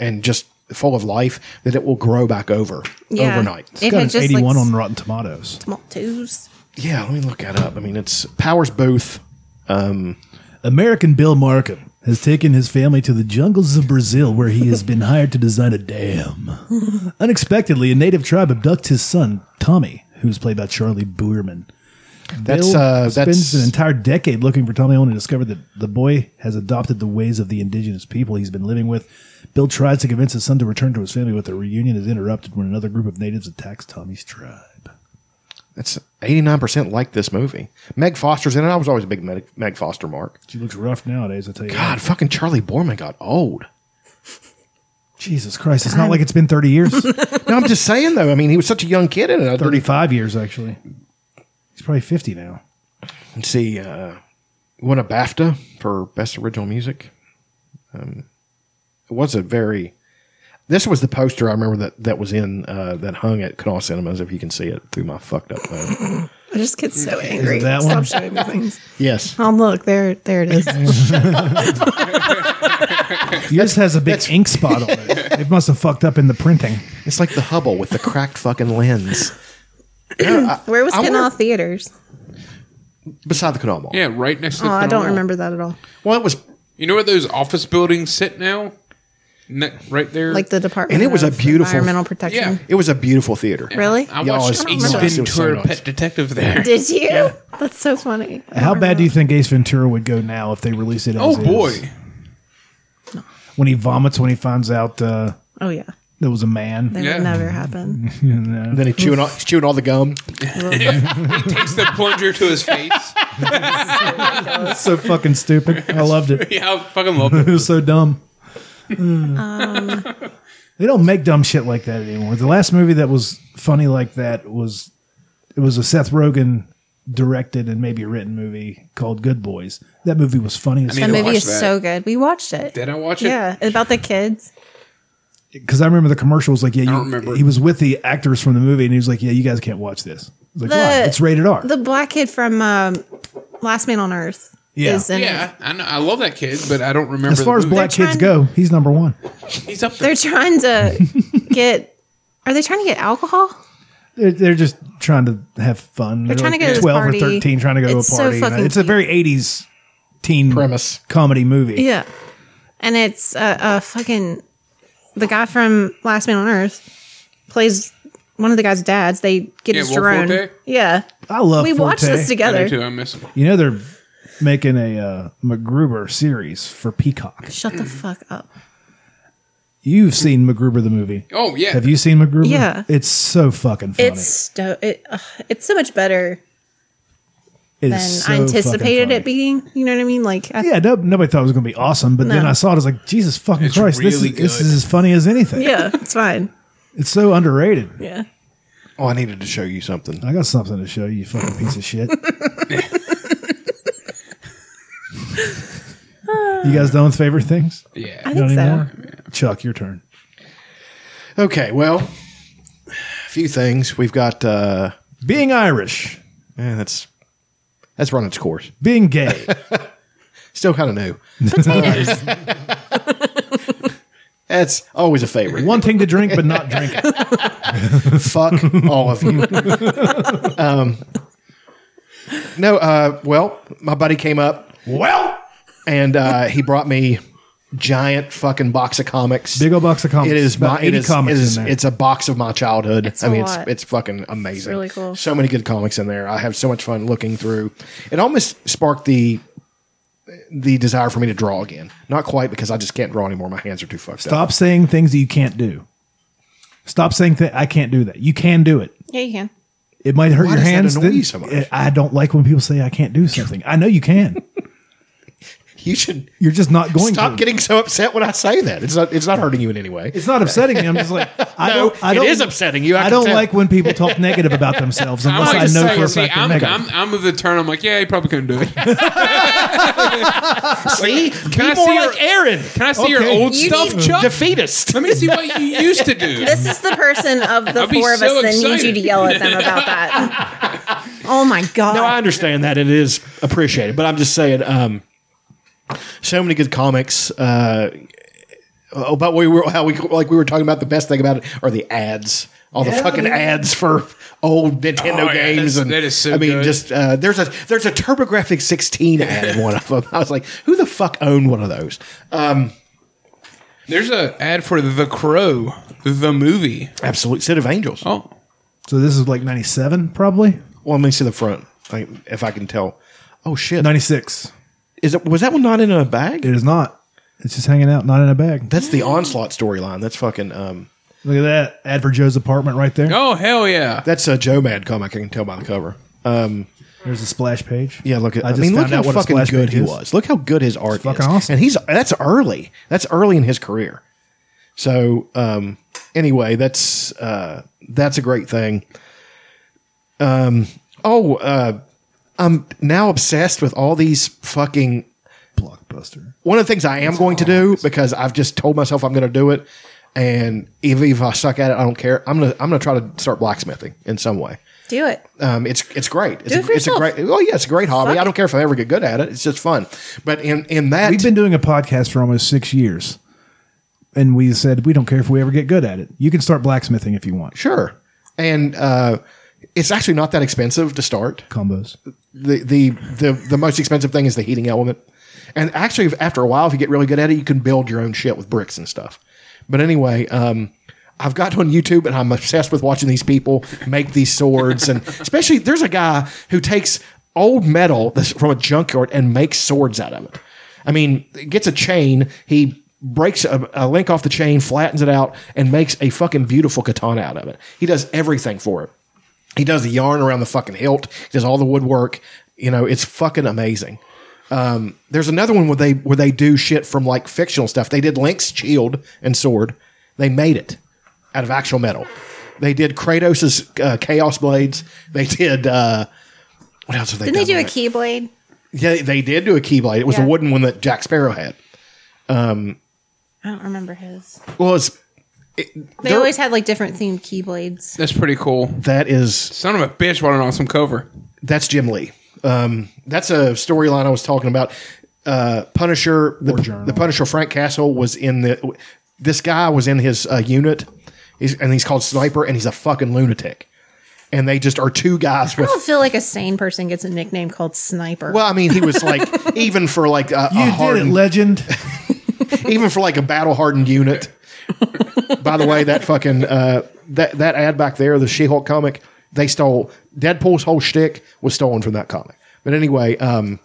Speaker 4: and just full of life that it will grow back over
Speaker 3: Yeah.
Speaker 4: overnight.
Speaker 3: If
Speaker 2: Got
Speaker 3: it
Speaker 2: an
Speaker 3: just
Speaker 2: eighty-one
Speaker 3: like
Speaker 2: on Rotten Tomatoes.
Speaker 3: Maltese.
Speaker 4: yeah, let me look that up. I mean, it's Powers Booth.
Speaker 2: American Bill Markham has taken his family to the jungles of Brazil where he has been hired to design a dam. Unexpectedly, a native tribe abducts his son, Tommy, who's played by Charlie Boorman.
Speaker 4: That's uh,
Speaker 2: spends
Speaker 4: that's
Speaker 2: an entire decade looking for Tommy only to discover that the boy has adopted the ways of the indigenous people he's been living with. Bill tries to convince his son to return to his family, but the reunion is interrupted when another group of natives attacks Tommy's tribe.
Speaker 4: that's eighty nine percent like this movie. Meg Foster's in it. I was always a big Meg, Meg Foster mark.
Speaker 2: She looks rough nowadays, I tell you. that.
Speaker 4: God, fucking Charlie Borman got old.
Speaker 2: Jesus Christ! It's not like it's been thirty years.
Speaker 4: No, I'm just saying though. I mean, he was such a young kid in it. I didn't-
Speaker 2: Thirty-five years, actually. He's probably fifty now.
Speaker 4: Let's see, uh, won a BAFTA for Best Original Music. Um, it was a very. This was the poster I remember that that was in uh, that hung at Canal Cinemas. If you can see it through my fucked up phone,
Speaker 3: I just get so angry.
Speaker 2: that
Speaker 3: Stop
Speaker 2: one?
Speaker 3: showing me things.
Speaker 4: Yes.
Speaker 3: Oh look, there there it is.
Speaker 2: Yours has a big ink spot on it. It must have fucked up in the printing.
Speaker 4: It's like the Hubble with the cracked fucking lens.
Speaker 3: Where was
Speaker 4: I wonder-
Speaker 3: Kenall Theaters?
Speaker 4: Beside the canal mall.
Speaker 1: Yeah, right next to.
Speaker 3: Oh,
Speaker 1: the
Speaker 3: I don't
Speaker 1: canal.
Speaker 3: remember that at all.
Speaker 4: Well, it was,
Speaker 1: You know where those office buildings sit now? Ne- right there.
Speaker 3: Like the department
Speaker 4: And it was a
Speaker 3: of
Speaker 4: beautiful-
Speaker 3: environmental protection.
Speaker 1: Yeah.
Speaker 4: it was a beautiful theater.
Speaker 3: Really?
Speaker 1: I
Speaker 4: Y'all
Speaker 1: watched
Speaker 4: is-
Speaker 1: Ace
Speaker 3: y'all
Speaker 4: is so
Speaker 1: Ventura:
Speaker 4: nice.
Speaker 1: Pet Detective there.
Speaker 3: Did you? That's so funny.
Speaker 2: How bad do you think Ace Ventura would go now if they released it? As
Speaker 1: Oh
Speaker 2: is?
Speaker 1: boy,
Speaker 2: When he vomits when he finds out uh,
Speaker 3: Oh yeah.
Speaker 2: there was a man.
Speaker 3: That
Speaker 1: Yeah.
Speaker 3: would never happen.
Speaker 4: And then he chewing all, he's chewing all the gum.
Speaker 1: takes the plunger to his face.
Speaker 2: That's so fucking stupid. I loved it.
Speaker 1: Yeah, I fucking love
Speaker 2: It
Speaker 1: it.
Speaker 2: was so dumb. they don't make dumb shit like that anymore. The last movie that was funny like that was it was a Seth Rogen directed and maybe written movie called Good Boys. That movie was funny as
Speaker 1: mean-
Speaker 3: That
Speaker 1: need to
Speaker 3: movie
Speaker 1: watch
Speaker 3: is
Speaker 1: that.
Speaker 3: so good. We watched it.
Speaker 1: Did I watch it?
Speaker 3: yeah, about the kids.
Speaker 2: because I remember the commercial was like, yeah,
Speaker 1: don't
Speaker 2: you,
Speaker 1: remember.
Speaker 2: he was with the actors from the movie and he was like, yeah, you guys can't watch this. It's like,
Speaker 3: The-
Speaker 2: why? It's rated R.
Speaker 3: The black kid from um, Last Man on Earth.
Speaker 2: Yeah.
Speaker 3: Is in it.
Speaker 1: Yeah, I know. I love that kid, but I don't remember.
Speaker 2: as far
Speaker 1: the
Speaker 2: as
Speaker 1: movie.
Speaker 2: black
Speaker 3: They're
Speaker 2: kids go,
Speaker 3: trying-
Speaker 2: he's number one.
Speaker 1: he's up there.
Speaker 3: They're trying to get. Are they trying to get alcohol?
Speaker 2: They're, they're just trying to have fun. They're,
Speaker 3: trying to go to this
Speaker 2: twelve
Speaker 3: party.
Speaker 2: or thirteen, trying to go
Speaker 3: It's
Speaker 2: to
Speaker 3: so
Speaker 2: a party. you know?
Speaker 3: fucking
Speaker 2: it's a very eighties teen
Speaker 4: Premise.
Speaker 2: comedy movie.
Speaker 3: Yeah. And it's a, a fucking. The guy from Last Man on Earth plays one of the guy's dads. They get
Speaker 1: Yeah,
Speaker 3: his
Speaker 1: Will
Speaker 3: drone.
Speaker 1: Forte?
Speaker 3: Yeah.
Speaker 2: I love.
Speaker 3: we watched
Speaker 2: Forte.
Speaker 3: this
Speaker 1: I do
Speaker 3: together.
Speaker 1: too. I miss him.
Speaker 2: You know they're making a uh, MacGruber series for Peacock.
Speaker 3: Shut the fuck up.
Speaker 2: You've seen MacGruber the movie.
Speaker 1: Oh yeah.
Speaker 2: Have you seen MacGruber?
Speaker 3: Yeah.
Speaker 2: It's so fucking funny.
Speaker 3: It's sto- it, ugh, it's so much better
Speaker 2: It
Speaker 3: than
Speaker 2: is
Speaker 3: I
Speaker 2: so
Speaker 3: anticipated
Speaker 2: fucking
Speaker 3: it being. You know what I mean? Like, I,
Speaker 2: funny. Yeah, no, nobody thought it was going to be awesome, but then
Speaker 3: No.
Speaker 2: I saw it. I was like, Jesus fucking
Speaker 1: It's
Speaker 2: Christ, this,
Speaker 1: really
Speaker 2: is, this
Speaker 1: good.
Speaker 2: is as funny as anything.
Speaker 3: yeah, it's fine.
Speaker 2: It's so underrated.
Speaker 3: Yeah.
Speaker 4: Oh, I needed to show you something.
Speaker 2: I got something to show you, you fucking piece of shit. you guys done with favorite things?
Speaker 1: yeah.
Speaker 3: I think so.
Speaker 2: Chuck, your turn.
Speaker 4: Okay, well, a few things. We've got, uh,
Speaker 2: Being Irish,
Speaker 4: yeah, that's, that's run its course.
Speaker 2: being gay.
Speaker 4: Still kind of new. That's always a favorite.
Speaker 2: One thing to drink, but not drink. it.
Speaker 4: fuck all of you. um, no, uh, well, my buddy came up. Well, and uh, he brought me giant fucking box of comics.
Speaker 2: Big old box of comics.
Speaker 4: It is
Speaker 2: About
Speaker 4: my it
Speaker 2: 80
Speaker 4: is,
Speaker 2: comics
Speaker 4: it is
Speaker 2: in there.
Speaker 4: it's a box of my childhood.
Speaker 3: It's
Speaker 4: I
Speaker 3: a
Speaker 4: mean,
Speaker 3: lot.
Speaker 4: it's it's fucking amazing.
Speaker 3: really cool.
Speaker 4: So many good comics in there. I have so much fun looking through. It almost sparked the the desire for me to draw again. Not quite because I just can't draw anymore. My hands are too fucked up.
Speaker 2: Stop saying things that you can't do. Stop saying that I can't do that. You can do it.
Speaker 3: Yeah, you can.
Speaker 2: It might hurt your
Speaker 4: Why does that
Speaker 2: hands.
Speaker 4: annoy
Speaker 2: then-
Speaker 4: you so much?
Speaker 2: I- I don't like when people say I can't do something. I know you can.
Speaker 4: You should
Speaker 2: You're just not going
Speaker 4: stop
Speaker 2: to.
Speaker 4: getting so upset when I say that. It's not it's not hurting you in any way.
Speaker 2: It's not upsetting me. I'm just like I
Speaker 4: No,
Speaker 2: don't. I
Speaker 4: it
Speaker 2: don't,
Speaker 4: is upsetting you.
Speaker 2: I,
Speaker 4: I can
Speaker 2: don't
Speaker 4: tell.
Speaker 2: like when people talk negative about themselves unless
Speaker 1: I'm
Speaker 2: I
Speaker 1: like
Speaker 2: know for a
Speaker 1: see,
Speaker 2: fact they're
Speaker 1: I'm,
Speaker 2: negative.
Speaker 1: I'm, I'm of the turn. I'm like, yeah, he probably couldn't do it. Can
Speaker 7: See? Be
Speaker 1: I
Speaker 7: more
Speaker 1: see your-
Speaker 7: like Aaron.
Speaker 1: I see your
Speaker 2: Okay.
Speaker 1: old
Speaker 2: You
Speaker 1: stuff, Chuck?
Speaker 7: Defeatist.
Speaker 1: Let me see what you used to do.
Speaker 3: This is the person of the
Speaker 1: I'd be
Speaker 3: four of
Speaker 1: so
Speaker 3: us that needs you
Speaker 1: excited.
Speaker 3: to yell at them about that. oh my god.
Speaker 7: No, I understand that. It is appreciated. But I'm just saying, um,
Speaker 4: so many good comics. Uh, about we were how we like we were talking about the best thing about it are the ads. All the fucking ads for old Nintendo
Speaker 1: Oh, yeah,
Speaker 4: games
Speaker 1: that's-
Speaker 4: and
Speaker 1: that is so
Speaker 4: I mean
Speaker 1: good.
Speaker 4: just uh, there's a there's a TurboGrafx 16 ad in one of them. I was like, who the fuck owned one of those?
Speaker 1: There's a ad for The Crow, the movie.
Speaker 4: Absolute set of angels.
Speaker 1: Oh,
Speaker 2: so this is like '97, probably
Speaker 4: Well, let me see the front I, if I can tell. Oh shit!
Speaker 2: '96.
Speaker 4: Is it was that one not in a bag?
Speaker 2: It is not. It's just hanging out, not in a bag.
Speaker 4: That's the onslaught storyline. That's fucking. Um,
Speaker 2: Look at that ad for Joe's apartment right there.
Speaker 1: oh hell yeah!
Speaker 4: that's a Joe Mad comic. I can tell by the cover. Uh,
Speaker 2: There's a splash page.
Speaker 4: Yeah, look at.
Speaker 2: I
Speaker 4: I,
Speaker 2: just
Speaker 4: mean, look
Speaker 2: found out
Speaker 4: how
Speaker 2: what a
Speaker 4: fucking
Speaker 2: splash
Speaker 4: good
Speaker 2: page
Speaker 4: he
Speaker 2: is.
Speaker 4: was. Look how good his art
Speaker 2: fucking
Speaker 4: is.
Speaker 2: awesome.
Speaker 4: And he's that's early. That's early in his career. So um, anyway, that's uh, that's a great thing. Um, oh, uh, I'm now obsessed with all these fucking
Speaker 2: Blockbuster.
Speaker 4: one of the things I am going to do because I've just told myself I'm going to do it, and even if I suck at it, I don't care. I'm gonna I'm gonna try to start blacksmithing in some way.
Speaker 5: Do it.
Speaker 4: Um, it's it's great. It's,
Speaker 5: Do
Speaker 4: a,
Speaker 5: it for
Speaker 4: it's a
Speaker 5: yourself.
Speaker 4: great. Well, yeah, it's a great hobby.
Speaker 5: Fuck
Speaker 4: I don't care if I ever get good at it. It's just fun. But in in that
Speaker 2: We've been doing a podcast for almost six years, and we said we don't care if we ever get good at it. You can start blacksmithing if you want.
Speaker 4: sure, and uh, it's actually not that expensive to start.
Speaker 2: Combos.
Speaker 4: the the the the most expensive thing is the heating element. And actually, if- after a while, if you get really good at it, you can build your own shit with bricks and stuff. But anyway, um, I've got on YouTube and I'm obsessed with watching these people make these swords. And especially, there's a guy who takes old metal that's from a junkyard and makes swords out of it. I mean, gets a chain, he breaks a, a link off the chain, flattens it out, and makes a fucking beautiful katana out of it. He does everything for it. He does the yarn around the fucking hilt. He does all the woodwork. You know, it's fucking amazing. Um, there's another one where they where they do shit from like fictional stuff. They did Link's shield and sword. They made it out of actual metal. They did Kratos's uh, chaos blades. They did uh, what else have they
Speaker 5: Didn't they
Speaker 4: done
Speaker 5: do a
Speaker 4: with it?
Speaker 5: keyblade?
Speaker 4: Yeah, they did do a keyblade. It was
Speaker 5: Yeah.
Speaker 4: the wooden one that Jack Sparrow had.
Speaker 3: I don't remember his.
Speaker 4: Well, it's
Speaker 5: They
Speaker 4: They're-
Speaker 5: always had like different themed keyblades.
Speaker 1: That's pretty cool.
Speaker 4: that is
Speaker 1: Son of a bitch, what an awesome cover.
Speaker 4: that's Jim Lee. Um, that's a storyline I was talking about. Uh, Punisher, the, the Punisher Frank Castle was in the. This guy was in his uh, unit, he's, and he's called Sniper, and he's a fucking lunatic. And they just are two guys
Speaker 5: I
Speaker 4: with.
Speaker 5: don't feel like a sane person gets a nickname called Sniper.
Speaker 4: Well, I mean, he was like even for like a,
Speaker 2: You
Speaker 4: a
Speaker 2: did it,
Speaker 4: hardened,
Speaker 2: legend.
Speaker 4: even for like a battle hardened unit. By the way, that fucking uh, that that ad back there, the She Hulk comic, they stole Deadpool's whole shtick was stolen from that comic. But anyway, um,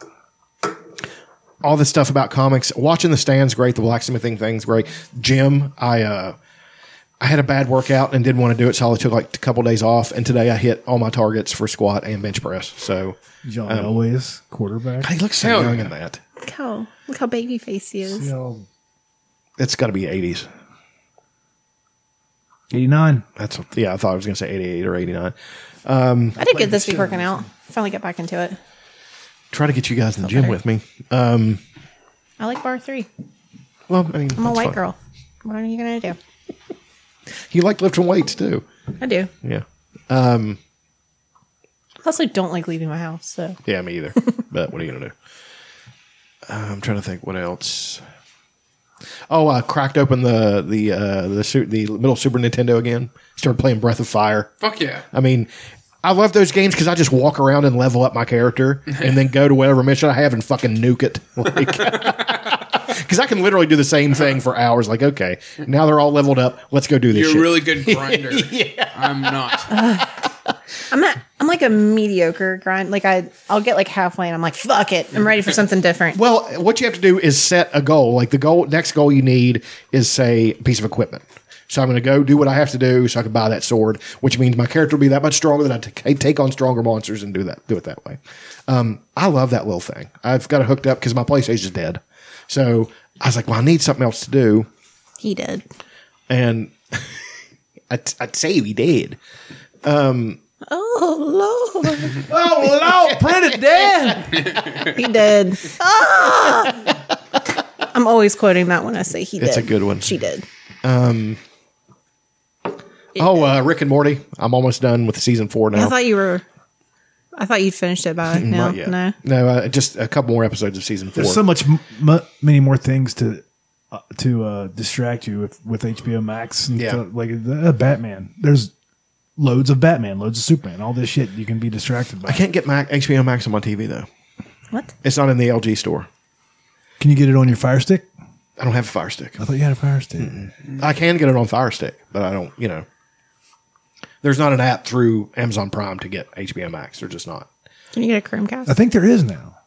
Speaker 4: all this stuff about comics, watching the stands, great. The blacksmithing thing's great. Jim, I uh, I had a bad workout and didn't want to do it, so I took like a couple days off. And today I hit all my targets for squat and bench press. So
Speaker 2: John Elway's quarterback.
Speaker 4: he looks so
Speaker 1: Hell
Speaker 4: young
Speaker 1: yeah.
Speaker 4: in that.
Speaker 5: look how look how baby face he is.
Speaker 4: It's got to be eighties.
Speaker 2: Eighty nine.
Speaker 4: That's yeah. I thought I was going to say eighty-eight or eighty-nine.
Speaker 3: I did good this week working out. Finally got back into it.
Speaker 4: try to get you guys in the gym with me.
Speaker 3: I like bar three.
Speaker 4: Well, I mean,
Speaker 3: I'm a white girl. What are you gonna do?
Speaker 4: You like lifting weights too.
Speaker 3: I do.
Speaker 4: Yeah.
Speaker 3: I also don't like leaving my house, so
Speaker 4: Yeah, me either. but what are you gonna do? Uh, I'm trying to think what else. Oh, I cracked open the the uh, the su- the middle Super Nintendo again. Started playing Breath of Fire.
Speaker 1: Fuck yeah.
Speaker 4: I mean, I love those games because I just walk around and level up my character, and then go to whatever mission I have and fucking nuke it. Like, because I can literally do the same thing for hours. Like, okay, now they're all leveled up. Let's go do this.
Speaker 1: You're a
Speaker 4: shit.
Speaker 1: really good grinder. I'm not.
Speaker 3: I'm not. I'm like a mediocre grind. Like I, I'll get like halfway and I'm like, fuck it. I'm ready for something different.
Speaker 4: Well, what you have to do is set a goal. Like the goal, next goal you need is say a piece of equipment. So I'm going to go do what I have to do so I can buy that sword, which means my character will be that much stronger that I t- take on stronger monsters and do that. Do it that way. Um, I love that little thing. I've got it hooked up because my PlayStation's dead. So I was like, well, I need something else to do,
Speaker 5: He did.
Speaker 4: and I'd, I'd say we did.
Speaker 5: Oh Lord.
Speaker 2: Oh, Lord, print it dead.
Speaker 5: He did. Ah! I'm always quoting that when I say he did.
Speaker 4: It's a good one.
Speaker 5: She did.
Speaker 4: Oh, uh, Rick and Morty. I'm almost done with season four now.
Speaker 5: I thought you were. I thought you'd finished it by now.
Speaker 4: Not yet.
Speaker 5: No.
Speaker 4: no, uh, just a couple more episodes of season four.
Speaker 2: There's so much, m- mu- many more things to uh, to uh, distract you with, with HBO Max and
Speaker 4: Yeah.
Speaker 2: stuff, like uh, Batman. There's loads of Batman, loads of Superman, all this shit you can be distracted by.
Speaker 4: I can't get Mac, HBO Max on my TV though.
Speaker 3: What?
Speaker 4: It's not in the LG store.
Speaker 2: Can you get it on your Fire Stick?
Speaker 4: I don't have a Fire Stick.
Speaker 2: I thought you had a Fire Stick.
Speaker 4: I can get it on Fire Stick, but I don't. You know, there's not an app through Amazon Prime to get HBO Max. They're just not.
Speaker 5: Can you get a
Speaker 2: I
Speaker 5: Chromecast?
Speaker 2: think there is now.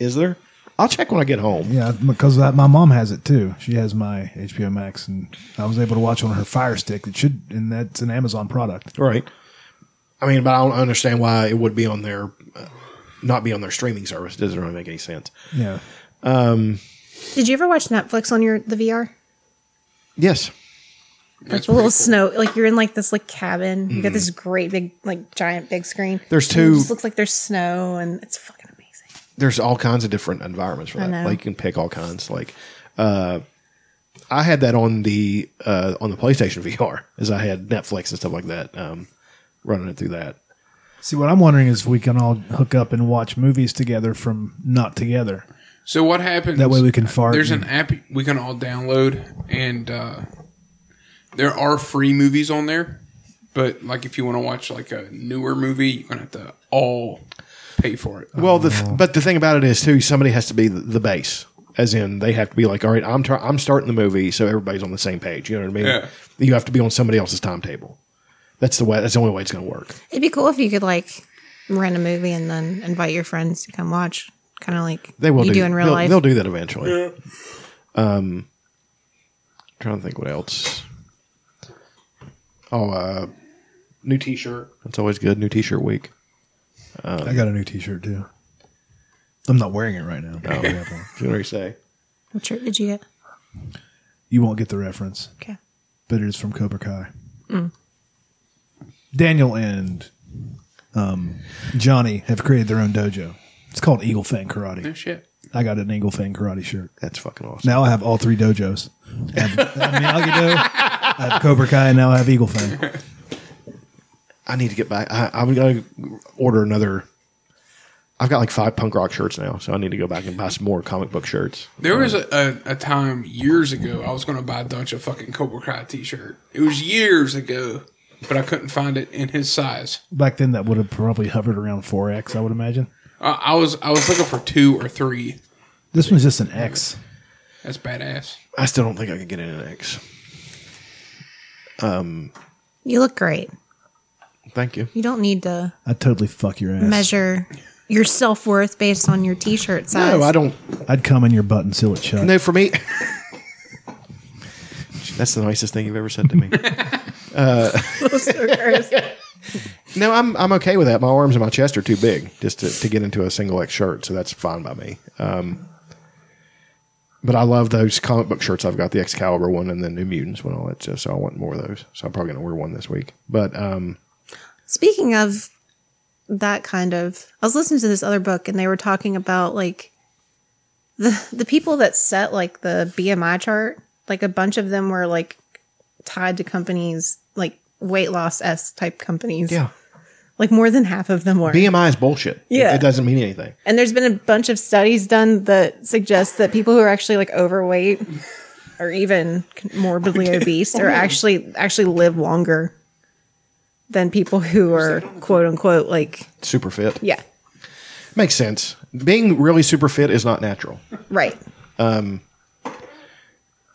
Speaker 4: Is there? I'll check when I get home.
Speaker 2: Yeah, because that, my mom has it too. She has my HBO Max, and I was able to watch on her Fire Stick. That should, and that's an Amazon product.
Speaker 4: Right. I mean, but I don't understand why it would be on their, uh, not be on their streaming service. It doesn't really make any sense.
Speaker 2: Yeah,
Speaker 5: Did you ever watch Netflix on your the VR?
Speaker 4: Yes.
Speaker 5: Like
Speaker 1: That's
Speaker 5: a little
Speaker 1: pretty cool.
Speaker 5: snow. Like you're in like this like
Speaker 3: Cabin. You got this great big, like giant big screen.
Speaker 4: Mm-hmm. There's
Speaker 3: And it
Speaker 4: two-
Speaker 3: Just looks like there's snow, and it's fucking amazing.
Speaker 4: there's all kinds of different environments for that.
Speaker 3: know.
Speaker 4: Like you can pick all kinds. Like uh, I had that on the uh, on the PlayStation VR, as I had Netflix and stuff like that. Um, running it through that.
Speaker 2: See, what I'm wondering is if we can all hook up and watch movies together from not together.
Speaker 1: So what happens?
Speaker 2: That way we can fart
Speaker 1: There's an
Speaker 2: and-
Speaker 1: app we can all download, and uh, there are free movies on there. But like, if you want to watch like a newer movie, you're gonna have to all pay for it.
Speaker 4: Well, the th- but the thing about it is too, somebody has to be the, the base, as in they have to be like, all right, I'm tar- I'm starting the movie, so everybody's on the same page. You know what I mean?
Speaker 1: Yeah.
Speaker 4: You have to be on somebody else's timetable. That's the way. That's the only way it's going to work.
Speaker 3: It'd be cool if you could like rent a movie and then invite your friends to come watch. Kind of like
Speaker 4: They will
Speaker 3: you
Speaker 4: do,
Speaker 3: do in real
Speaker 4: they'll,
Speaker 3: life.
Speaker 4: They'll do that eventually. Um, trying to think what else. Oh, uh, new T-shirt. That's always good. New T-shirt week.
Speaker 2: I got a new T-shirt too. I'm not wearing it right now. but I have one.
Speaker 4: What do you say?
Speaker 3: What shirt did you get?
Speaker 2: You won't get the reference,
Speaker 3: Okay.
Speaker 2: but it is from Cobra Kai. Daniel and um, Johnny have created their own dojo. It's called Eagle Fang
Speaker 1: No
Speaker 2: Karate.
Speaker 1: shit.
Speaker 2: I got an Eagle Fang Karate shirt.
Speaker 4: That's fucking awesome.
Speaker 2: Now I have all three dojos. I have, I have Miyagi Do, I have Cobra Kai, and now I have Eagle Fang.
Speaker 4: I need to get back. I, I'm going to order another. I've got like five punk rock shirts now, so I need to go back and buy some more comic book shirts.
Speaker 1: There was a, a, a time years ago I was gonna buy Dutch a fucking Cobra Kai T-shirt. It was years ago, but I couldn't find it in his size.
Speaker 2: Back then, that would have probably hovered around four X. I would imagine.
Speaker 1: I, I was I was looking for two or three.
Speaker 2: This one's just an X.
Speaker 1: That's badass.
Speaker 4: I still don't think I can get in an X.
Speaker 3: You look great.
Speaker 4: Thank you.
Speaker 3: You don't need to
Speaker 2: I totally fuck your ass.
Speaker 3: measure your self worth based on your t shirt size.
Speaker 4: No, I don't.
Speaker 2: I'd come in your butt and seal it shut.
Speaker 4: No, for me. That's the nicest thing you've ever said to me. No, I'm I'm okay with that. My arms and my chest are too big just to, to get into a single X shirt, so that's fine by me. Um, but I love those comic book shirts. I've got the Excalibur one and the New Mutants one, all that stuff. So I want more of those. So I'm probably gonna order one this week. But um,
Speaker 3: Speaking of that kind of, I was listening to this other book and they were talking about like the the people that set like the BMI chart. Like a bunch of them were like tied to companies like weight loss s type companies. like more than half of them were.
Speaker 4: BMI is bullshit. It-
Speaker 3: Yeah.
Speaker 4: it, doesn't mean anything.
Speaker 3: and there's been a bunch of studies done that suggest that people who are actually like overweight or even morbidly obese are actually actually live longer than people who are quote unquote like
Speaker 4: Super fit
Speaker 3: yeah
Speaker 4: makes sense. Being really super fit is not natural.
Speaker 3: right. Um,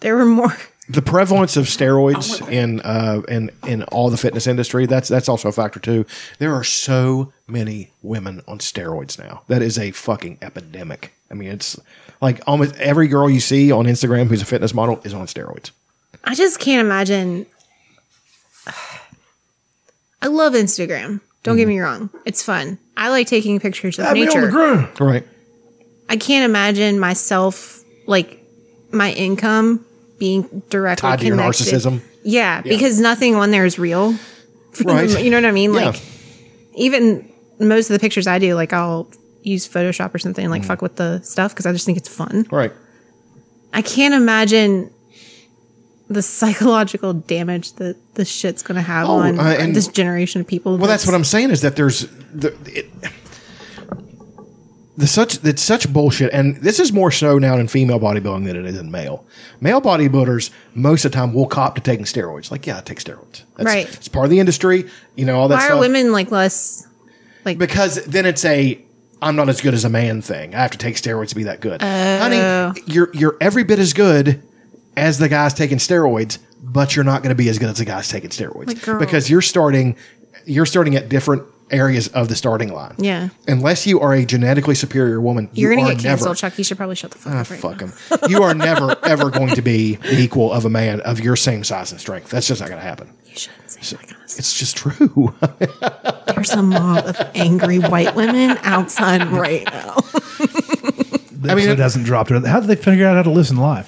Speaker 3: there were more.
Speaker 4: the prevalence of steroids in uh, in in all the fitness industry that's that's also a factor too. There are so many women on steroids now. That is a fucking epidemic. I mean, it's like almost every girl you see on Instagram who's a fitness model is on steroids.
Speaker 3: I just can't imagine. I love Instagram. Don't get me wrong; it's fun. I like taking pictures of nature.
Speaker 4: Right.
Speaker 3: I can't imagine myself like my income being directly
Speaker 4: Tied to your
Speaker 3: connected.
Speaker 4: narcissism.
Speaker 3: Yeah, because nothing on there is real.
Speaker 4: Right.
Speaker 3: You know what I mean?
Speaker 4: Yeah.
Speaker 3: Like even most of the pictures I do, like I'll use Photoshop or something,
Speaker 4: Mm.
Speaker 3: and, like fuck with the stuff because I just think it's fun.
Speaker 4: Right.
Speaker 3: I can't imagine the psychological damage that this shit's going to have
Speaker 4: Oh,
Speaker 3: on
Speaker 4: uh, and-
Speaker 3: this generation of people.
Speaker 4: Well, that's what I'm saying is that there's the, it, the such that's such bullshit, and this is more so now in female bodybuilding than it is in male. Male bodybuilders most of the time will cop to taking steroids. Like, yeah, I take steroids. That's,
Speaker 3: Right.
Speaker 4: It's part of the industry. You know all that.
Speaker 3: Why
Speaker 4: stuff.
Speaker 3: are women like less? Like
Speaker 4: Because then it's a I'm not as good as a man thing. I have to take steroids to be that good.
Speaker 3: Oh.
Speaker 4: Honey, you're you're every bit as good as the guys taking steroids, but you're not going to be as good as the guys taking steroids
Speaker 3: Like, girl.
Speaker 4: because you're starting you're starting at different areas of the starting line.
Speaker 3: Yeah.
Speaker 4: Unless you are a genetically superior woman,
Speaker 3: you're
Speaker 4: you
Speaker 3: going
Speaker 4: are
Speaker 3: to get
Speaker 4: never,
Speaker 3: canceled, Chuck. You should probably shut the fuck
Speaker 4: Ah,
Speaker 3: up. Right
Speaker 4: fuck
Speaker 3: now.
Speaker 4: him. You are never ever going to be the equal of a man of your same size and strength. That's just not going to happen.
Speaker 3: You shouldn't say that kind of stuff.
Speaker 4: It's just true.
Speaker 3: There's a mob of angry white women outside right now.
Speaker 2: I mean, it hasn't dropped. How did they figure out how to listen live?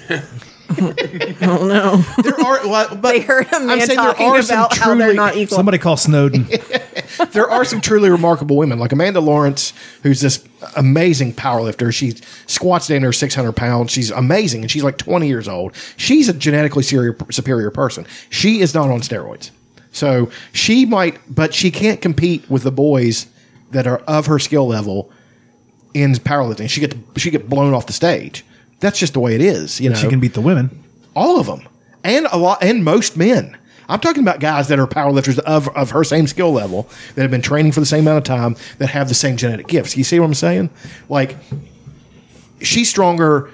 Speaker 3: Oh no!
Speaker 4: there are, well, but
Speaker 3: They heard a man
Speaker 4: saying there
Speaker 3: talking
Speaker 4: are some
Speaker 3: about how they're
Speaker 4: truly-
Speaker 3: not equal.
Speaker 2: Somebody call Snowden.
Speaker 4: there are some truly remarkable women, like Amanda Lawrence, who's this amazing powerlifter. She squats down her 600 pounds. She's amazing, and she's like 20 years old. She's a genetically superior, superior person. She is not on steroids. So she might, but she can't compete with the boys that are of her skill level in powerlifting. She gets she get blown off the stage. That's just the way it is. You know,
Speaker 2: She can beat the women.
Speaker 4: all of them, and a lot, and most men. I'm talking about guys that are powerlifters of of her same skill level that have been training for the same amount of time that have the same genetic gifts. You see what I'm saying? Like she's stronger,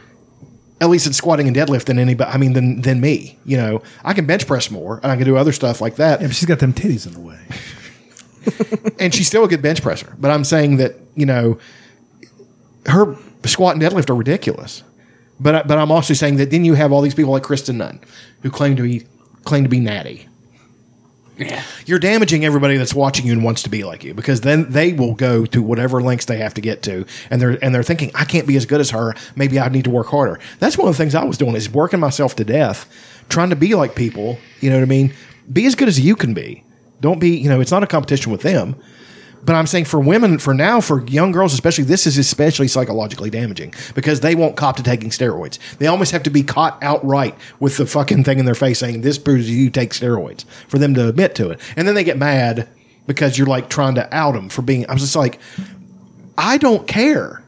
Speaker 4: at least in squatting and deadlift than anybody. I mean, than than me. You know, I can bench press more and I can do other stuff like that
Speaker 2: Yeah, but she's got them titties in the way.
Speaker 4: and she's still a good bench presser. But I'm saying that you know, her squat and deadlift are ridiculous. But I- but I'm also saying that then you have all these people like Kristen Nunn who claim to be claim to be natty.
Speaker 1: Yeah.
Speaker 4: You're damaging everybody that's watching you and wants to be like you because then they will go to whatever lengths they have to get to, and they're and they're thinking I can't be as good as her. Maybe I need to work harder. That's one of the things I was doing is working myself to death, trying to be like people. You know what I mean? Be as good as you can be. Don't be you know it's not a competition with them. But I'm saying for women, for now, for young girls especially, this is especially psychologically damaging because they won't cop to taking steroids. They almost have to be caught outright with the fucking thing in their face saying, This proves you take steroids for them to admit to it. And then they get mad because you're like trying to out them for being. I was just like, I don't care.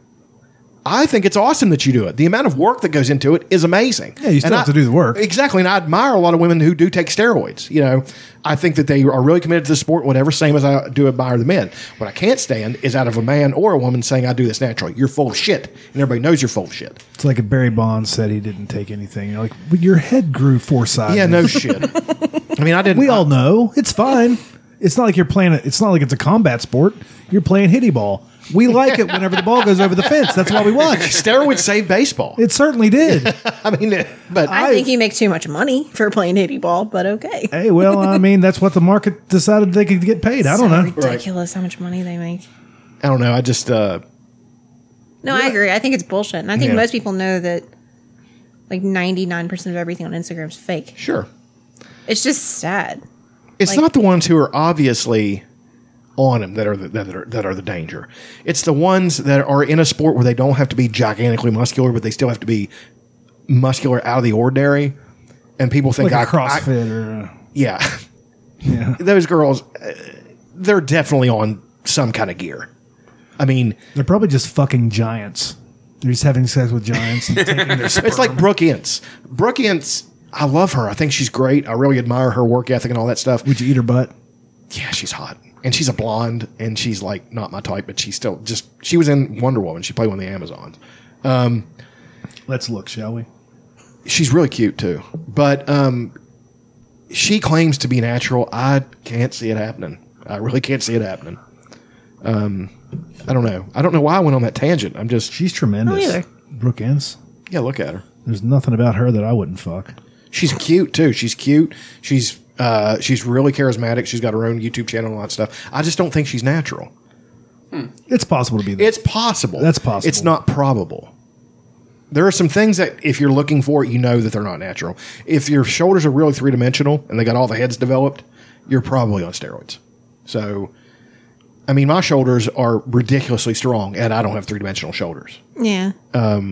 Speaker 4: I think it's awesome that you do it. The amount of work that goes into it is amazing.
Speaker 2: Yeah, you still
Speaker 4: And
Speaker 2: have
Speaker 4: I-
Speaker 2: to do the work.
Speaker 4: Exactly. And I admire a lot of women who do take steroids. You know, I think that they are really committed to the sport, whatever, same as I do admire the men. What I can't stand is out of a man or a woman saying, I do this naturally. You're full of shit. And everybody knows you're full of shit.
Speaker 2: It's like if Barry Bonds said he didn't take anything. You're like, well, your head grew four sizes.
Speaker 4: Yeah, no shit. I mean, I didn't.
Speaker 2: We all know it's fine. It's not like you're playing. It. It's not like it's a combat sport. You're playing hitty ball. We like it whenever the ball goes over the fence. That's why we watch.
Speaker 4: Steroids save baseball.
Speaker 2: It certainly did.
Speaker 4: I mean, but
Speaker 5: I, think you make too much money for playing hitty ball, but okay.
Speaker 2: Hey, well, I mean, that's what the market decided they could get paid. I don't
Speaker 3: So
Speaker 2: know.
Speaker 5: Ridiculous how much money they make.
Speaker 4: I don't know. I just, uh,
Speaker 5: No, I agree. I think it's bullshit. And I think
Speaker 4: Yeah.
Speaker 5: most people know that like 99% of everything on Instagram is fake.
Speaker 4: sure.
Speaker 5: It's just sad.
Speaker 4: It's not the ones who are obviously on him that are the, that are that are the danger. It's the ones that are in a sport where they don't have to be gigantically muscular, but they still have to be muscular out of the ordinary. And people think
Speaker 2: Like a
Speaker 4: I, I-
Speaker 2: CrossFit or uh,
Speaker 4: yeah,
Speaker 2: yeah.
Speaker 4: those girls, uh, they're definitely on some kind of gear. I mean,
Speaker 2: They're probably just fucking giants. They're just having sex with giants. And taking their
Speaker 4: It's like Brooke Ince. Brooke Ince, I love her. I think she's great. I really admire her work ethic and all that stuff.
Speaker 2: Would you eat her butt?
Speaker 4: yeah, she's hot. And she's a blonde, and she's like not my type, but she's still just. She was in Wonder Woman. She played one of the Amazons.
Speaker 2: Let's look, shall we?
Speaker 4: She's really cute too, but um, she claims to be natural. I can't see it happening. I really can't see it happening. Um, I don't know. I don't know why I went on that tangent. I'm just
Speaker 2: She's tremendous.
Speaker 5: either.
Speaker 2: Brooke Ince.
Speaker 4: yeah. Look at her.
Speaker 2: There's nothing about her that I wouldn't fuck.
Speaker 4: She's cute too. She's cute. She's uh, she's really charismatic. She's got her own YouTube channel and all that stuff. I just don't think she's natural.
Speaker 2: It's possible to be that.
Speaker 4: It's possible.
Speaker 2: That's possible.
Speaker 4: It's not probable. There are some things that if you're looking for it, you know that they're not natural. If your shoulders are really three dimensional and they got all the heads developed, you're probably on steroids. So, I mean, my shoulders are ridiculously strong, and I don't have three dimensional shoulders.
Speaker 5: Yeah.
Speaker 4: Uh.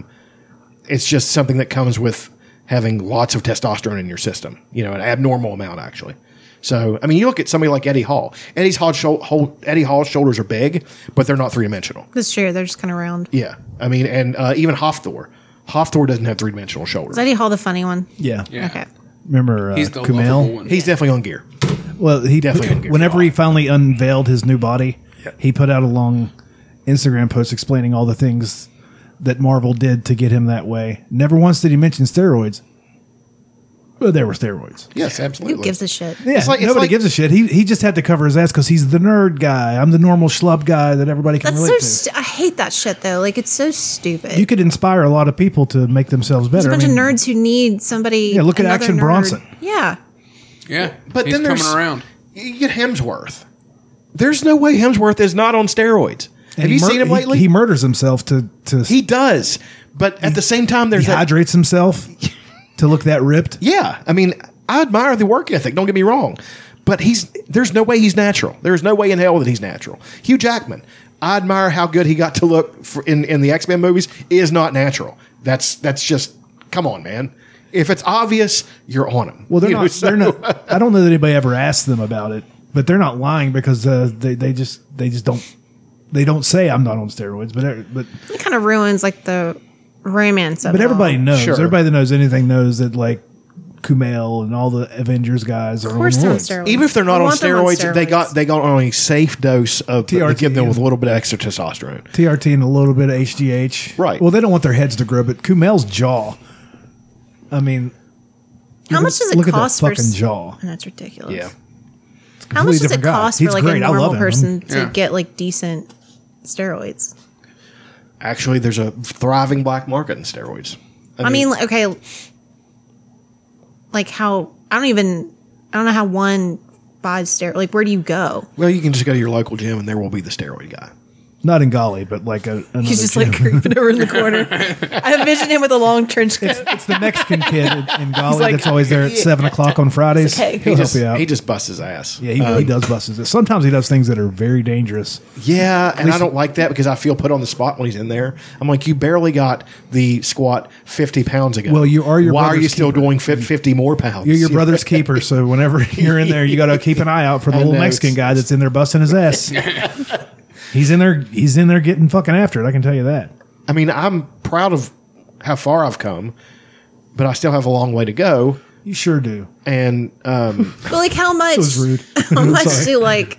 Speaker 4: It's just something that comes with having lots of testosterone in your system. You know, an abnormal amount actually. So, I mean, you look at somebody like Eddie Hall. Eddie's Hall, shou- whole- Eddie Hall's shoulders are big, but they're not three dimensional.
Speaker 5: That's true. They're just kind of round.
Speaker 4: Yeah, I mean, and uh, even Hofthor. Hofthor doesn't have three dimensional shoulders.
Speaker 5: Is Eddie Hall the funny one?
Speaker 2: yeah.
Speaker 1: Yeah.
Speaker 5: Okay.
Speaker 2: Remember uh,
Speaker 1: He's the lovable
Speaker 2: Kumail?
Speaker 1: one.
Speaker 4: He's definitely on gear.
Speaker 2: Well, he
Speaker 4: Definitely
Speaker 2: put-
Speaker 4: gonna get
Speaker 2: whenever
Speaker 4: caught.
Speaker 2: he finally unveiled his new body,
Speaker 4: Yeah.
Speaker 2: he put out a long Instagram post explaining all the things that Marvel did to get him that way. Never once did he mention steroids. Well, there were steroids.
Speaker 4: Yes, absolutely.
Speaker 5: Who gives a shit?
Speaker 2: Yeah,
Speaker 4: It's like- it's
Speaker 2: nobody
Speaker 4: like-
Speaker 2: gives a shit. He he just had to cover his ass because he's the nerd guy. I'm the normal schlub guy that everybody can
Speaker 5: That's so.
Speaker 2: relate
Speaker 5: Stu- I hate that shit though. Like it's so stupid.
Speaker 2: to. You could inspire a lot of people to make themselves
Speaker 5: There's a
Speaker 2: better.
Speaker 5: bunch
Speaker 2: I mean,
Speaker 5: of nerds who need somebody.
Speaker 2: Yeah, look at
Speaker 5: another
Speaker 2: Action
Speaker 5: nerd.
Speaker 2: Bronson.
Speaker 5: Yeah.
Speaker 1: Yeah.
Speaker 4: But
Speaker 1: He's
Speaker 4: then there's
Speaker 1: coming around.
Speaker 4: You get Hemsworth. There's no way Hemsworth is not on steroids.
Speaker 2: and
Speaker 4: have
Speaker 2: he
Speaker 4: you
Speaker 2: mur-
Speaker 4: seen him
Speaker 2: he-
Speaker 4: lately?
Speaker 2: He,
Speaker 4: He,
Speaker 2: murders himself to to
Speaker 4: does, but at the same time,
Speaker 2: he
Speaker 4: there's that.
Speaker 2: hydrates himself to look that ripped.
Speaker 4: Yeah, I mean, I admire the work ethic. Don't get me wrong, but he's there's no way he's natural. There's no way in hell that he's natural. Hugh Jackman, I admire how good he got to look for in in the X Men movies. Is not natural. That's that's just come on, man. If it's obvious, you're on them.
Speaker 2: Well, they're not. they're not. I don't know that anybody ever asked them about it, but they're not lying because uh, they they just they just don't they don't say I'm not on steroids, but e- but
Speaker 3: It kind of ruins like the romance of
Speaker 2: but
Speaker 3: it
Speaker 2: everybody
Speaker 3: all.
Speaker 2: knows.
Speaker 4: Oh, sure.
Speaker 2: Everybody that knows anything knows that like Kumail and all the Avengers guys are
Speaker 3: Of course
Speaker 2: on
Speaker 3: they're on
Speaker 2: steroids.
Speaker 3: steroids.
Speaker 4: Even if they're not
Speaker 3: We
Speaker 4: on
Speaker 3: want them
Speaker 4: steroids, they got they got on a safe dose of to
Speaker 2: TRT,
Speaker 4: give them
Speaker 2: yeah.
Speaker 4: with a little bit of extra testosterone.
Speaker 2: TRT and a little bit of HGH.
Speaker 4: Right.
Speaker 2: Well, they don't want their heads to grow, but Kumail's jaw. I mean,
Speaker 3: How much does it
Speaker 2: look at that
Speaker 3: cost for
Speaker 2: fucking
Speaker 3: s-
Speaker 2: jaw.
Speaker 3: That's ridiculous.
Speaker 4: Yeah.
Speaker 3: How much does
Speaker 2: completely
Speaker 3: it
Speaker 2: different guy.
Speaker 3: cost
Speaker 2: He's
Speaker 3: for like
Speaker 2: great.
Speaker 3: a
Speaker 2: I love
Speaker 3: normal
Speaker 2: him.
Speaker 3: person to
Speaker 1: Yeah.
Speaker 3: get like decent steroids?
Speaker 4: Actually, there's a thriving black market in steroids.
Speaker 3: I mean, like, okay, like how I don't even I don't know how one buys steroids. Like, where do you go?
Speaker 4: well, you can just go to your local gym and there will be the steroid guy.
Speaker 2: Not in Gali, but like a, another
Speaker 3: He's just
Speaker 2: gym.
Speaker 3: like creeping over in the corner. I envision him with a long trench coat.
Speaker 2: it's the Mexican kid in, in Gali
Speaker 3: like,
Speaker 2: that's always there at seven o'clock on Fridays.
Speaker 3: okay.
Speaker 2: He'll
Speaker 4: He
Speaker 2: help
Speaker 4: just,
Speaker 2: you out.
Speaker 4: he just busts his ass. Uh,
Speaker 2: yeah, he, he does buses. Sometimes he does things that are very dangerous.
Speaker 4: Yeah, and I don't like that because I feel put on the spot when he's in there. I'm like, you barely got the squat 50 pounds ago.
Speaker 2: Well, you are your
Speaker 4: Why are
Speaker 2: brother's
Speaker 4: you still
Speaker 2: keeper.
Speaker 4: doing fif- 50 more pounds?
Speaker 2: You're your brother's keeper, so whenever you're in there, you got to keep an eye out for the
Speaker 4: I
Speaker 2: little
Speaker 4: know,
Speaker 2: Mexican
Speaker 4: it's-
Speaker 2: guy that's in there busting his ass. he's in there. He's in there getting fucking after it. I can tell you that.
Speaker 4: I mean, I'm proud of how far I've come, but I still have a long way to go.
Speaker 2: You sure do.
Speaker 4: And um,
Speaker 3: But like, how much?
Speaker 2: was rude.
Speaker 3: How
Speaker 2: I'm
Speaker 3: much
Speaker 2: sorry.
Speaker 3: do like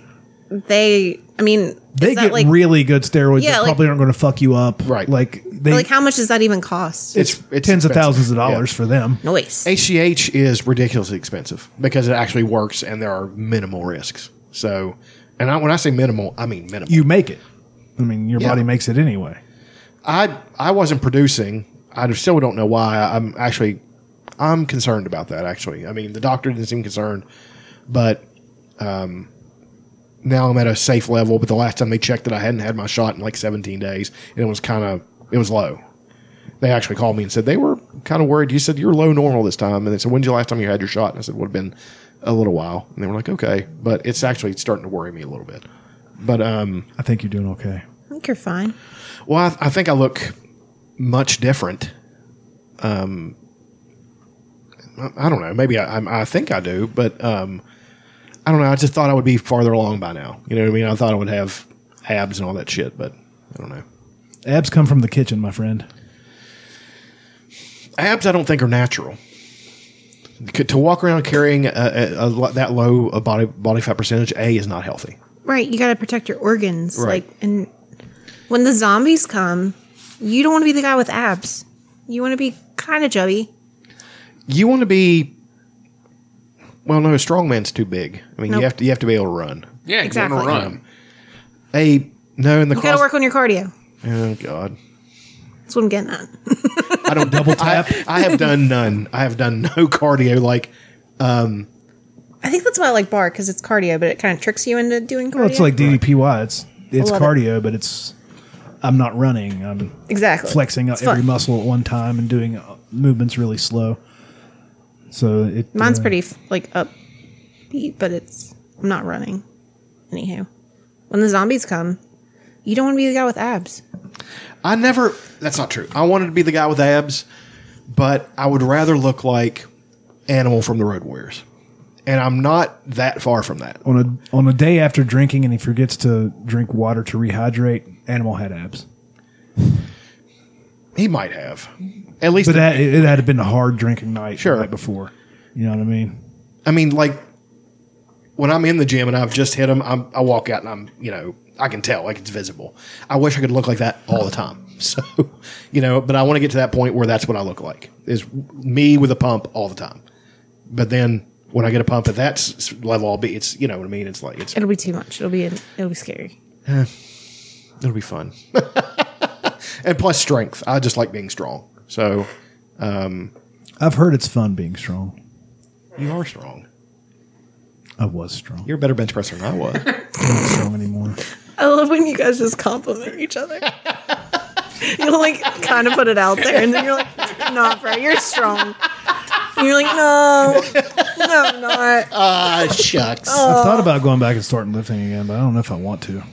Speaker 3: they? I mean,
Speaker 2: They
Speaker 3: is that
Speaker 2: get
Speaker 3: like
Speaker 2: really good steroids
Speaker 3: Yeah,
Speaker 2: that
Speaker 3: like-
Speaker 2: probably aren't going to fuck you up.
Speaker 4: Right.
Speaker 2: Like they.
Speaker 3: like how much does that even cost?
Speaker 2: it's,
Speaker 4: It's- it's
Speaker 2: tens of
Speaker 4: expensive.
Speaker 2: thousands of
Speaker 4: Yeah.
Speaker 2: dollars for them.
Speaker 3: Noise.
Speaker 4: HGH is ridiculously expensive because it actually works and there are minimal risks. So, and I, when I say minimal, I mean minimal.
Speaker 2: You make it. I mean, your
Speaker 4: Yeah.
Speaker 2: body makes it anyway.
Speaker 4: I I wasn't producing. I still don't know why. I'm actually I'm concerned about that. Actually, I mean the doctor didn't seem concerned, but um, now I'm at a safe level. But the last time they checked it, I hadn't had my shot in like 17 days, and it was kind of it was low. They actually called me and said they were kind of worried. You said you're low normal this time, and they said when's the last time you had your shot? And I said would have been a little while, and they were like okay, but it's actually starting to worry me a little bit. But um,
Speaker 2: I think you're doing okay.
Speaker 3: I think you're fine.
Speaker 4: well, I, I think I look much different. Um, I, I don't know. Maybe I, I'm- I think I do, but um, I don't know. I just thought I would be farther along by now. You know what I mean? I thought I would have abs and all that shit, but I don't know.
Speaker 2: Abs come from the kitchen, my friend.
Speaker 3: Oh,
Speaker 4: Abs, I don't think are natural. C- To walk around carrying a, a, a, lo- that low a body body fat percentage, a is not healthy.
Speaker 3: Right. You got to protect your organs.
Speaker 4: Right.
Speaker 3: Like, and when the zombies come, you don't want to be the guy with abs. You want to be kind of chubby.
Speaker 4: You want to be, well, no, a strongman's too big. I mean,
Speaker 3: Nope.
Speaker 4: you have to you have to be able to run.
Speaker 1: Yeah,
Speaker 3: Exactly.
Speaker 1: you want to run.
Speaker 4: A no, in the
Speaker 3: You got to
Speaker 4: cross-
Speaker 3: work on your cardio.
Speaker 4: Oh God,
Speaker 3: That's what I'm getting at.
Speaker 4: I don't double tap. I, have done none. I have done no cardio. Like
Speaker 3: I think that's why I like bar because it's cardio, but it kind of tricks you into doing cardio.
Speaker 2: Well, it's like DDPY. It's it's
Speaker 3: love it.
Speaker 2: cardio, but it's I'm not running. I'm
Speaker 3: exactly
Speaker 2: flexing
Speaker 3: It's
Speaker 2: every
Speaker 3: fun.
Speaker 2: muscle at one time and doing uh, movements really slow. So it
Speaker 3: Mine's
Speaker 2: uh,
Speaker 3: pretty f- like upbeat, but it's I'm not running. Anywho, when the zombies come, you don't want to be the guy with abs.
Speaker 4: I never. That's not true. I wanted to be the guy with abs, but I would rather look like Animal from the Road Warriors, and I'm not that far from that.
Speaker 2: on a on a day after drinking and he forgets to drink water to rehydrate. Animal had abs,
Speaker 4: He might have, at least.
Speaker 2: but that, it, it had been a hard drinking night.
Speaker 4: Sure.
Speaker 2: the night before. You know what I mean?
Speaker 4: I mean, like when I'm in the gym and I've just hit him, I'm, I walk out and I'm, you know, I can tell, like it's visible. I wish I could look like that all the time. So, you know, but I want to get to that point where that's what I look like is me with a pump all the time. But then when I get a pump at that s- s- level, I'll be, it's, you know what I mean? It's like, it's,
Speaker 3: It'll be too much. It'll be it'll be scary.
Speaker 4: it'll be fun. and plus strength. I just like being strong. So
Speaker 2: I've heard it's fun being strong.
Speaker 4: you are strong.
Speaker 2: I was strong.
Speaker 4: You're a better bench presser than I was.
Speaker 2: I'm not strong anymore.
Speaker 3: I love when you guys just compliment each other. You'll like kind of put it out there, and then you're like, "No, bro, you're strong." And you're like, "No, no, I'm not."
Speaker 4: Ah, shucks.
Speaker 2: I've thought about going back and starting lifting again, but I don't know if I want to.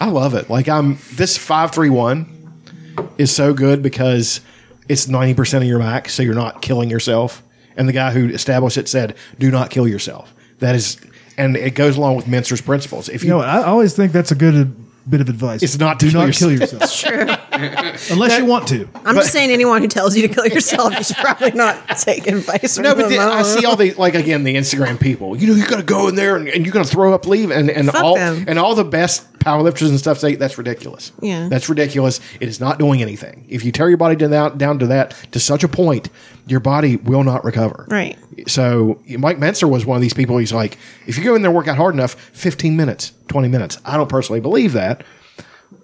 Speaker 4: I love it. Like I'm this five three one is so good because it's 90% of your max, so you're not killing yourself. And the guy who established it said, do not kill yourself. That is, and it goes along with Minster's principles. If you,
Speaker 2: You know, I always think that's a good uh, bit of advice.
Speaker 4: It's not to
Speaker 2: do
Speaker 4: kill
Speaker 2: not kill yourself
Speaker 3: True.
Speaker 2: unless you want to.
Speaker 3: I'm just saying, anyone who tells you to kill yourself is probably not taking advice from
Speaker 4: no, but then
Speaker 3: them.
Speaker 4: I see all the like again the Instagram people. You know, you gotta go in there and, and you're gonna throw up, leave, and and
Speaker 3: Fuck
Speaker 4: all
Speaker 3: them.
Speaker 4: and all the best powerlifters and stuff say that's ridiculous.
Speaker 3: Yeah.
Speaker 4: that's ridiculous. It is not doing anything. If you tear your body down down to that to such a point, your body will not recover.
Speaker 3: Right.
Speaker 4: So Mike Mentzer was one of these people. He's like, if you go in there and work out hard enough, 15 minutes, 20 minutes. I don't personally believe that,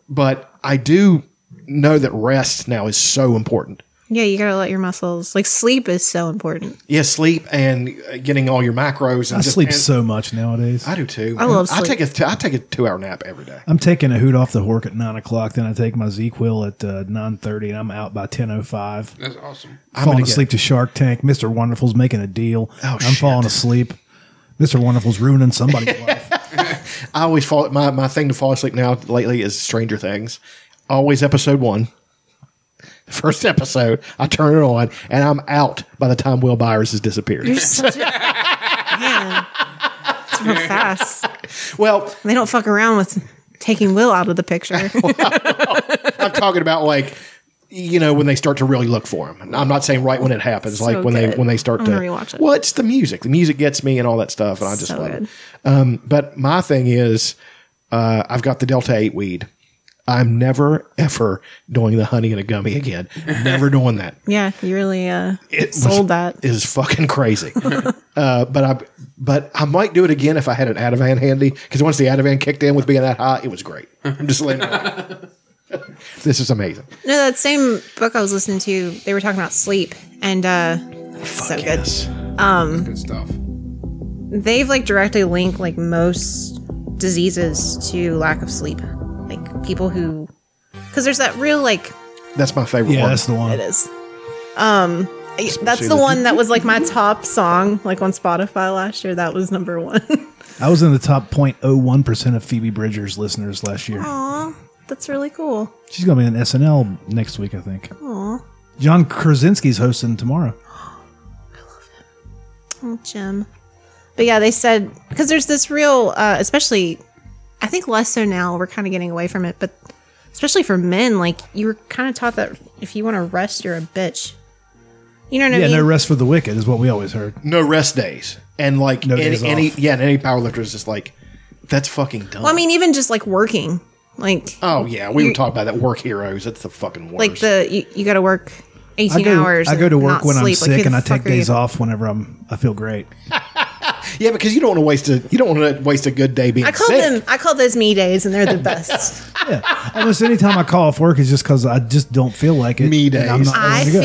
Speaker 4: but I do know that rest now is so important.
Speaker 3: Yeah, you gotta let your muscles like sleep is so important.
Speaker 4: Yeah, sleep and uh, getting all your macros. And
Speaker 2: I
Speaker 4: just-
Speaker 2: sleep
Speaker 4: and-
Speaker 2: so much nowadays.
Speaker 4: I do too.
Speaker 3: I love
Speaker 4: I
Speaker 3: sleep.
Speaker 4: take a t- I take a two hour nap every day.
Speaker 2: I'm taking a hoot off the hork at nine o'clock. Then I take my Z-Quil at uh, nine thirty, and I'm out by ten o five.
Speaker 1: That's awesome.
Speaker 2: I'm falling
Speaker 4: gonna get- Oh,
Speaker 2: asleep to Shark Tank. Mister Wonderful's making a deal. I'm
Speaker 4: shit.
Speaker 2: falling asleep. Mister Wonderful's ruining somebody's life.
Speaker 4: I always fall. My my thing to fall asleep now lately is Stranger Things. Always episode one. The first episode, I turn it on, and I'm out by the time Will Byers has disappeared.
Speaker 3: You're such a man. It's real fast.
Speaker 4: well,
Speaker 3: They don't fuck around with taking Will out of the picture.
Speaker 4: Oh. I'm talking about like you know when they start to really look for him. And I'm not saying right when it happens,
Speaker 3: So
Speaker 4: like when they
Speaker 3: good.
Speaker 4: when they start
Speaker 3: I'm
Speaker 4: to
Speaker 3: gonna rewatch it.
Speaker 4: Well, it's the music. The music gets me and all that stuff, and I just
Speaker 3: So
Speaker 4: love
Speaker 3: good.
Speaker 4: it. Um, but my thing is, uh, I've got the Delta Eight weed. I'm never ever doing the honey and a gummy again. Never doing that.
Speaker 3: yeah, you really uh
Speaker 4: It
Speaker 3: sold
Speaker 4: was-
Speaker 3: that.
Speaker 4: is fucking crazy. uh, but I but I might do it again if I had an Ativan handy because once the Ativan kicked in with being that high, it was great. I'm just letting. you know. this is amazing.
Speaker 3: No, that same book I was listening to, they were talking about sleep and uh so good.
Speaker 4: Yes.
Speaker 1: Good stuff.
Speaker 3: They've like directly linked like most diseases to lack of sleep. Like people who cuz there's that real like
Speaker 4: That's my favorite
Speaker 2: yeah,
Speaker 4: one.
Speaker 2: that's the one.
Speaker 3: It is. Um, that's
Speaker 4: see
Speaker 3: the
Speaker 4: the-
Speaker 3: one that was like my top song, like on Spotify last year. That was number one.
Speaker 2: I was in the top 0.01 percent of Phoebe Bridgers listeners last year.
Speaker 3: Aw, that's really cool.
Speaker 2: She's gonna be in SNL next week, I think. John Krasinski's hosting tomorrow.
Speaker 3: Oh, Jim. But yeah, they said because there's this real, uh, especially, I think less so now. We're kind of getting away from it, but especially for men, like you were kind of taught that if you want to rest, you're a bitch. You know what
Speaker 2: yeah,
Speaker 3: I mean?
Speaker 2: no rest for the wicked is what we always heard.
Speaker 4: No rest days and like
Speaker 2: No
Speaker 4: any,
Speaker 2: days
Speaker 4: any
Speaker 2: off.
Speaker 4: yeah, and any power lifter is just like that's fucking dumb.
Speaker 3: well, I mean, even just like working, like
Speaker 4: oh yeah, we were talking about that work heroes. That's the fucking worst.
Speaker 3: like the you, you got to work. 18
Speaker 2: I go,
Speaker 3: hours.
Speaker 2: I go
Speaker 3: and
Speaker 2: to work
Speaker 3: not
Speaker 2: when I'm
Speaker 3: sleep. Like, who
Speaker 2: sick
Speaker 3: the
Speaker 2: and I
Speaker 3: fuck
Speaker 2: take
Speaker 3: are you?
Speaker 2: days off whenever I'm I feel great.
Speaker 4: yeah, because you don't want to waste a you don't want to waste a good day being
Speaker 3: I call
Speaker 4: sick.
Speaker 3: them I call those me days, and they're the best.
Speaker 2: Yeah. Almost any time I call off work is just because I just don't feel like it.
Speaker 4: Me
Speaker 2: and I'm
Speaker 4: days.
Speaker 2: not ready
Speaker 3: I
Speaker 2: to go.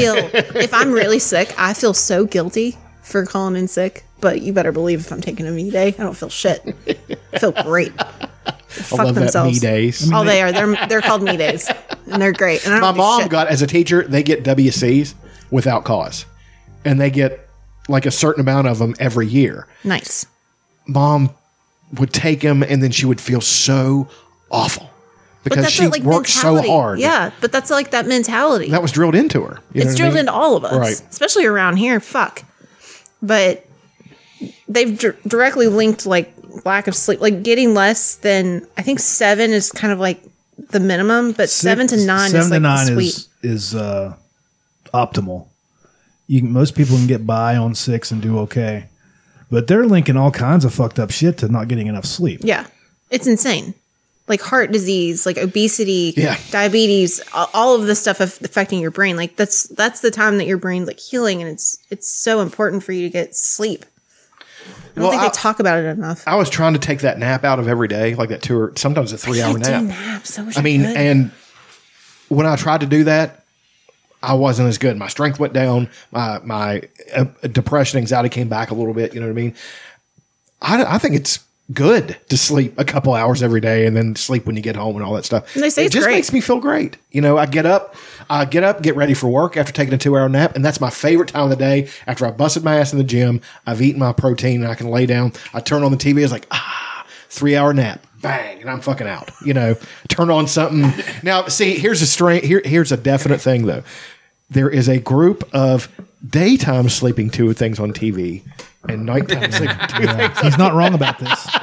Speaker 3: feel if I'm really sick, I feel so guilty for calling in sick. But you better believe if I'm taking a me day, I don't feel shit. I feel great. Fuck
Speaker 4: I love that
Speaker 3: themselves.
Speaker 4: me days.
Speaker 3: All they are they're they're called me days, and they're great. And I
Speaker 4: my
Speaker 3: don't do
Speaker 4: mom
Speaker 3: shit.
Speaker 4: got as a teacher they get wcs without cause and they get like a certain amount of them every year
Speaker 3: nice.
Speaker 4: mom would take them and then she would feel so awful because she
Speaker 3: that,
Speaker 4: worked so
Speaker 3: mentality.
Speaker 4: hard
Speaker 3: Yeah, but that's like that mentality.
Speaker 4: that was drilled into her you know
Speaker 3: it's
Speaker 4: what I
Speaker 3: drilled
Speaker 4: mean?
Speaker 3: into all of us,
Speaker 4: Right.
Speaker 3: especially around here. Fuck. But they've dir- directly linked like lack of sleep, like getting less than I think seven is kind of like the minimum, but seven to
Speaker 2: Six-
Speaker 3: nine
Speaker 2: seven
Speaker 3: is
Speaker 2: to
Speaker 3: like
Speaker 2: nine
Speaker 3: the sweet.
Speaker 2: is is uh, optimal. You can, most people can get by on six and do okay, but they're linking all kinds of fucked up shit to not getting enough sleep.
Speaker 3: yeah, it's insane. Like heart disease, like obesity,
Speaker 4: Yeah.
Speaker 3: diabetes, a- all of this stuff aff- affecting your brain. Like that's that's the time that your brain's like healing, and it's it's so important for you to get sleep. I don't
Speaker 4: Well,
Speaker 3: think
Speaker 4: I-
Speaker 3: they talk about it enough.
Speaker 4: i was trying to take that nap out of every day like that two or sometimes a three hour
Speaker 3: I do
Speaker 4: nap
Speaker 3: naps. I, wish
Speaker 4: I mean,
Speaker 3: could.
Speaker 4: and when I tried to do that, I wasn't as good. My strength went down. My my uh, depression, anxiety came back a little bit. You know what I mean? I, I think it's good to sleep a couple hours every day and then sleep when you get home and all that stuff.
Speaker 3: And they say
Speaker 4: it
Speaker 3: it's
Speaker 4: just
Speaker 3: great.
Speaker 4: makes me feel great. You know, I get up, I get up, get ready for work after taking a two hour nap, and that's my favorite time of the day. After I busted my ass in the gym, I've eaten my protein, and I can lay down. I turn on the TV. It's like ah, three hour nap, bang, and I'm fucking out. You know, turn on something. Now, see, here's a straight here, here's a definite thing though. there is a group of daytime sleeping to things on TV and nighttime sleeping to things.
Speaker 2: He's not wrong about this.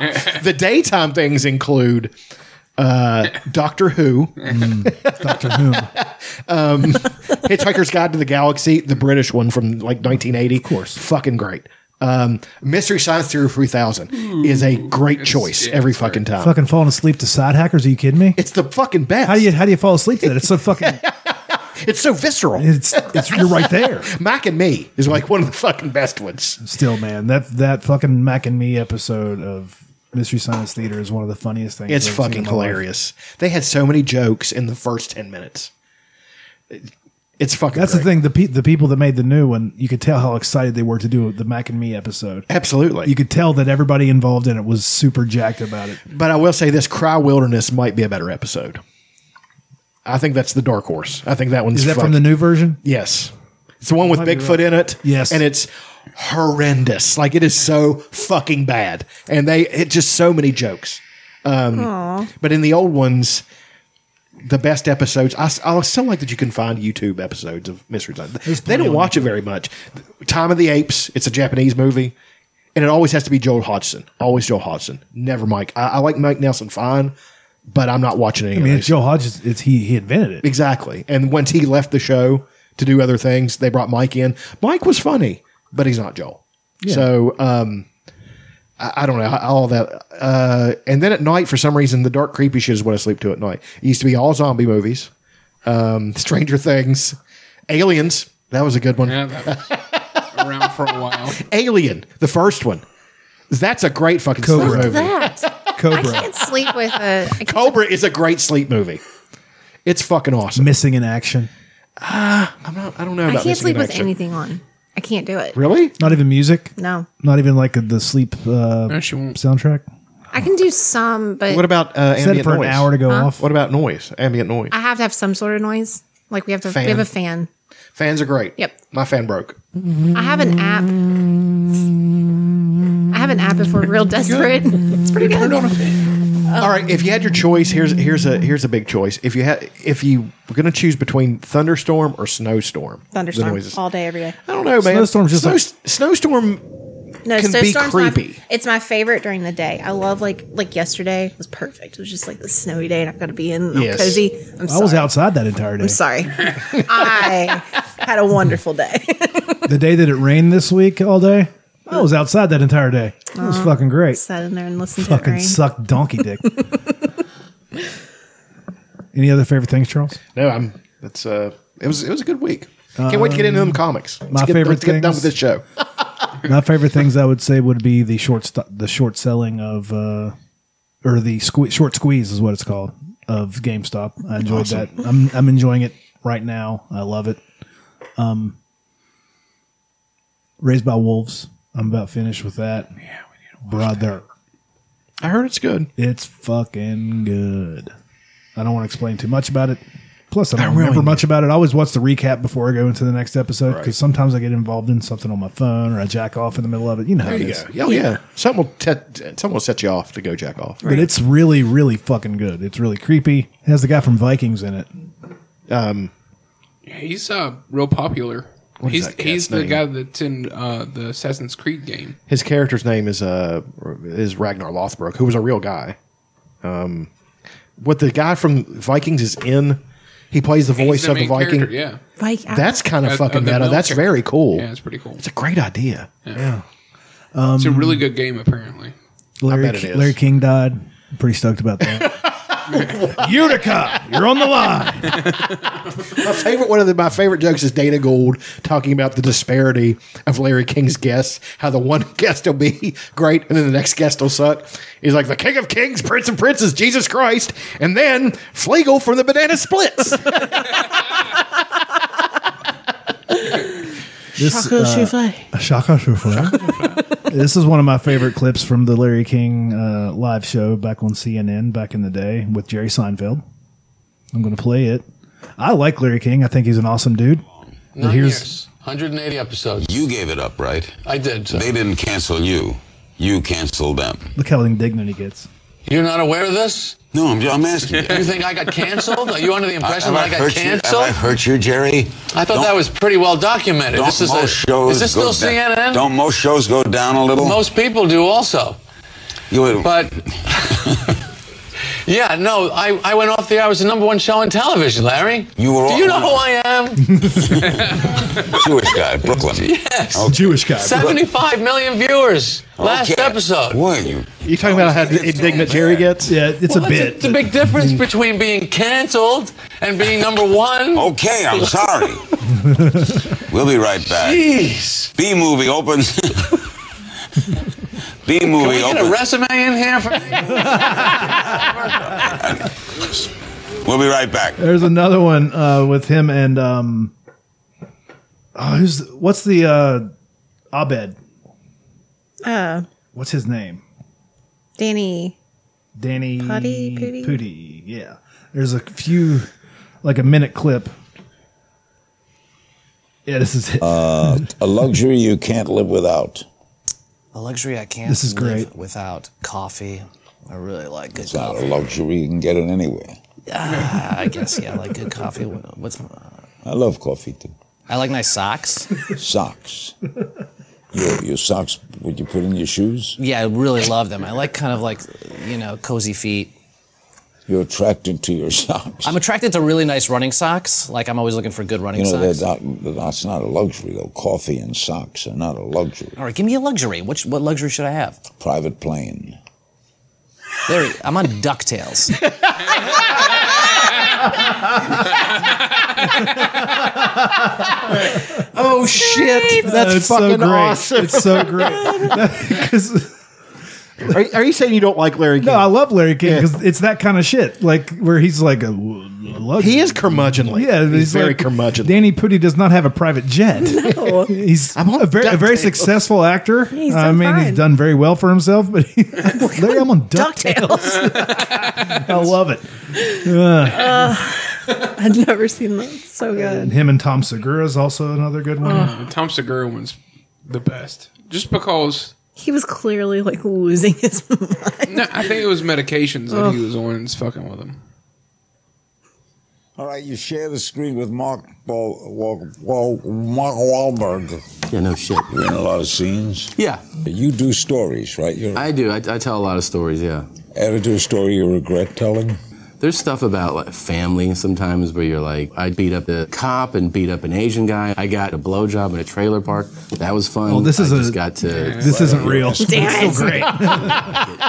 Speaker 4: The daytime things include uh, Doctor Who,
Speaker 2: Doctor Whom.
Speaker 4: Hitchhiker's Guide to the Galaxy, the British one from like 1980. Of course. Fucking great. Um, Mystery Science Theater 3000 is a great choice every fucking time.
Speaker 2: fucking falling asleep to side hackers. Are you kidding me?
Speaker 4: It's the fucking best.
Speaker 2: How do you how do you fall asleep to that? It's so fucking.
Speaker 4: it's so visceral.
Speaker 2: It's it's you're right there.
Speaker 4: Mac and Me is like one of the fucking best ones.
Speaker 2: Still, man, that that fucking Mac and Me episode of Mystery Science Theater is one of the funniest things.
Speaker 4: It's
Speaker 2: I've ever seen in
Speaker 4: fucking
Speaker 2: my life.
Speaker 4: hilarious. They had so many jokes in the first 10 minutes. It- It's fucking
Speaker 2: That's
Speaker 4: great.
Speaker 2: the thing. The pe- the people that made the new one, you could tell how excited they were to do the Mac and Me episode.
Speaker 4: Absolutely.
Speaker 2: You could tell that everybody involved in it was super jacked about it.
Speaker 4: but I will say this Cry Wilderness might be a better episode. I think that's the dark horse. I think that one's
Speaker 2: Is that
Speaker 4: fucking-
Speaker 2: from the new version?
Speaker 4: Yes. It's the one with Bigfoot in it.
Speaker 2: Yes.
Speaker 4: And it's horrendous. Like it is so fucking bad. And they it just so many jokes. Um but in the old ones the best episodes. I, s- I still like that you can find YouTube episodes of Mystery Science. They don't watch it very much. Time of the Apes. It's a Japanese movie, and it always has to be Joel Hodgson. Always Joel Hodgson. Never Mike. I, I like Mike Nelson fine, but I'm not watching any
Speaker 2: I
Speaker 4: of
Speaker 2: mean,
Speaker 4: those.
Speaker 2: it's Joe Hodges. It's he he invented it.
Speaker 4: Exactly. And once he left the show to do other things, they brought Mike in. Mike was funny, but he's not Joel. So um, I, I don't know I- all that. Uh, and then at night, for some reason, the dark, creepy shit is what I sleep to at night. It used to be all zombie movies, um, Stranger Things, Aliens. That was a good one.
Speaker 1: Yeah, that was around for a while.
Speaker 4: Alien, the first one. That's a great fucking
Speaker 2: Cobra.
Speaker 4: sleep movie.
Speaker 5: That I
Speaker 2: Cobra
Speaker 5: can't sleep with it. I can't-
Speaker 4: Cobra is a great sleep movie. It's fucking awesome.
Speaker 2: missing in action.
Speaker 4: I'm not. I don't know.
Speaker 5: I
Speaker 4: About
Speaker 5: can't
Speaker 4: Missing
Speaker 5: sleep
Speaker 4: in
Speaker 5: with
Speaker 4: Action.
Speaker 5: anything on. I can't do it.
Speaker 4: Really?
Speaker 2: Not even music.
Speaker 5: No,
Speaker 2: Not even like the sleep uh,
Speaker 1: No, she won't.
Speaker 2: soundtrack.
Speaker 5: I can do some, but
Speaker 4: What about uh,
Speaker 2: Set
Speaker 4: ambient
Speaker 2: it for
Speaker 4: noise?
Speaker 2: an hour to go off.
Speaker 4: What about noise? Ambient noise.
Speaker 5: I have to have some sort of noise. Like we have to. We have
Speaker 4: Fan.
Speaker 5: a fan.
Speaker 4: Fans are great.
Speaker 5: Yep.
Speaker 4: My fan broke.
Speaker 5: I have an app. I have an app if we're real desperate. it's pretty good.
Speaker 4: All right. If you had your choice, here's here's a here's a big choice. If you had if you were going to choose between thunderstorm or snowstorm, the
Speaker 3: Thunderstorm
Speaker 4: noises-
Speaker 3: all day, every day.
Speaker 4: I don't know, man.
Speaker 2: Snowstorm's just
Speaker 4: Snow-
Speaker 2: like-
Speaker 4: snowstorm.
Speaker 3: No,
Speaker 4: Can
Speaker 3: so
Speaker 4: be
Speaker 3: storms
Speaker 4: creepy.
Speaker 3: My, it's my favorite during the day. I love like like yesterday was perfect. It was just like the snowy day, and I'm gonna be in all
Speaker 4: Yes.
Speaker 3: cozy. I'm
Speaker 2: I
Speaker 3: sorry.
Speaker 2: was outside that entire day.
Speaker 3: I'm sorry. I had a wonderful day.
Speaker 2: The day that it rained this week all day, I was outside that entire day. It was fucking great.
Speaker 5: Sat in there and listened to it
Speaker 2: Fucking
Speaker 5: rain.
Speaker 2: suck donkey dick. Any other favorite things, Charles?
Speaker 4: No, I'm. That's uh. It was it was a good week. Can't wait to get into them comics. Let's
Speaker 2: Um, my
Speaker 4: get,
Speaker 2: favorite
Speaker 4: Let's get done
Speaker 2: things-
Speaker 4: with this show.
Speaker 2: My favorite things I would say would be the short st- the short selling of uh, or the sque- short squeeze is what it's called of GameStop. I enjoyed that. I'm I'm enjoying it right now. I love it. Um, Raised by Wolves. I'm about finished with that. Yeah, we need brother.
Speaker 4: I heard it's good.
Speaker 2: It's fucking good. I don't want to explain too much about it. Plus, I don't
Speaker 4: really
Speaker 2: remember
Speaker 4: need-
Speaker 2: much about it. I always watch the recap before I go into the next episode because sometimes I get involved in something on my phone or I jack off in the middle of it. You know how
Speaker 4: There
Speaker 2: it
Speaker 4: you
Speaker 2: is.
Speaker 4: go. Yeah, yeah. Something will te- something will set you off to go jack off.
Speaker 2: But it's really, really fucking good. It's really creepy. It has the guy from Vikings in it.
Speaker 1: Yeah, he's uh, real popular.
Speaker 4: What is
Speaker 1: he's
Speaker 4: that cat's
Speaker 1: he's the
Speaker 4: name?
Speaker 1: guy that's in uh, the Assassin's Creed game.
Speaker 4: His character's name is uh is Ragnar Lothbrok, who was a real guy. Um, what the guy from Vikings is in, he plays the voice
Speaker 1: He's the
Speaker 4: of the
Speaker 1: main
Speaker 4: Viking.
Speaker 1: character, Yeah,
Speaker 5: Like, I-
Speaker 4: That's kind of
Speaker 1: Of-
Speaker 4: fucking
Speaker 1: of the
Speaker 4: meta.
Speaker 1: milk
Speaker 4: That's
Speaker 1: character.
Speaker 4: very cool.
Speaker 1: yeah, it's pretty cool.
Speaker 4: It's a great idea.
Speaker 1: it's a really good game, apparently.
Speaker 2: Larry,
Speaker 4: bet it is.
Speaker 2: Larry King died. I'm pretty stoked about that. Utica, you're on the line.
Speaker 4: My favorite one of the, my favorite jokes is Dana Gould talking about the disparity of Larry King's guests. How the one guest will be great, and then the next guest will suck. He's like the King of Kings, Prince of Princes, Jesus Christ, and then Flegel from the Banana Splits.
Speaker 2: This, uh, Shaka Shufla. this is one of my favorite clips from the Larry King uh, live show back on CNN back in the day with Jerry Seinfeld. I'm going to play it. I like Larry King. I think he's an awesome dude. But here's
Speaker 8: 180 episodes.
Speaker 9: You gave it up, right?
Speaker 8: I did.
Speaker 9: They didn't cancel you. You canceled them.
Speaker 2: look how indignant he gets.
Speaker 8: You're not aware of this?
Speaker 9: No, I'm, I'm asking. you.
Speaker 8: You think I got canceled? Are you under the impression
Speaker 9: Have
Speaker 8: that I got
Speaker 9: hurt you? Have
Speaker 8: canceled?
Speaker 9: I hurt you, Jerry?
Speaker 8: I thought
Speaker 9: Don't-
Speaker 8: that was pretty well documented.
Speaker 9: Don't
Speaker 8: This is
Speaker 9: most
Speaker 8: a,
Speaker 9: shows
Speaker 8: Is this
Speaker 9: go
Speaker 8: still
Speaker 9: down-
Speaker 8: CNN?
Speaker 9: Don't most shows go down a little?
Speaker 8: Most people do also.
Speaker 9: you would,
Speaker 8: But yeah, no, I, I went off the air. I was the number one show on television, Larry.
Speaker 9: You were
Speaker 8: Do
Speaker 9: all-
Speaker 8: you know who I am?
Speaker 9: Jewish guy, Brooklyn.
Speaker 8: Yes.
Speaker 2: Jewish guy.
Speaker 8: 75 million viewers last
Speaker 9: Okay.
Speaker 8: episode.
Speaker 9: What are you?
Speaker 4: You talking about how indignant Jerry gets?
Speaker 2: Yeah, it's
Speaker 8: Well,
Speaker 2: a
Speaker 8: it's
Speaker 2: bit.
Speaker 8: It's a big difference between being canceled and being number one.
Speaker 9: Okay, I'm sorry. we'll be right back.
Speaker 8: jeez.
Speaker 9: B movie opens. B
Speaker 8: Can
Speaker 9: movie
Speaker 8: we get a
Speaker 9: opens.
Speaker 8: resume in here for me?
Speaker 9: We'll be right back.
Speaker 2: There's another one uh, with him and um, oh, who's the- what's the uh, Abed?
Speaker 5: Uh,
Speaker 2: What's his name?
Speaker 5: Danny.
Speaker 2: Danny
Speaker 5: Putty, Pooty?
Speaker 2: Pooty, Yeah. There's a few, like a minute clip. Yeah, this is it.
Speaker 4: Uh,
Speaker 10: a luxury you can't live without.
Speaker 11: A luxury I can't
Speaker 2: This is
Speaker 11: live
Speaker 2: great.
Speaker 11: without coffee. I really like good
Speaker 10: It's not a
Speaker 11: coffee.
Speaker 10: luxury. You can get it anywhere.
Speaker 11: Ah, I guess yeah, I like good coffee. What- What's
Speaker 10: I love coffee too.
Speaker 11: I like nice socks.
Speaker 10: Socks. your, your socks, would you put in your shoes?
Speaker 11: Yeah, I really love them. I like kind of like you know cozy feet.
Speaker 10: You're attracted to your socks.
Speaker 11: I'm attracted to really nice running socks. Like I'm always looking for good running
Speaker 10: you know,
Speaker 11: socks.
Speaker 10: that's not, that's not a luxury, though. Coffee and socks are not a luxury.
Speaker 11: All right, give me a luxury. Which what luxury should I have?
Speaker 10: Private plane.
Speaker 11: There, I'm on Ducktales.
Speaker 4: Oh shit! That's,
Speaker 2: so
Speaker 4: fucking
Speaker 2: great.
Speaker 4: awesome.
Speaker 2: It's so great. 'Cause-
Speaker 4: Are, are you saying you don't like Larry King?
Speaker 2: no, I love Larry King
Speaker 4: Yeah.
Speaker 2: because it's that kind of shit, like where he's like a. Love
Speaker 4: he is curmudgeonly.
Speaker 2: Yeah,
Speaker 4: he's, very
Speaker 2: like-
Speaker 4: curmudgeonly.
Speaker 2: Danny Pooty does not have a private jet. he's
Speaker 4: I'm on
Speaker 2: a very, a very
Speaker 4: DuckTales.
Speaker 2: successful actor.
Speaker 5: He's
Speaker 2: I
Speaker 5: done
Speaker 2: mean,
Speaker 5: fine.
Speaker 2: he's done very well for himself. But he, Larry, I'm on Ducktales. I love it.
Speaker 5: I'd never seen that. It's so good.
Speaker 2: Him and Tom Segura is also another good one.
Speaker 12: Oh,
Speaker 1: The Tom Segura one's the best, just because.
Speaker 5: He was clearly like losing his mind.
Speaker 1: No, I think it was medications that he was on. and It's fucking with him.
Speaker 10: All right, you share the screen with Mark Ball, Wal, Wal, Mark Wahlberg.
Speaker 12: Yeah, no shit.
Speaker 10: You're in a lot of scenes.
Speaker 12: Yeah,
Speaker 10: You do stories, right? You're
Speaker 12: I do. I, I tell a lot of stories, yeah.
Speaker 10: editor a story you regret telling.
Speaker 12: There's stuff about like, family sometimes where you're like, I beat up the cop and beat up an Asian guy. I got a blowjob in a trailer park. That was fun.
Speaker 2: Well, Oh, this is
Speaker 12: I
Speaker 2: a-
Speaker 12: just got to
Speaker 2: This isn't real.
Speaker 5: Damn it.
Speaker 12: get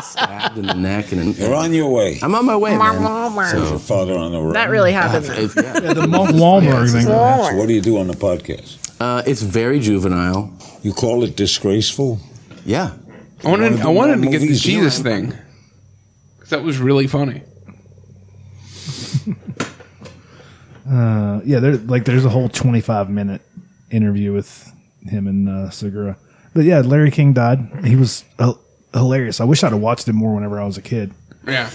Speaker 12: stabbed in the neck and
Speaker 10: You're on your way.
Speaker 12: I'm on my way, man.
Speaker 10: Your
Speaker 12: So,
Speaker 10: father on the road.
Speaker 5: That really happened.
Speaker 12: it's, yeah.
Speaker 2: The Mark Wahlberg thing.
Speaker 10: So what do you do on the podcast?
Speaker 12: uh, it's very juvenile.
Speaker 10: You call it disgraceful?
Speaker 12: Yeah.
Speaker 1: I wanted, I wanted to get the
Speaker 10: Movies, you
Speaker 1: Jesus
Speaker 10: know.
Speaker 1: thing. 'Cause That was really funny.
Speaker 2: Uh, yeah, there like there's a whole 25 minute interview with him and uh, Segura. But yeah, Larry King died. He was uh, hilarious. I wish I'd have watched him more whenever I was a kid.
Speaker 1: Yeah.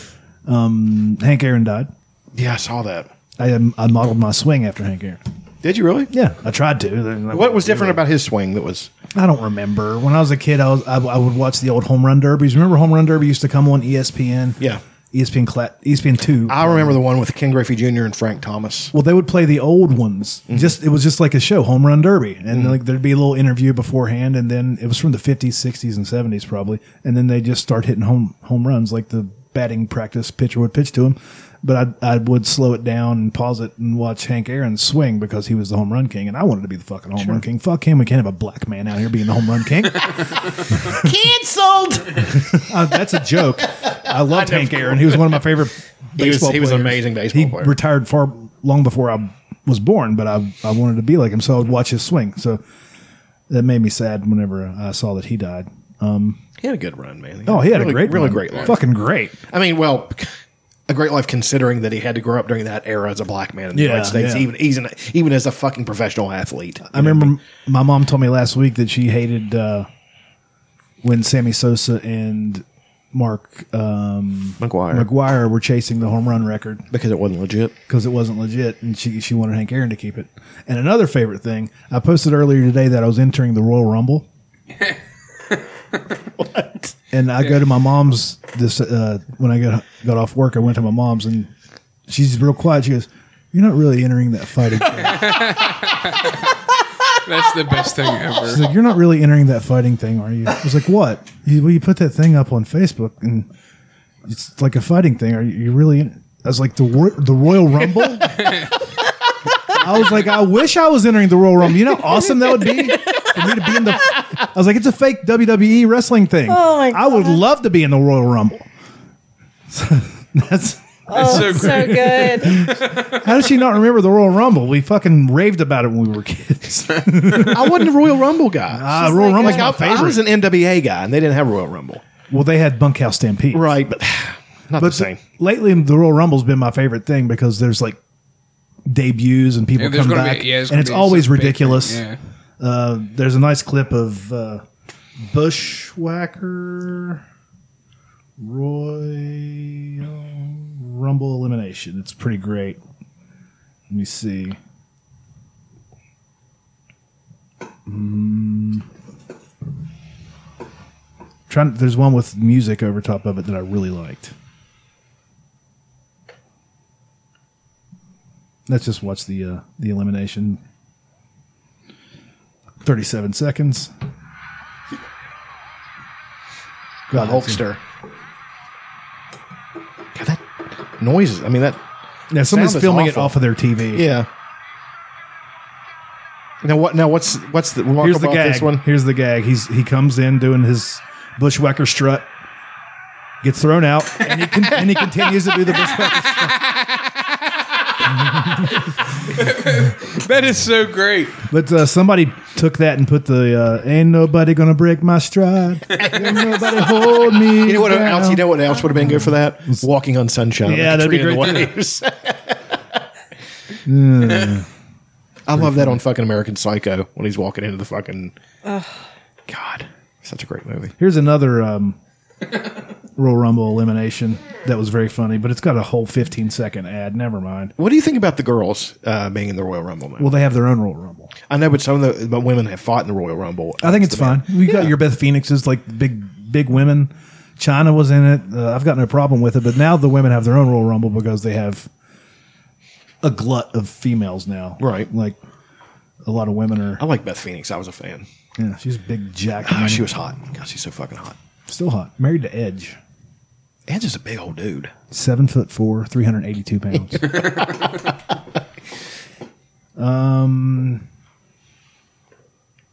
Speaker 2: Hank Aaron died.
Speaker 4: yeah, I saw that.
Speaker 2: I um, I modeled my swing after Hank Aaron.
Speaker 4: Did you really?
Speaker 2: Yeah, I tried to.
Speaker 4: What was different about his swing that was?
Speaker 2: I don't remember. When I was a kid, I was I, I would watch the old home run derbies. Remember home run derby used to come on E ESPN.
Speaker 4: Yeah.
Speaker 2: ESPN Cla- E ESPN two.
Speaker 4: I remember the one with Ken Griffey Jr. and Frank Thomas.
Speaker 2: Well, they would play the old ones. Just it was just like a show, home run derby, and like there'd be a little interview beforehand, and then it was from the fifties, sixties, and seventies probably, and then they just start hitting home home runs like the batting practice pitcher would pitch to him. But I I would slow it down and pause it and watch Hank Aaron swing because he was the home run king, and I wanted to be the fucking home run king. Fuck him! We can't have a black man out here being the home run king.
Speaker 5: Canceled.
Speaker 2: Uh, that's a joke. I loved Hank Aaron. He was one of my favorite.
Speaker 4: He was-
Speaker 2: Baseball
Speaker 4: he was an
Speaker 2: players.
Speaker 4: amazing baseball
Speaker 2: he
Speaker 4: player.
Speaker 2: Retired far long before I was born, but I I wanted to be like him, so I would watch his swing. So that made me sad whenever I saw that he died.
Speaker 4: He had a good run, man.
Speaker 2: Oh, he had
Speaker 4: really-
Speaker 2: a great,
Speaker 4: really
Speaker 2: run.
Speaker 4: great life.
Speaker 2: fucking great.
Speaker 4: I mean, well, a great life considering that he had to grow up during that era as a black man in the
Speaker 2: Yeah,
Speaker 4: United States,
Speaker 2: yeah.
Speaker 4: even even even as a fucking professional athlete.
Speaker 2: I remember my mom told me last week that she hated uh, when Sammy Sosa and Mark um,
Speaker 4: McGuire
Speaker 2: McGuire were chasing the home run record.
Speaker 4: because it wasn't legit.
Speaker 2: because it wasn't legit, and she she wanted Hank Aaron to keep it. And another favorite thing I posted earlier today that I was entering the Royal Rumble. what? and I go to my mom's this uh, when I got got off work. I went to my mom's and she's real quiet. She goes, "You're not really entering that fight again."
Speaker 1: That's the best thing
Speaker 2: She's
Speaker 1: ever.
Speaker 2: like, "You're not really entering that fighting thing, are you?" I was like, "What? You, well, you put that thing up on Facebook, and it's like a fighting thing. Are you, you really?" In-? I was like, "The Ro- the Royal Rumble." I was like, "I wish I was entering the Royal Rumble. You know, how awesome that would be for me to be in the." I was like, "It's a fake WWE wrestling thing.
Speaker 3: Oh my
Speaker 2: I would love to be in the Royal Rumble." So, that's.
Speaker 3: Oh, it's so good.
Speaker 2: How does she not remember the Royal Rumble? We fucking raved about it when we were kids.
Speaker 4: I wasn't a Royal Rumble guy.
Speaker 2: Ah, She's Royal like, Rumble's uh, my
Speaker 4: I- I was an NWA guy, and they didn't have Royal Rumble.
Speaker 2: Well, they had Bunkhouse Stampede.
Speaker 4: Right, but not the same.
Speaker 2: Lately, the Royal Rumble's been my favorite thing because there's like debuts and people
Speaker 1: Yeah, there's
Speaker 2: come
Speaker 1: gonna be-
Speaker 2: back,
Speaker 1: yeah, there's
Speaker 2: and
Speaker 1: gonna
Speaker 2: it's
Speaker 1: be
Speaker 2: always
Speaker 1: some big thing,
Speaker 2: ridiculous.
Speaker 1: yeah.
Speaker 2: Uh, there's a nice clip of uh, Bushwhacker Royal Rumble elimination. It's pretty great. Let me see. Mm. Trying, there's one with music over top of it that I really liked. Let's just watch the uh, the elimination. Thirty-seven seconds.
Speaker 4: God,
Speaker 2: that's
Speaker 4: Hulkster. God, that noises. I mean, that.
Speaker 2: Now someone's
Speaker 4: sound is
Speaker 2: filming
Speaker 4: awful.
Speaker 2: it off of their TV.
Speaker 4: Yeah. Now what? Now what's what's the remarkable
Speaker 2: Here's the
Speaker 4: about
Speaker 2: gag.
Speaker 4: this one?
Speaker 2: Here's the gag. He's he comes in doing his bushwhacker strut, gets thrown out, and he con- and he continues to do the bushwhacker.
Speaker 1: That is so great.
Speaker 2: But uh, somebody took that and put the uh, "Ain't nobody gonna break my stride, ain't nobody hold me."
Speaker 4: You know what
Speaker 2: down.
Speaker 4: else? You know what else would have been good for that? Walking on sunshine.
Speaker 2: Yeah,
Speaker 4: Like a
Speaker 2: that'd be
Speaker 4: tree in
Speaker 2: great,
Speaker 4: the
Speaker 2: too.
Speaker 4: waves. Hmm. I love that on fucking American Psycho when he's walking into the fucking. God, such a great movie.
Speaker 2: Here's another um, Royal Rumble elimination that was very funny, but it's got a whole 15 second ad. Never mind.
Speaker 4: What do you think about the girls uh, being in the Royal Rumble? Now?
Speaker 2: Well, they have their own Royal Rumble.
Speaker 4: I know, but some of the but women have fought in the Royal Rumble.
Speaker 2: I think it's fine. You got your Beth Phoenixes, like big big women. China was in it. Uh, I've got no problem with it, but now the women have their own Royal Rumble because they have a glut of females now.
Speaker 4: Right.
Speaker 2: Like a lot of women are.
Speaker 4: I like Beth Phoenix. I was a fan.
Speaker 2: Yeah, she's a big jack.
Speaker 4: Ah,
Speaker 2: woman.
Speaker 4: she was hot. God, she's so fucking hot.
Speaker 2: still hot. Married to Edge.
Speaker 4: Edge is a big old dude.
Speaker 2: Seven foot four, three hundred eighty two pounds. um,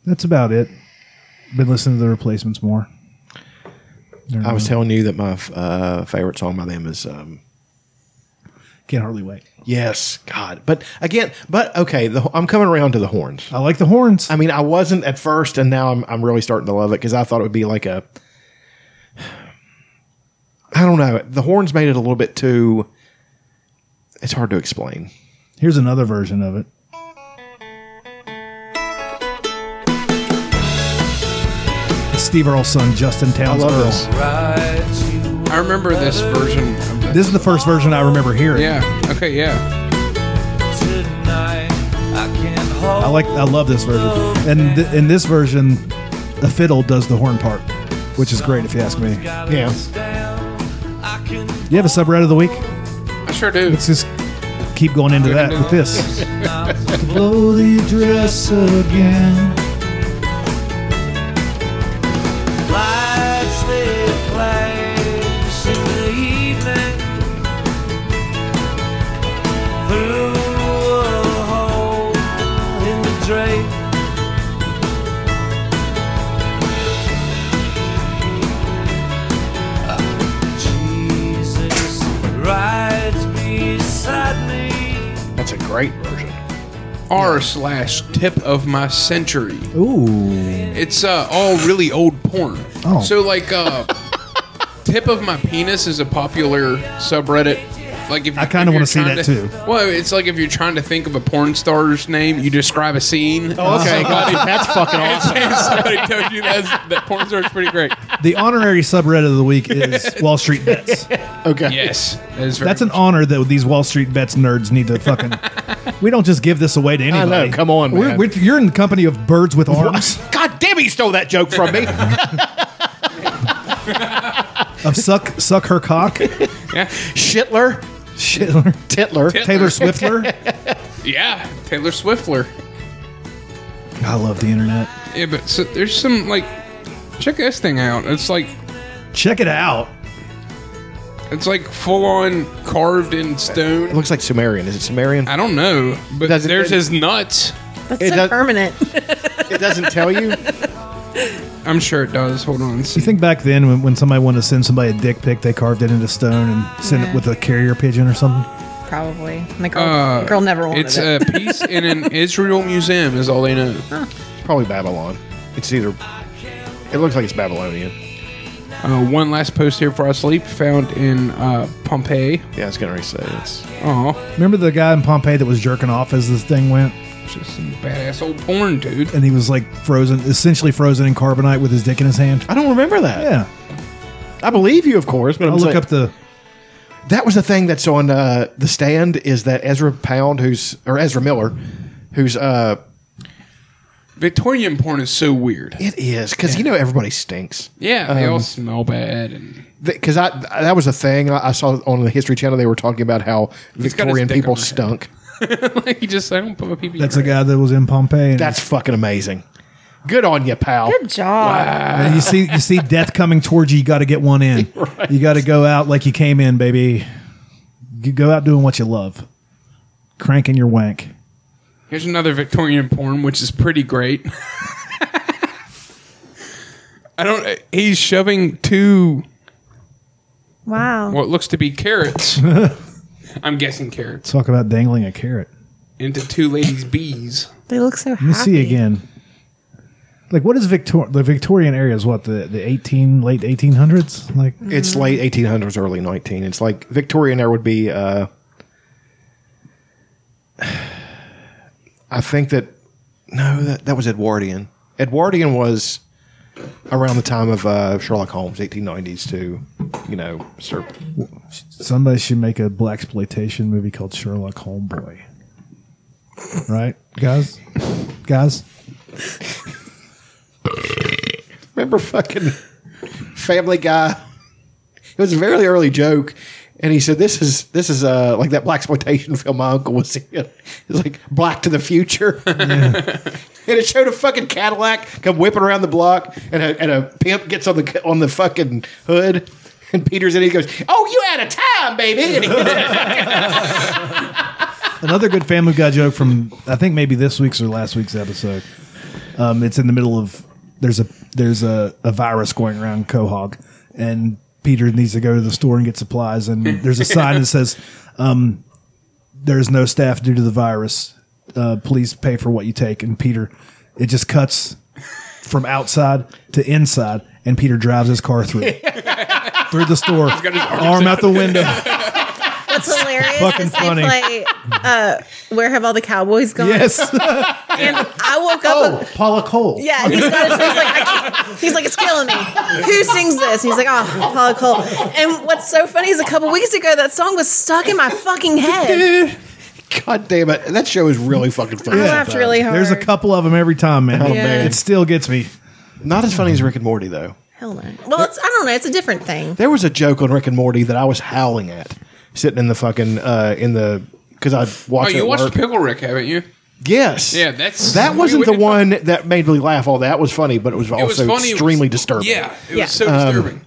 Speaker 2: that's about it. Been listening to the replacements more. They're
Speaker 4: I was
Speaker 2: not-
Speaker 4: telling you that my uh, favorite song by them is um,
Speaker 2: can't hardly wait.
Speaker 4: Yes, God. But again, but okay, the, I'm coming around to the horns.
Speaker 2: I like the horns.
Speaker 4: I mean, I wasn't at first, and now I'm, I'm really starting to love it because I thought it would be like a. I don't know. The horns made it a little bit too. It's hard to explain.
Speaker 2: Here's another version of it. It's Steve Earl's son, Justin
Speaker 4: I
Speaker 2: Towns
Speaker 4: love
Speaker 2: Earl.
Speaker 4: this.
Speaker 1: I remember this version. Of the,
Speaker 2: This is the first version I remember hearing.
Speaker 1: yeah. Okay. Yeah.
Speaker 2: I like, I love this version. And th- in this version, the fiddle does the horn part, which is great if you ask me.
Speaker 4: Yeah.
Speaker 2: You have a subreddit of the week?
Speaker 1: I sure do.
Speaker 2: Let's just keep going into that with this. Blow the dress again.
Speaker 4: That's a great version.
Speaker 1: R slash tip of my century.
Speaker 2: Ooh.
Speaker 1: It's uh, all really old porn.
Speaker 2: Oh.
Speaker 1: So like, uh, tip of my penis is a popular subreddit. Like if
Speaker 2: I kinda
Speaker 1: if
Speaker 2: wanna
Speaker 1: you're
Speaker 2: see
Speaker 1: trying
Speaker 2: that too.
Speaker 1: to- Well, it's like if you're trying to think of a porn star's name, you describe a scene.
Speaker 4: Oh, okay. God, that's fucking
Speaker 1: And
Speaker 4: awesome.
Speaker 1: somebody tells you that's, that porn star's pretty great.
Speaker 2: The honorary subreddit of the week is Wall Street Bets.
Speaker 4: Okay.
Speaker 1: Yes, that is very
Speaker 2: That's an honor that these Wall Street bets nerds need to fucking. we don't just give this away to anybody.
Speaker 4: know, come on,
Speaker 2: We're-
Speaker 4: man.
Speaker 2: we're- you're in the company of birds with arms.
Speaker 4: God damn, he stole that joke from me.
Speaker 2: of suck suck her cock.
Speaker 1: Yeah.
Speaker 4: Shitler.
Speaker 2: Shitler.
Speaker 4: Titler.
Speaker 2: Taylor Swiftler.
Speaker 1: yeah, Taylor Swiftler.
Speaker 2: I love the internet.
Speaker 1: Yeah, but so there's some like, check this thing out. It's like,
Speaker 2: check it out.
Speaker 1: It's like full on carved in stone.
Speaker 4: It looks like Sumerian. Is it Sumerian?
Speaker 1: I don't know, but
Speaker 4: Does it-
Speaker 1: there's
Speaker 4: it-
Speaker 1: his nuts.
Speaker 13: That's
Speaker 4: It
Speaker 13: so
Speaker 4: does-
Speaker 13: permanent.
Speaker 4: It doesn't tell you.
Speaker 1: I'm sure it does. Hold on.
Speaker 2: You think back then when, when somebody wanted to send somebody a dick pic, they carved it into stone and sent
Speaker 13: Yeah.
Speaker 2: it with a carrier pigeon or something?
Speaker 13: Probably. And the girl,
Speaker 1: Uh,
Speaker 13: girl never wanted
Speaker 1: It's
Speaker 13: it.
Speaker 1: a piece in an Israel museum, is all they know.
Speaker 4: Probably Babylon. It's either. It looks like it's Babylonian.
Speaker 1: Uh, one last post here before I sleep, found in uh, Pompeii.
Speaker 4: Yeah, I was gonna say this.
Speaker 1: Oh,
Speaker 2: Remember the guy in Pompeii that was jerking off as this thing went?
Speaker 1: just some badass old porn, dude.
Speaker 2: And he was like frozen, essentially frozen in carbonite with his dick in his hand?
Speaker 4: I don't remember that.
Speaker 2: Yeah.
Speaker 4: I believe you, of course. But I'm
Speaker 2: I'll look
Speaker 4: saying-
Speaker 2: up the.
Speaker 4: That was the thing that's on uh, the stand is that Ezra Pound, who's or Ezra Miller, who's uh,
Speaker 1: Victorian porn is so weird.
Speaker 4: it is because you know everybody stinks.
Speaker 1: Yeah, they
Speaker 4: Um,
Speaker 1: all smell bad, and
Speaker 4: because I that was a thing I I saw on the History Channel. They were talking about how
Speaker 1: He's got his
Speaker 4: Victorian
Speaker 1: dick
Speaker 4: people
Speaker 1: on her head.
Speaker 4: stunk.
Speaker 1: like you just I don't put my pee pee.
Speaker 2: That's a guy that was in Pompeii. And
Speaker 4: That's fucking amazing. Good on you, pal.
Speaker 13: Good job.
Speaker 2: and you see, you see death coming towards you. You got to get one in. You got to go out like you came in, baby. You go out doing what you love, cranking your wank.
Speaker 1: Here's another Victorian porn, which is pretty great. I don't. He's shoving two
Speaker 3: Wow.
Speaker 1: what looks to be carrots. I'm guessing carrots
Speaker 2: Talk about dangling a carrot.
Speaker 1: into two ladies' bees.
Speaker 3: They look so happy.
Speaker 2: Let me see again. Like what is Victor? The Victorian area is what the the eighteen late eighteen hundreds. Like
Speaker 4: It's late eighteen hundreds, early nineteen. It's like Victorian era would be. Uh, I think that no, that that was Edwardian. Edwardian was around the time of uh, Sherlock Holmes, eighteen nineties to you know, Sir.
Speaker 2: somebody should make a black exploitation movie called Sherlock Homeboy. Right, guys, guys.
Speaker 4: Remember fucking Family Guy? It was a very early joke. And he said, "This is this is uh, like that black exploitation film my uncle was in. It's like Black to the Future." and it showed a fucking Cadillac come whipping around the block, and a, and a pimp gets on the on the fucking hood, and Peter's in. it, He goes, "Oh, you out of time, baby!" And he hits it.
Speaker 2: Another good Family Guy joke from I think maybe this week's or last week's episode. Um, it's in the middle of there's a there's a, a virus going around Quahog, and Peter needs to go to the store and get supplies. And there's a sign that says, um, "There is no staff due to the virus. Uh, please pay for what you take." And Peter, it just cuts from outside to inside, and Peter drives his car through through the store, arm out the window.
Speaker 3: That's hilarious.
Speaker 2: Fucking
Speaker 3: is they
Speaker 2: funny.
Speaker 3: play uh, Where Have All the Cowboys Gone?
Speaker 2: Yes.
Speaker 3: I woke up.
Speaker 4: Oh, Paula Cole.
Speaker 3: Yeah, he's got his he's like, I can't- he's like, it's killing me. Who sings this? And he's like, oh, Paula Cole. And what's so funny is a couple weeks ago that song was stuck in my fucking head.
Speaker 4: God damn it! That show is really fucking funny.
Speaker 3: I laughed really hard.
Speaker 2: There's a couple of them every time, man.
Speaker 4: Oh, man.
Speaker 2: It still gets me.
Speaker 4: Not as funny as Rick and Morty though.
Speaker 3: Hell no. Well, it's I don't know. It's a different thing.
Speaker 4: There was a joke on Rick and Morty that I was howling at, sitting in the fucking uh, in the because I
Speaker 1: Oh,
Speaker 4: watched. it
Speaker 1: you
Speaker 4: at
Speaker 1: watched
Speaker 4: work.
Speaker 1: Pickle Rick, haven't you?
Speaker 4: Yes.
Speaker 1: Yeah, that's-
Speaker 4: that
Speaker 1: we-
Speaker 4: wasn't the
Speaker 1: we-
Speaker 4: one that made me laugh. All that was funny, but it was also
Speaker 1: It was funny. it was-
Speaker 4: extremely disturbing.
Speaker 1: Yeah, it
Speaker 3: Yeah.
Speaker 1: was so disturbing.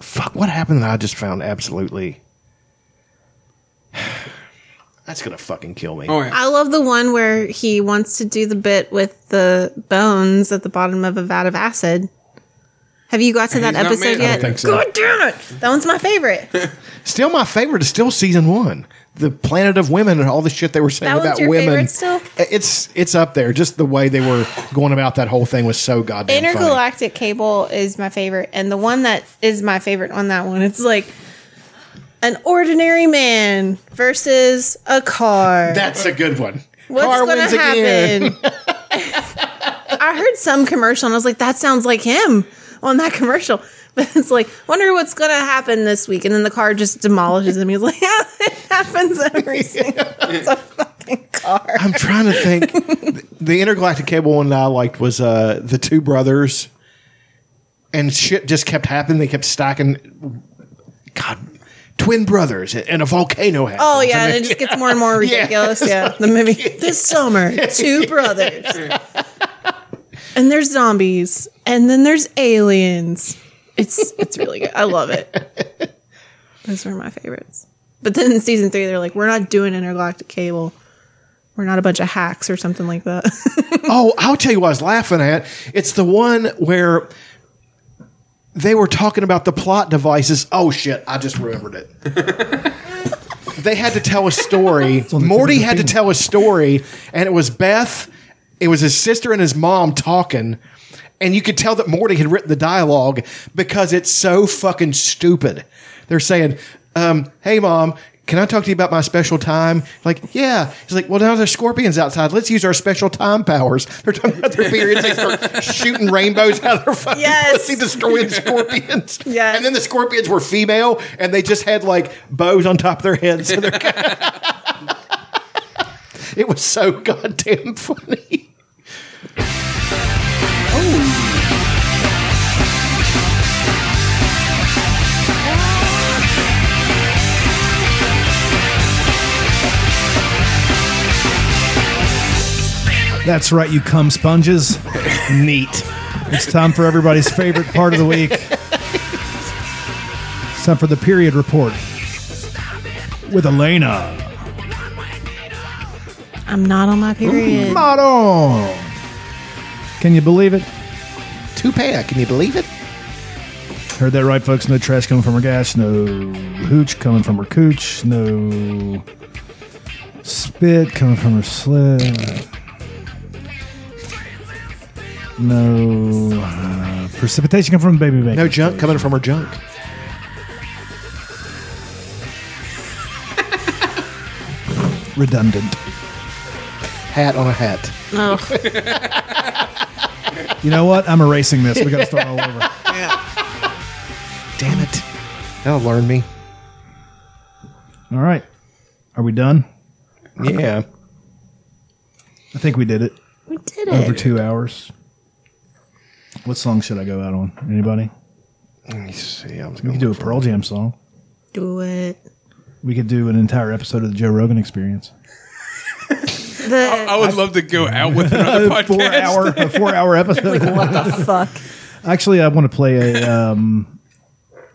Speaker 4: Fuck. What happened that I just found absolutely. That's gonna fucking kill me.
Speaker 1: Oh yeah,
Speaker 3: I love the one where he wants to do the bit with the bones at the bottom of a vat of acid. Have you got to that
Speaker 1: He's not made-
Speaker 3: episode
Speaker 1: I
Speaker 3: yet?
Speaker 1: don't
Speaker 4: think so.
Speaker 3: God damn it! That one's my favorite.
Speaker 4: Still, my favorite is still season one, the Planet of Women, and all the shit they were saying
Speaker 3: That one's
Speaker 4: about
Speaker 3: your
Speaker 4: women.
Speaker 3: favorite still?
Speaker 4: It's it's up there. Just the way they were going about that whole thing was so goddamn funny.
Speaker 3: Intergalactic Cable is my favorite, and the one that is my favorite on that one, it's like an ordinary man versus a car.
Speaker 4: That's a good one.
Speaker 3: What's
Speaker 4: Car
Speaker 3: gonna
Speaker 4: wins again.
Speaker 3: happen? I heard some commercial and I was like, that sounds like him on that commercial. But it's like, wonder what's gonna happen this week, and then the car just demolishes him. He's like, yeah, it happens every single. It's a fucking car.
Speaker 4: I'm trying to think. The- the intergalactic cable one that I liked was uh, the two brothers, and shit just kept happening. They kept stacking. God, twin brothers and a volcano happened.
Speaker 5: Oh yeah, and it just gets more and more ridiculous. yeah. the movie this summer, two brothers, and there's zombies, and then there's aliens. It's it's really good. I love it. Those were my favorites. But then in season three, they're like, we're not doing intergalactic cable. We're not a bunch of hacks or something like that.
Speaker 4: oh, I'll tell you what I was laughing at. It's the one where they were talking about the plot devices. Oh shit, I just remembered it. they had to tell a story. Morty had to tell a story, and it was Beth, it was his sister and his mom talking. And you could tell that Morty had written the dialogue because it's so fucking stupid. They're saying, um, hey mom, can I talk to you about my special time? Like, yeah. He's like, well, now there's scorpions outside. Let's use our special time powers. They're talking about their periods. They start shooting rainbows out of their fucking pussy, destroying scorpions. Yeah. And then the scorpions were female, and they just had like bows on top of their heads. So they're- it was so goddamn funny.
Speaker 2: That's right, you cum sponges.
Speaker 4: Neat.
Speaker 2: It's time for everybody's favorite part of the week. It's time for the period report with Elena.
Speaker 5: I'm not on my period.
Speaker 2: Motto. Can you believe it?
Speaker 4: Two pack. Can you believe it?
Speaker 2: Heard that right, folks. No trash coming from her gas. No hooch coming from her cooch. No spit coming from her slit. No uh, precipitation coming from the baby bank.
Speaker 4: No junk coming from her junk.
Speaker 2: Redundant.
Speaker 4: Hat on a hat.
Speaker 2: You know what? I'm erasing this. We got to start all over.
Speaker 4: Damn it. That'll learn me.
Speaker 2: All right. Are we done?
Speaker 4: Yeah.
Speaker 2: I think we did it.
Speaker 5: We did
Speaker 2: Over
Speaker 5: it.
Speaker 2: two hours. What song should I go out on? Anybody?
Speaker 4: Let me see. I was
Speaker 2: We
Speaker 4: going
Speaker 2: could do a Pearl Jam song.
Speaker 5: Do it.
Speaker 2: We could do an entire episode of the Joe Rogan Experience.
Speaker 5: The,
Speaker 1: I would love to go out with another podcast.
Speaker 2: Four hour, a four hour episode.
Speaker 5: what the fuck?
Speaker 2: Actually, I want to play a um,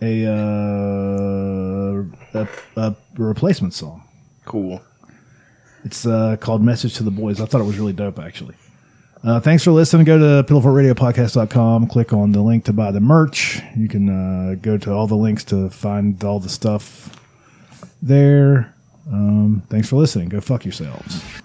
Speaker 2: a, uh, a a replacement song.
Speaker 4: Cool.
Speaker 2: It's uh, called Message to the Boys. I thought it was really dope, actually. Uh, thanks for listening. Go to piddlefortradiopodcast.com. Click on the link to buy the merch. You can uh, go to all the links to find all the stuff there. Um, thanks for listening. Go fuck yourselves.